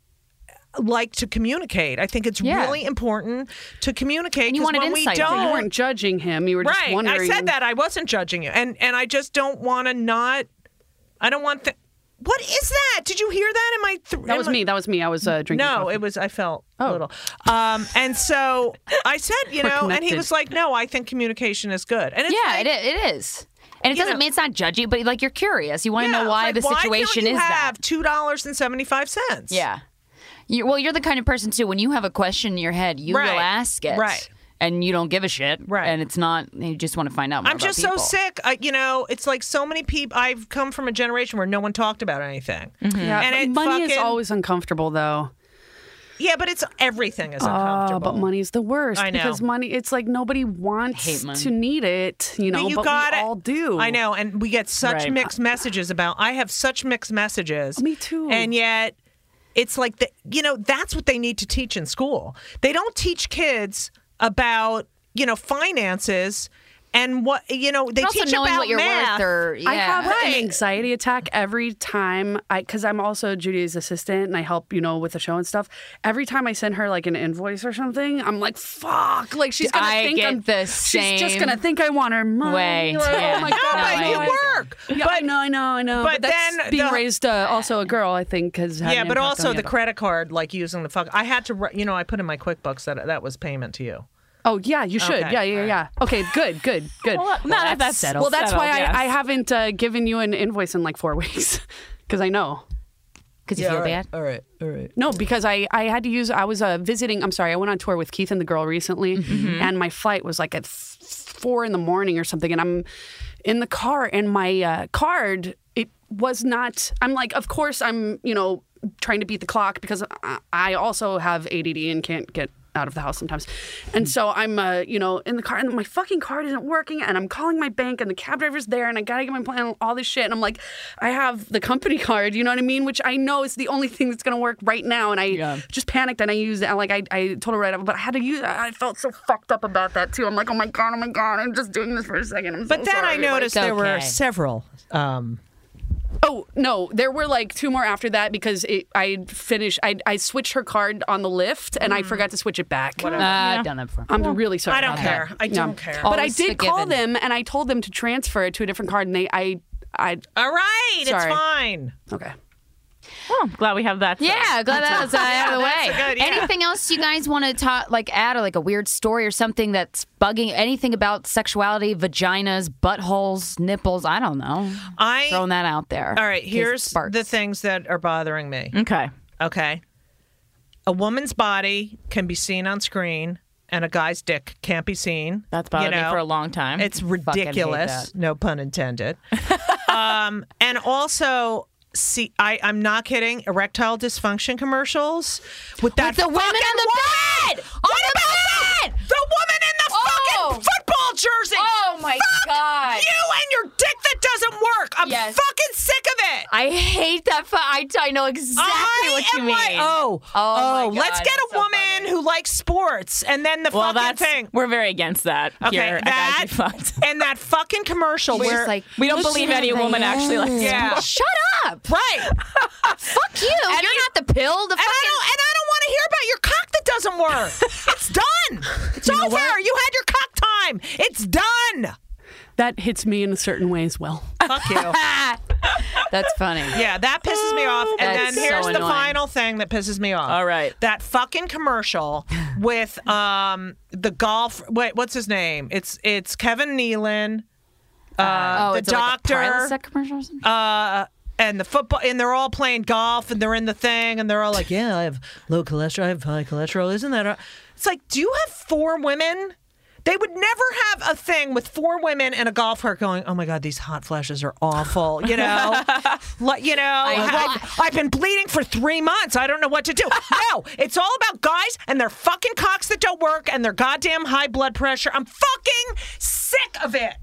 Speaker 5: like to communicate. I think it's
Speaker 2: Yeah.
Speaker 5: really important to communicate.
Speaker 2: And you
Speaker 5: 'cause
Speaker 2: wanted
Speaker 5: when
Speaker 2: insight,
Speaker 5: We
Speaker 2: but
Speaker 5: don't,
Speaker 2: you
Speaker 6: You weren't judging him. You were just
Speaker 5: right.
Speaker 6: wondering.
Speaker 5: I said that I wasn't judging you, and and I just don't want to not. I don't want the. What is that? Did you hear that? Am I? Th-
Speaker 6: That was me. That was me. I was uh, drinking.
Speaker 5: No,
Speaker 6: coffee.
Speaker 5: it was I felt
Speaker 2: Oh.
Speaker 5: a little. Um, and so I said, you know, and he
Speaker 6: connected.
Speaker 5: was like, "No, I think communication is good." And it's
Speaker 2: Yeah,
Speaker 5: like,
Speaker 2: it, i- it is. And it doesn't
Speaker 5: know-
Speaker 2: mean it's not judgy, but like you're curious. You want to
Speaker 5: yeah,
Speaker 2: know
Speaker 5: it's
Speaker 2: why
Speaker 5: like,
Speaker 2: the situation
Speaker 5: why
Speaker 2: is
Speaker 5: don't you have
Speaker 2: that.
Speaker 5: Two dollars and seventy five cents.
Speaker 2: Yeah. You, well, you're the kind of person too. When you have a question in your head, you
Speaker 5: Right.
Speaker 2: will ask it,
Speaker 5: Right.
Speaker 2: And you don't give a shit,
Speaker 5: Right.
Speaker 2: And it's not. You just want to find out. More
Speaker 5: I'm
Speaker 2: about
Speaker 5: just
Speaker 2: people.
Speaker 5: so sick. I, you know, it's like so many people. I've come from a generation where no one talked about anything.
Speaker 2: Mm-hmm.
Speaker 6: Yeah,
Speaker 5: and
Speaker 6: but
Speaker 5: it
Speaker 6: money is
Speaker 5: fucking-
Speaker 6: always uncomfortable, though.
Speaker 5: Yeah, but it's everything is
Speaker 6: Oh,
Speaker 5: uncomfortable.
Speaker 6: but money's the worst
Speaker 5: I know.
Speaker 6: because money. It's like nobody
Speaker 2: hate
Speaker 6: wants
Speaker 2: money.
Speaker 6: to need it, you know.
Speaker 5: But you
Speaker 6: but
Speaker 5: got
Speaker 6: we
Speaker 5: it.
Speaker 6: all do.
Speaker 5: I know, and we get such
Speaker 2: Right.
Speaker 5: mixed messages about. I have such mixed messages.
Speaker 6: Me too.
Speaker 5: And yet, it's like the you know that's what they need to teach in school. They don't teach kids about you know finances and what you know they
Speaker 2: But also
Speaker 5: teach
Speaker 2: knowing
Speaker 5: about
Speaker 2: what you're
Speaker 5: math.
Speaker 2: worth, or
Speaker 5: <laughs>
Speaker 2: yeah. Uh,
Speaker 6: I have
Speaker 5: Right.
Speaker 6: an anxiety attack every time I, because I'm also Judy's assistant and I help, you know, with the show and stuff. Every time I send her like an invoice or something, I'm like, fuck, like she's gonna
Speaker 2: I
Speaker 6: think
Speaker 2: get
Speaker 6: I'm
Speaker 2: the
Speaker 6: She's just
Speaker 2: same
Speaker 6: gonna think I want her money.
Speaker 2: way.
Speaker 6: Like,
Speaker 2: Yeah.
Speaker 6: Oh my
Speaker 2: No,
Speaker 6: god,
Speaker 5: but
Speaker 2: I
Speaker 5: you
Speaker 2: know.
Speaker 5: work.
Speaker 6: Yeah, I know, I know, I know.
Speaker 5: but
Speaker 6: But, that's
Speaker 5: then
Speaker 6: being
Speaker 5: the-
Speaker 6: raised uh, also a girl, I think, has had
Speaker 5: Yeah,
Speaker 6: an
Speaker 5: but
Speaker 6: impact on
Speaker 5: also
Speaker 6: you.
Speaker 5: the credit card, like using the fuck. I had to, write- you know, I put in my QuickBooks that that was payment to you.
Speaker 6: Oh yeah, you should.
Speaker 5: Okay,
Speaker 6: Yeah, yeah, yeah. Okay, good, good, good.
Speaker 2: Well, that- now that that's settled.
Speaker 6: Well, that's
Speaker 2: Settled,
Speaker 6: why
Speaker 2: yes.
Speaker 6: I, I haven't uh, given you an invoice in like four <laughs> weeks because I know.
Speaker 2: because you feel bad.
Speaker 5: All right, all right.
Speaker 6: No, because I, I had to use, I was uh, visiting, I'm sorry, I went on tour with Keith and the girl recently,
Speaker 2: Mm-hmm.
Speaker 6: and my flight was like at f- four in the morning or something, and I'm in the car, and my uh, card, it was not, I'm like, of course, I'm, you know, trying to beat the clock because I, I also have ADD and can't get out of the house sometimes. And so I'm, uh, you know, in the car, and my fucking card isn't working, and I'm calling my bank, and the cab driver's there, and I gotta get my plan, and all this shit. And I'm like, I have the company <laughs> card, you know what I mean? Which I know is the only thing that's gonna work right now. And I just panicked, and I used, and like, I, I told her right up, but I had to use, I felt so fucked up about that too. I'm like, oh my god, oh my god, I'm just doing this for a second. I'm
Speaker 5: But
Speaker 6: so
Speaker 5: then I
Speaker 6: sorry. Like,
Speaker 5: noticed there were
Speaker 2: okay.
Speaker 5: several. Um,
Speaker 6: Oh no, there were like two more after that because it, I finished. I, I switched her card on the lift and
Speaker 5: Mm.
Speaker 6: I forgot to switch it back.
Speaker 2: Uh, I've done that before.
Speaker 6: I'm really sorry.
Speaker 5: I don't
Speaker 6: about that.
Speaker 5: care. I don't care.
Speaker 6: But I
Speaker 2: Always
Speaker 6: did call
Speaker 2: forgiven.
Speaker 6: them and I told them to transfer it to a different card, and they I I
Speaker 5: all right, it's
Speaker 6: Sorry.
Speaker 5: fine.
Speaker 6: okay.
Speaker 1: Well, glad we have that.
Speaker 2: Yeah, glad that was uh, out of the way.
Speaker 5: good- yeah.
Speaker 2: Anything else you guys want to talk, like add, or like a weird story or something that's bugging? Anything about sexuality, vaginas, buttholes, nipples? I don't know.
Speaker 5: I
Speaker 2: Throwing that out there.
Speaker 5: All right,
Speaker 2: in case it
Speaker 5: here's
Speaker 2: sparks.
Speaker 5: the things that are bothering me.
Speaker 1: Okay.
Speaker 5: Okay. A woman's body can be seen on screen and a guy's dick can't be seen.
Speaker 1: That's bothered
Speaker 5: you know?
Speaker 1: me for a long time.
Speaker 5: It's
Speaker 2: hate
Speaker 5: ridiculous, no pun intended. <laughs> um, and also see I, I'm not kidding, erectile dysfunction commercials with that
Speaker 2: With the women on
Speaker 5: fucking
Speaker 2: the
Speaker 5: woman!
Speaker 2: bed! On
Speaker 5: What
Speaker 2: the
Speaker 5: about
Speaker 2: bed!
Speaker 5: that? The woman in the
Speaker 2: Oh!
Speaker 5: fucking football jersey!
Speaker 2: Oh my
Speaker 5: Fuck
Speaker 2: God.
Speaker 5: You and your dick that doesn't work! I'm
Speaker 2: Yes.
Speaker 5: fucking sick of it!
Speaker 2: I hate that. Fu- I, I know exactly
Speaker 5: I
Speaker 2: what you
Speaker 5: am
Speaker 2: mean.
Speaker 5: like- oh, oh,
Speaker 2: my God,
Speaker 5: let's get a
Speaker 2: that's so
Speaker 5: woman
Speaker 2: funny.
Speaker 5: who likes sports, and then the
Speaker 1: well,
Speaker 5: fucking
Speaker 1: that's
Speaker 5: thing.
Speaker 1: we're very against that.
Speaker 5: Okay,
Speaker 1: here at
Speaker 5: that
Speaker 1: Guys Get fucked.
Speaker 5: <laughs> and that fucking commercial
Speaker 2: It's
Speaker 5: where
Speaker 2: just like "Mm."
Speaker 1: We don't
Speaker 2: you should
Speaker 1: believe any
Speaker 2: have a
Speaker 1: woman actually likes.
Speaker 2: yes.
Speaker 5: Yeah.
Speaker 2: Shut up!
Speaker 5: right, and
Speaker 2: <laughs> Fuck you! You're
Speaker 5: we-
Speaker 2: not the pill. The
Speaker 5: I don't and I don't want to hear about your cock that
Speaker 2: <laughs>
Speaker 5: doesn't work. it's done. It's over. You had your cock time. It's done.
Speaker 6: That hits me in a certain way as well.
Speaker 5: Fuck
Speaker 2: <laughs>
Speaker 5: you.
Speaker 2: fucking. Ah. That's funny.
Speaker 5: Yeah, that pisses me off. And then
Speaker 2: That's so
Speaker 5: here's the
Speaker 2: annoying.
Speaker 5: final thing that pisses me off.
Speaker 1: All right.
Speaker 5: that fucking commercial with um the golf. Wait, what's his name? It's it's Kevin Nealon. Uh,
Speaker 2: oh,
Speaker 5: the
Speaker 2: it's
Speaker 5: doctor.
Speaker 2: Like a Prilosec commercial or something?
Speaker 5: uh, and the football, and they're all playing golf, and they're in the thing, and they're all like, "Yeah, I have low cholesterol, I have high cholesterol." Isn't that? a-" It's like, do you have four women? They would never have a thing with four women and a golf cart going. Oh my god, these hot flashes are awful. You <laughs> know, like you know, I, have I've been bleeding for three months. I don't know what to do. no, it's all about guys and their fucking cocks that don't work and their goddamn high blood pressure. I'm fucking sick of it.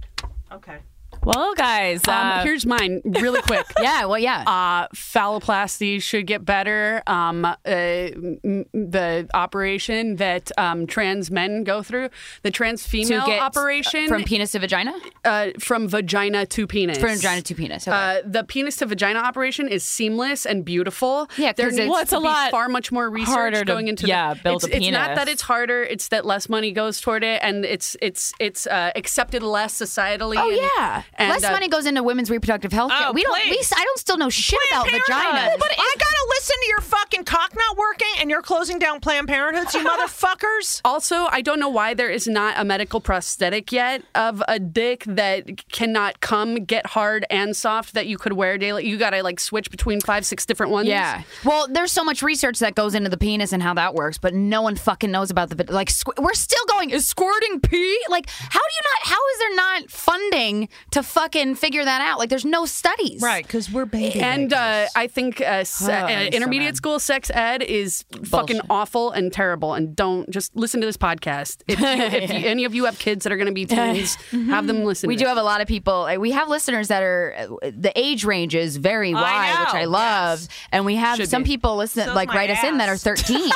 Speaker 5: Okay.
Speaker 1: Well, guys,
Speaker 6: Um,
Speaker 1: uh,
Speaker 6: here's mine, really quick.
Speaker 2: Yeah, well, yeah.
Speaker 6: <laughs> Uh, phalloplasty should get better. Um, uh, m- m- the operation that um, trans men go through, the trans female operation
Speaker 2: from penis to vagina,
Speaker 6: uh, from vagina to penis.
Speaker 2: from vagina to penis. Okay.
Speaker 6: Uh, the penis to vagina operation is seamless and beautiful.
Speaker 2: Yeah, 'cause
Speaker 6: there
Speaker 2: it's-
Speaker 6: needs
Speaker 2: Well,
Speaker 1: it's
Speaker 6: to
Speaker 1: a
Speaker 6: be
Speaker 1: lot
Speaker 6: far much more research
Speaker 1: harder to-
Speaker 6: going into. the-
Speaker 1: yeah, build
Speaker 6: it's,
Speaker 1: a
Speaker 6: It's not
Speaker 1: penis.
Speaker 6: that it's harder; it's that less money goes toward it, and it's it's it's uh, accepted less societally.
Speaker 2: Oh
Speaker 6: and-
Speaker 2: yeah,
Speaker 6: and,
Speaker 2: less
Speaker 6: uh,
Speaker 2: money goes into women's reproductive health care.
Speaker 5: Oh,
Speaker 2: we don't. We,
Speaker 5: please.
Speaker 2: I don't still know shit about
Speaker 5: Planned
Speaker 2: vaginas.
Speaker 5: Parenthood. I gotta listen to your fucking cock not working, and you're closing down Planned Parenthoods, <laughs> you motherfuckers.
Speaker 6: Also, I don't know why there is not a medical prosthetic yet of a dick that cannot come, get hard and soft that you could wear daily. You gotta like switch between five, six different ones.
Speaker 2: Yeah. Well, there's so much research that goes into the penis and how that works, but no one fucking knows about the vag- like. Squ- we're still going is squirting pee. Like, how do you not? How is there not funding to fucking figure that out? Like, there's no studies.
Speaker 5: Right, because we're baby.
Speaker 6: And uh, I think uh, se- uh,
Speaker 2: I'm so
Speaker 6: intermediate
Speaker 2: mad.
Speaker 6: school sex ed is fucking awful and terrible. And don't just listen to this podcast. If,
Speaker 2: <laughs>
Speaker 6: you, if you, any of you have kids that are going to be teens, have them listen.
Speaker 2: Mhm. We
Speaker 6: to
Speaker 2: do
Speaker 6: this.
Speaker 2: have a lot of people. uh, We have listeners that are uh, the age range is very wide, which
Speaker 5: know,
Speaker 2: I love. And we have
Speaker 6: Should
Speaker 2: some
Speaker 6: be.
Speaker 2: people listen,
Speaker 5: Suck
Speaker 2: like
Speaker 5: my
Speaker 2: write us in that are
Speaker 5: ass.
Speaker 1: <laughs>
Speaker 2: 13.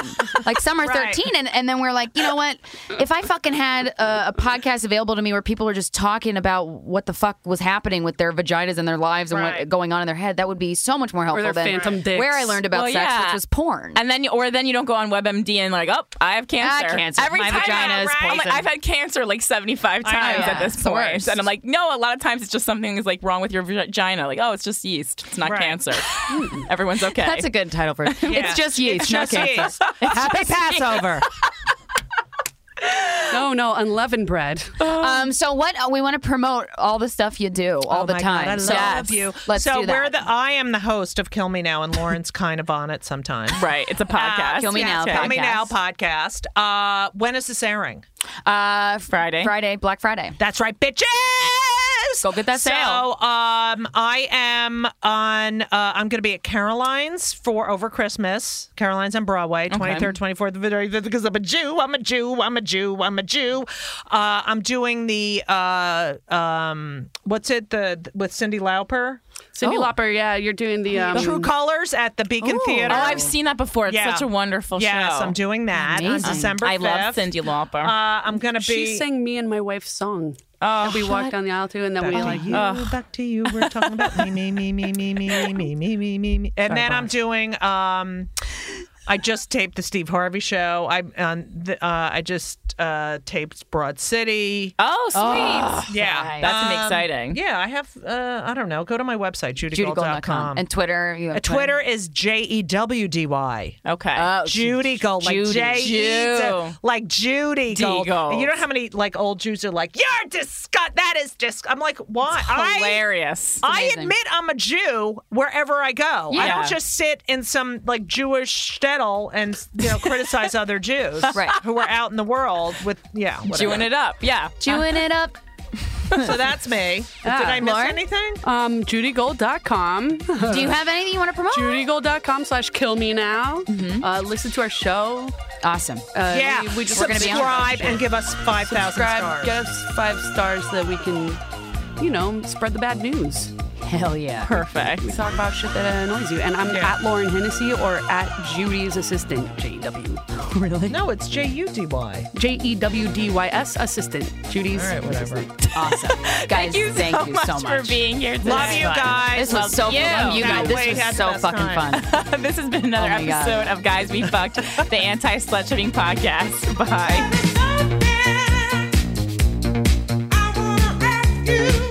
Speaker 2: like some are
Speaker 5: Right.
Speaker 2: 13, and, and then we're like, you know what? If I fucking had a, a podcast available to me where people are just talking about what the fuck was happening with their vaginas and their lives and what
Speaker 5: Right.
Speaker 2: going on in their head, that would be so much more helpful
Speaker 6: their
Speaker 2: than
Speaker 6: phantom dicks.
Speaker 2: where I learned about
Speaker 1: Well,
Speaker 2: sex,
Speaker 1: yeah.
Speaker 2: which was porn.
Speaker 1: and then, or then you don't go on WebMD and like, oh, I have cancer.
Speaker 2: cancer.
Speaker 1: Every
Speaker 2: My
Speaker 1: time
Speaker 2: vagina is
Speaker 1: I'm like,
Speaker 2: poisoned.
Speaker 1: I've had cancer like 75
Speaker 5: know,
Speaker 1: times
Speaker 5: yeah.
Speaker 1: at this
Speaker 2: It's the
Speaker 1: point.
Speaker 2: worst.
Speaker 1: And I'm like, no, a lot of times it's just something is like wrong with your vagina. Like, oh, it's just yeast. It's not
Speaker 5: Right.
Speaker 1: cancer. Everyone's okay.
Speaker 2: That's a good title <laughs> for it. It's just yeast, not
Speaker 5: just
Speaker 2: cancer.
Speaker 5: yeast.
Speaker 2: Happy Passover.
Speaker 6: no, no,
Speaker 2: <laughs>
Speaker 6: unleavened bread.
Speaker 2: Um, so what uh, we want to promote all the stuff you do all
Speaker 5: Oh
Speaker 2: the
Speaker 5: my
Speaker 2: time.
Speaker 5: God, I
Speaker 2: so
Speaker 5: love you.
Speaker 2: Let's
Speaker 5: so
Speaker 2: do that.
Speaker 5: we're the I am the host of Kill Me Now, and Lauren's kind of on it sometimes.
Speaker 1: <laughs> Right. It's a podcast.
Speaker 2: Kill Me Now
Speaker 5: Kill Me
Speaker 2: podcast.
Speaker 5: Now podcast. Uh, when is this airing?
Speaker 2: uh,
Speaker 1: Friday.
Speaker 2: Friday, Black Friday.
Speaker 5: That's right, bitches.
Speaker 1: Go get that
Speaker 5: so,
Speaker 1: sale.
Speaker 5: um, I am on. Uh, I'm going to be at Caroline's for over Christmas. Caroline's on Broadway, 23rd, 24th, and 25th, because I'm a Jew. I'm a Jew. I'm a Jew. I'm a Jew. Uh, I'm doing the uh, um, what's it the with Cindy Lauper,
Speaker 6: Cindy
Speaker 2: Oh.
Speaker 6: Lauper, yeah, you're doing the um,
Speaker 5: True Colors at the Beacon Theater.
Speaker 1: Oh, I've seen that before. It's
Speaker 5: Yeah.
Speaker 1: such a wonderful
Speaker 5: Yes,
Speaker 1: show.
Speaker 5: I'm doing that
Speaker 2: Amazing.
Speaker 5: on December 5th.
Speaker 1: I love Cindy Lauper.
Speaker 5: Uh, I'm going to be.
Speaker 6: She sang me and my wife's song. Oh, that we walked down the aisle to, and that we like.
Speaker 5: Back to you, back to you. We're talking about me, me, me, me, me, me, me, me, me, me, me. And then I'm doing. Um, I just taped the Steve Harvey show. I on the, uh, I just uh, taped Broad City.
Speaker 1: oh, sweet.
Speaker 5: yeah,
Speaker 1: That's
Speaker 5: Um,
Speaker 1: exciting.
Speaker 5: Yeah, I have. Uh, I don't know. Go to my website, judygold.com.
Speaker 2: JudyGold.com. And Twitter. You have
Speaker 5: Uh, Twitter is J E W D Y.
Speaker 1: Okay.
Speaker 5: Oh, Judy Gold, like
Speaker 1: Oh, Judy.
Speaker 5: J
Speaker 1: Jew.
Speaker 5: E D- like Judy
Speaker 1: D
Speaker 5: Gold.
Speaker 1: Gold.
Speaker 5: And you know how many like old Jews are like, "You're disgust." That is just. I'm like, why? I
Speaker 1: Hilarious.
Speaker 5: I
Speaker 2: amazing.
Speaker 5: admit I'm a Jew wherever I go. I
Speaker 1: Yeah.
Speaker 5: don't just sit in some like Jewish shtetl and you know criticize other Jews
Speaker 2: Right.
Speaker 5: who are out in the world with yeah. whatever.
Speaker 1: Chewing it up. Yeah.
Speaker 2: Chewing it up.
Speaker 5: So that's me. Did I miss anything?
Speaker 6: Um, JudyGold.com.
Speaker 2: Do you have anything you want to
Speaker 6: <laughs>
Speaker 2: promote? Mm-hmm.
Speaker 6: JudyGold.com slash kill me now. Uh, listen to our show.
Speaker 2: Awesome.
Speaker 6: Uh,
Speaker 5: yeah.
Speaker 6: We, we just
Speaker 2: gonna be on-
Speaker 5: subscribe and give us five thousand
Speaker 6: subscribe,
Speaker 5: stars.
Speaker 6: get us five stars so that we can, you know, spread the bad news.
Speaker 2: Hell yeah.
Speaker 1: Perfect.
Speaker 6: We talk about shit that annoys you. And I'm
Speaker 5: Yeah.
Speaker 6: at Lauren Hennessy or at Judy's assistant, JW.
Speaker 5: no, it's J U D Y.
Speaker 6: J E W D Y S assistant. Judy's
Speaker 5: All right, whatever.
Speaker 6: assistant.
Speaker 2: Awesome. Guys, thank you, so, much
Speaker 1: for being here. Today.
Speaker 5: Love you guys.
Speaker 2: This was so
Speaker 1: you.
Speaker 2: fun. You
Speaker 1: Can't
Speaker 2: guys,
Speaker 5: wait.
Speaker 2: this
Speaker 5: Had
Speaker 2: was
Speaker 5: the
Speaker 2: so
Speaker 5: best
Speaker 2: fucking
Speaker 5: time.
Speaker 2: fun.
Speaker 1: <laughs> this has been another
Speaker 2: Oh my God.
Speaker 1: episode of Guys We Fucked, the anti slut shaming <laughs> podcast. Bye.
Speaker 4: I wanna rescue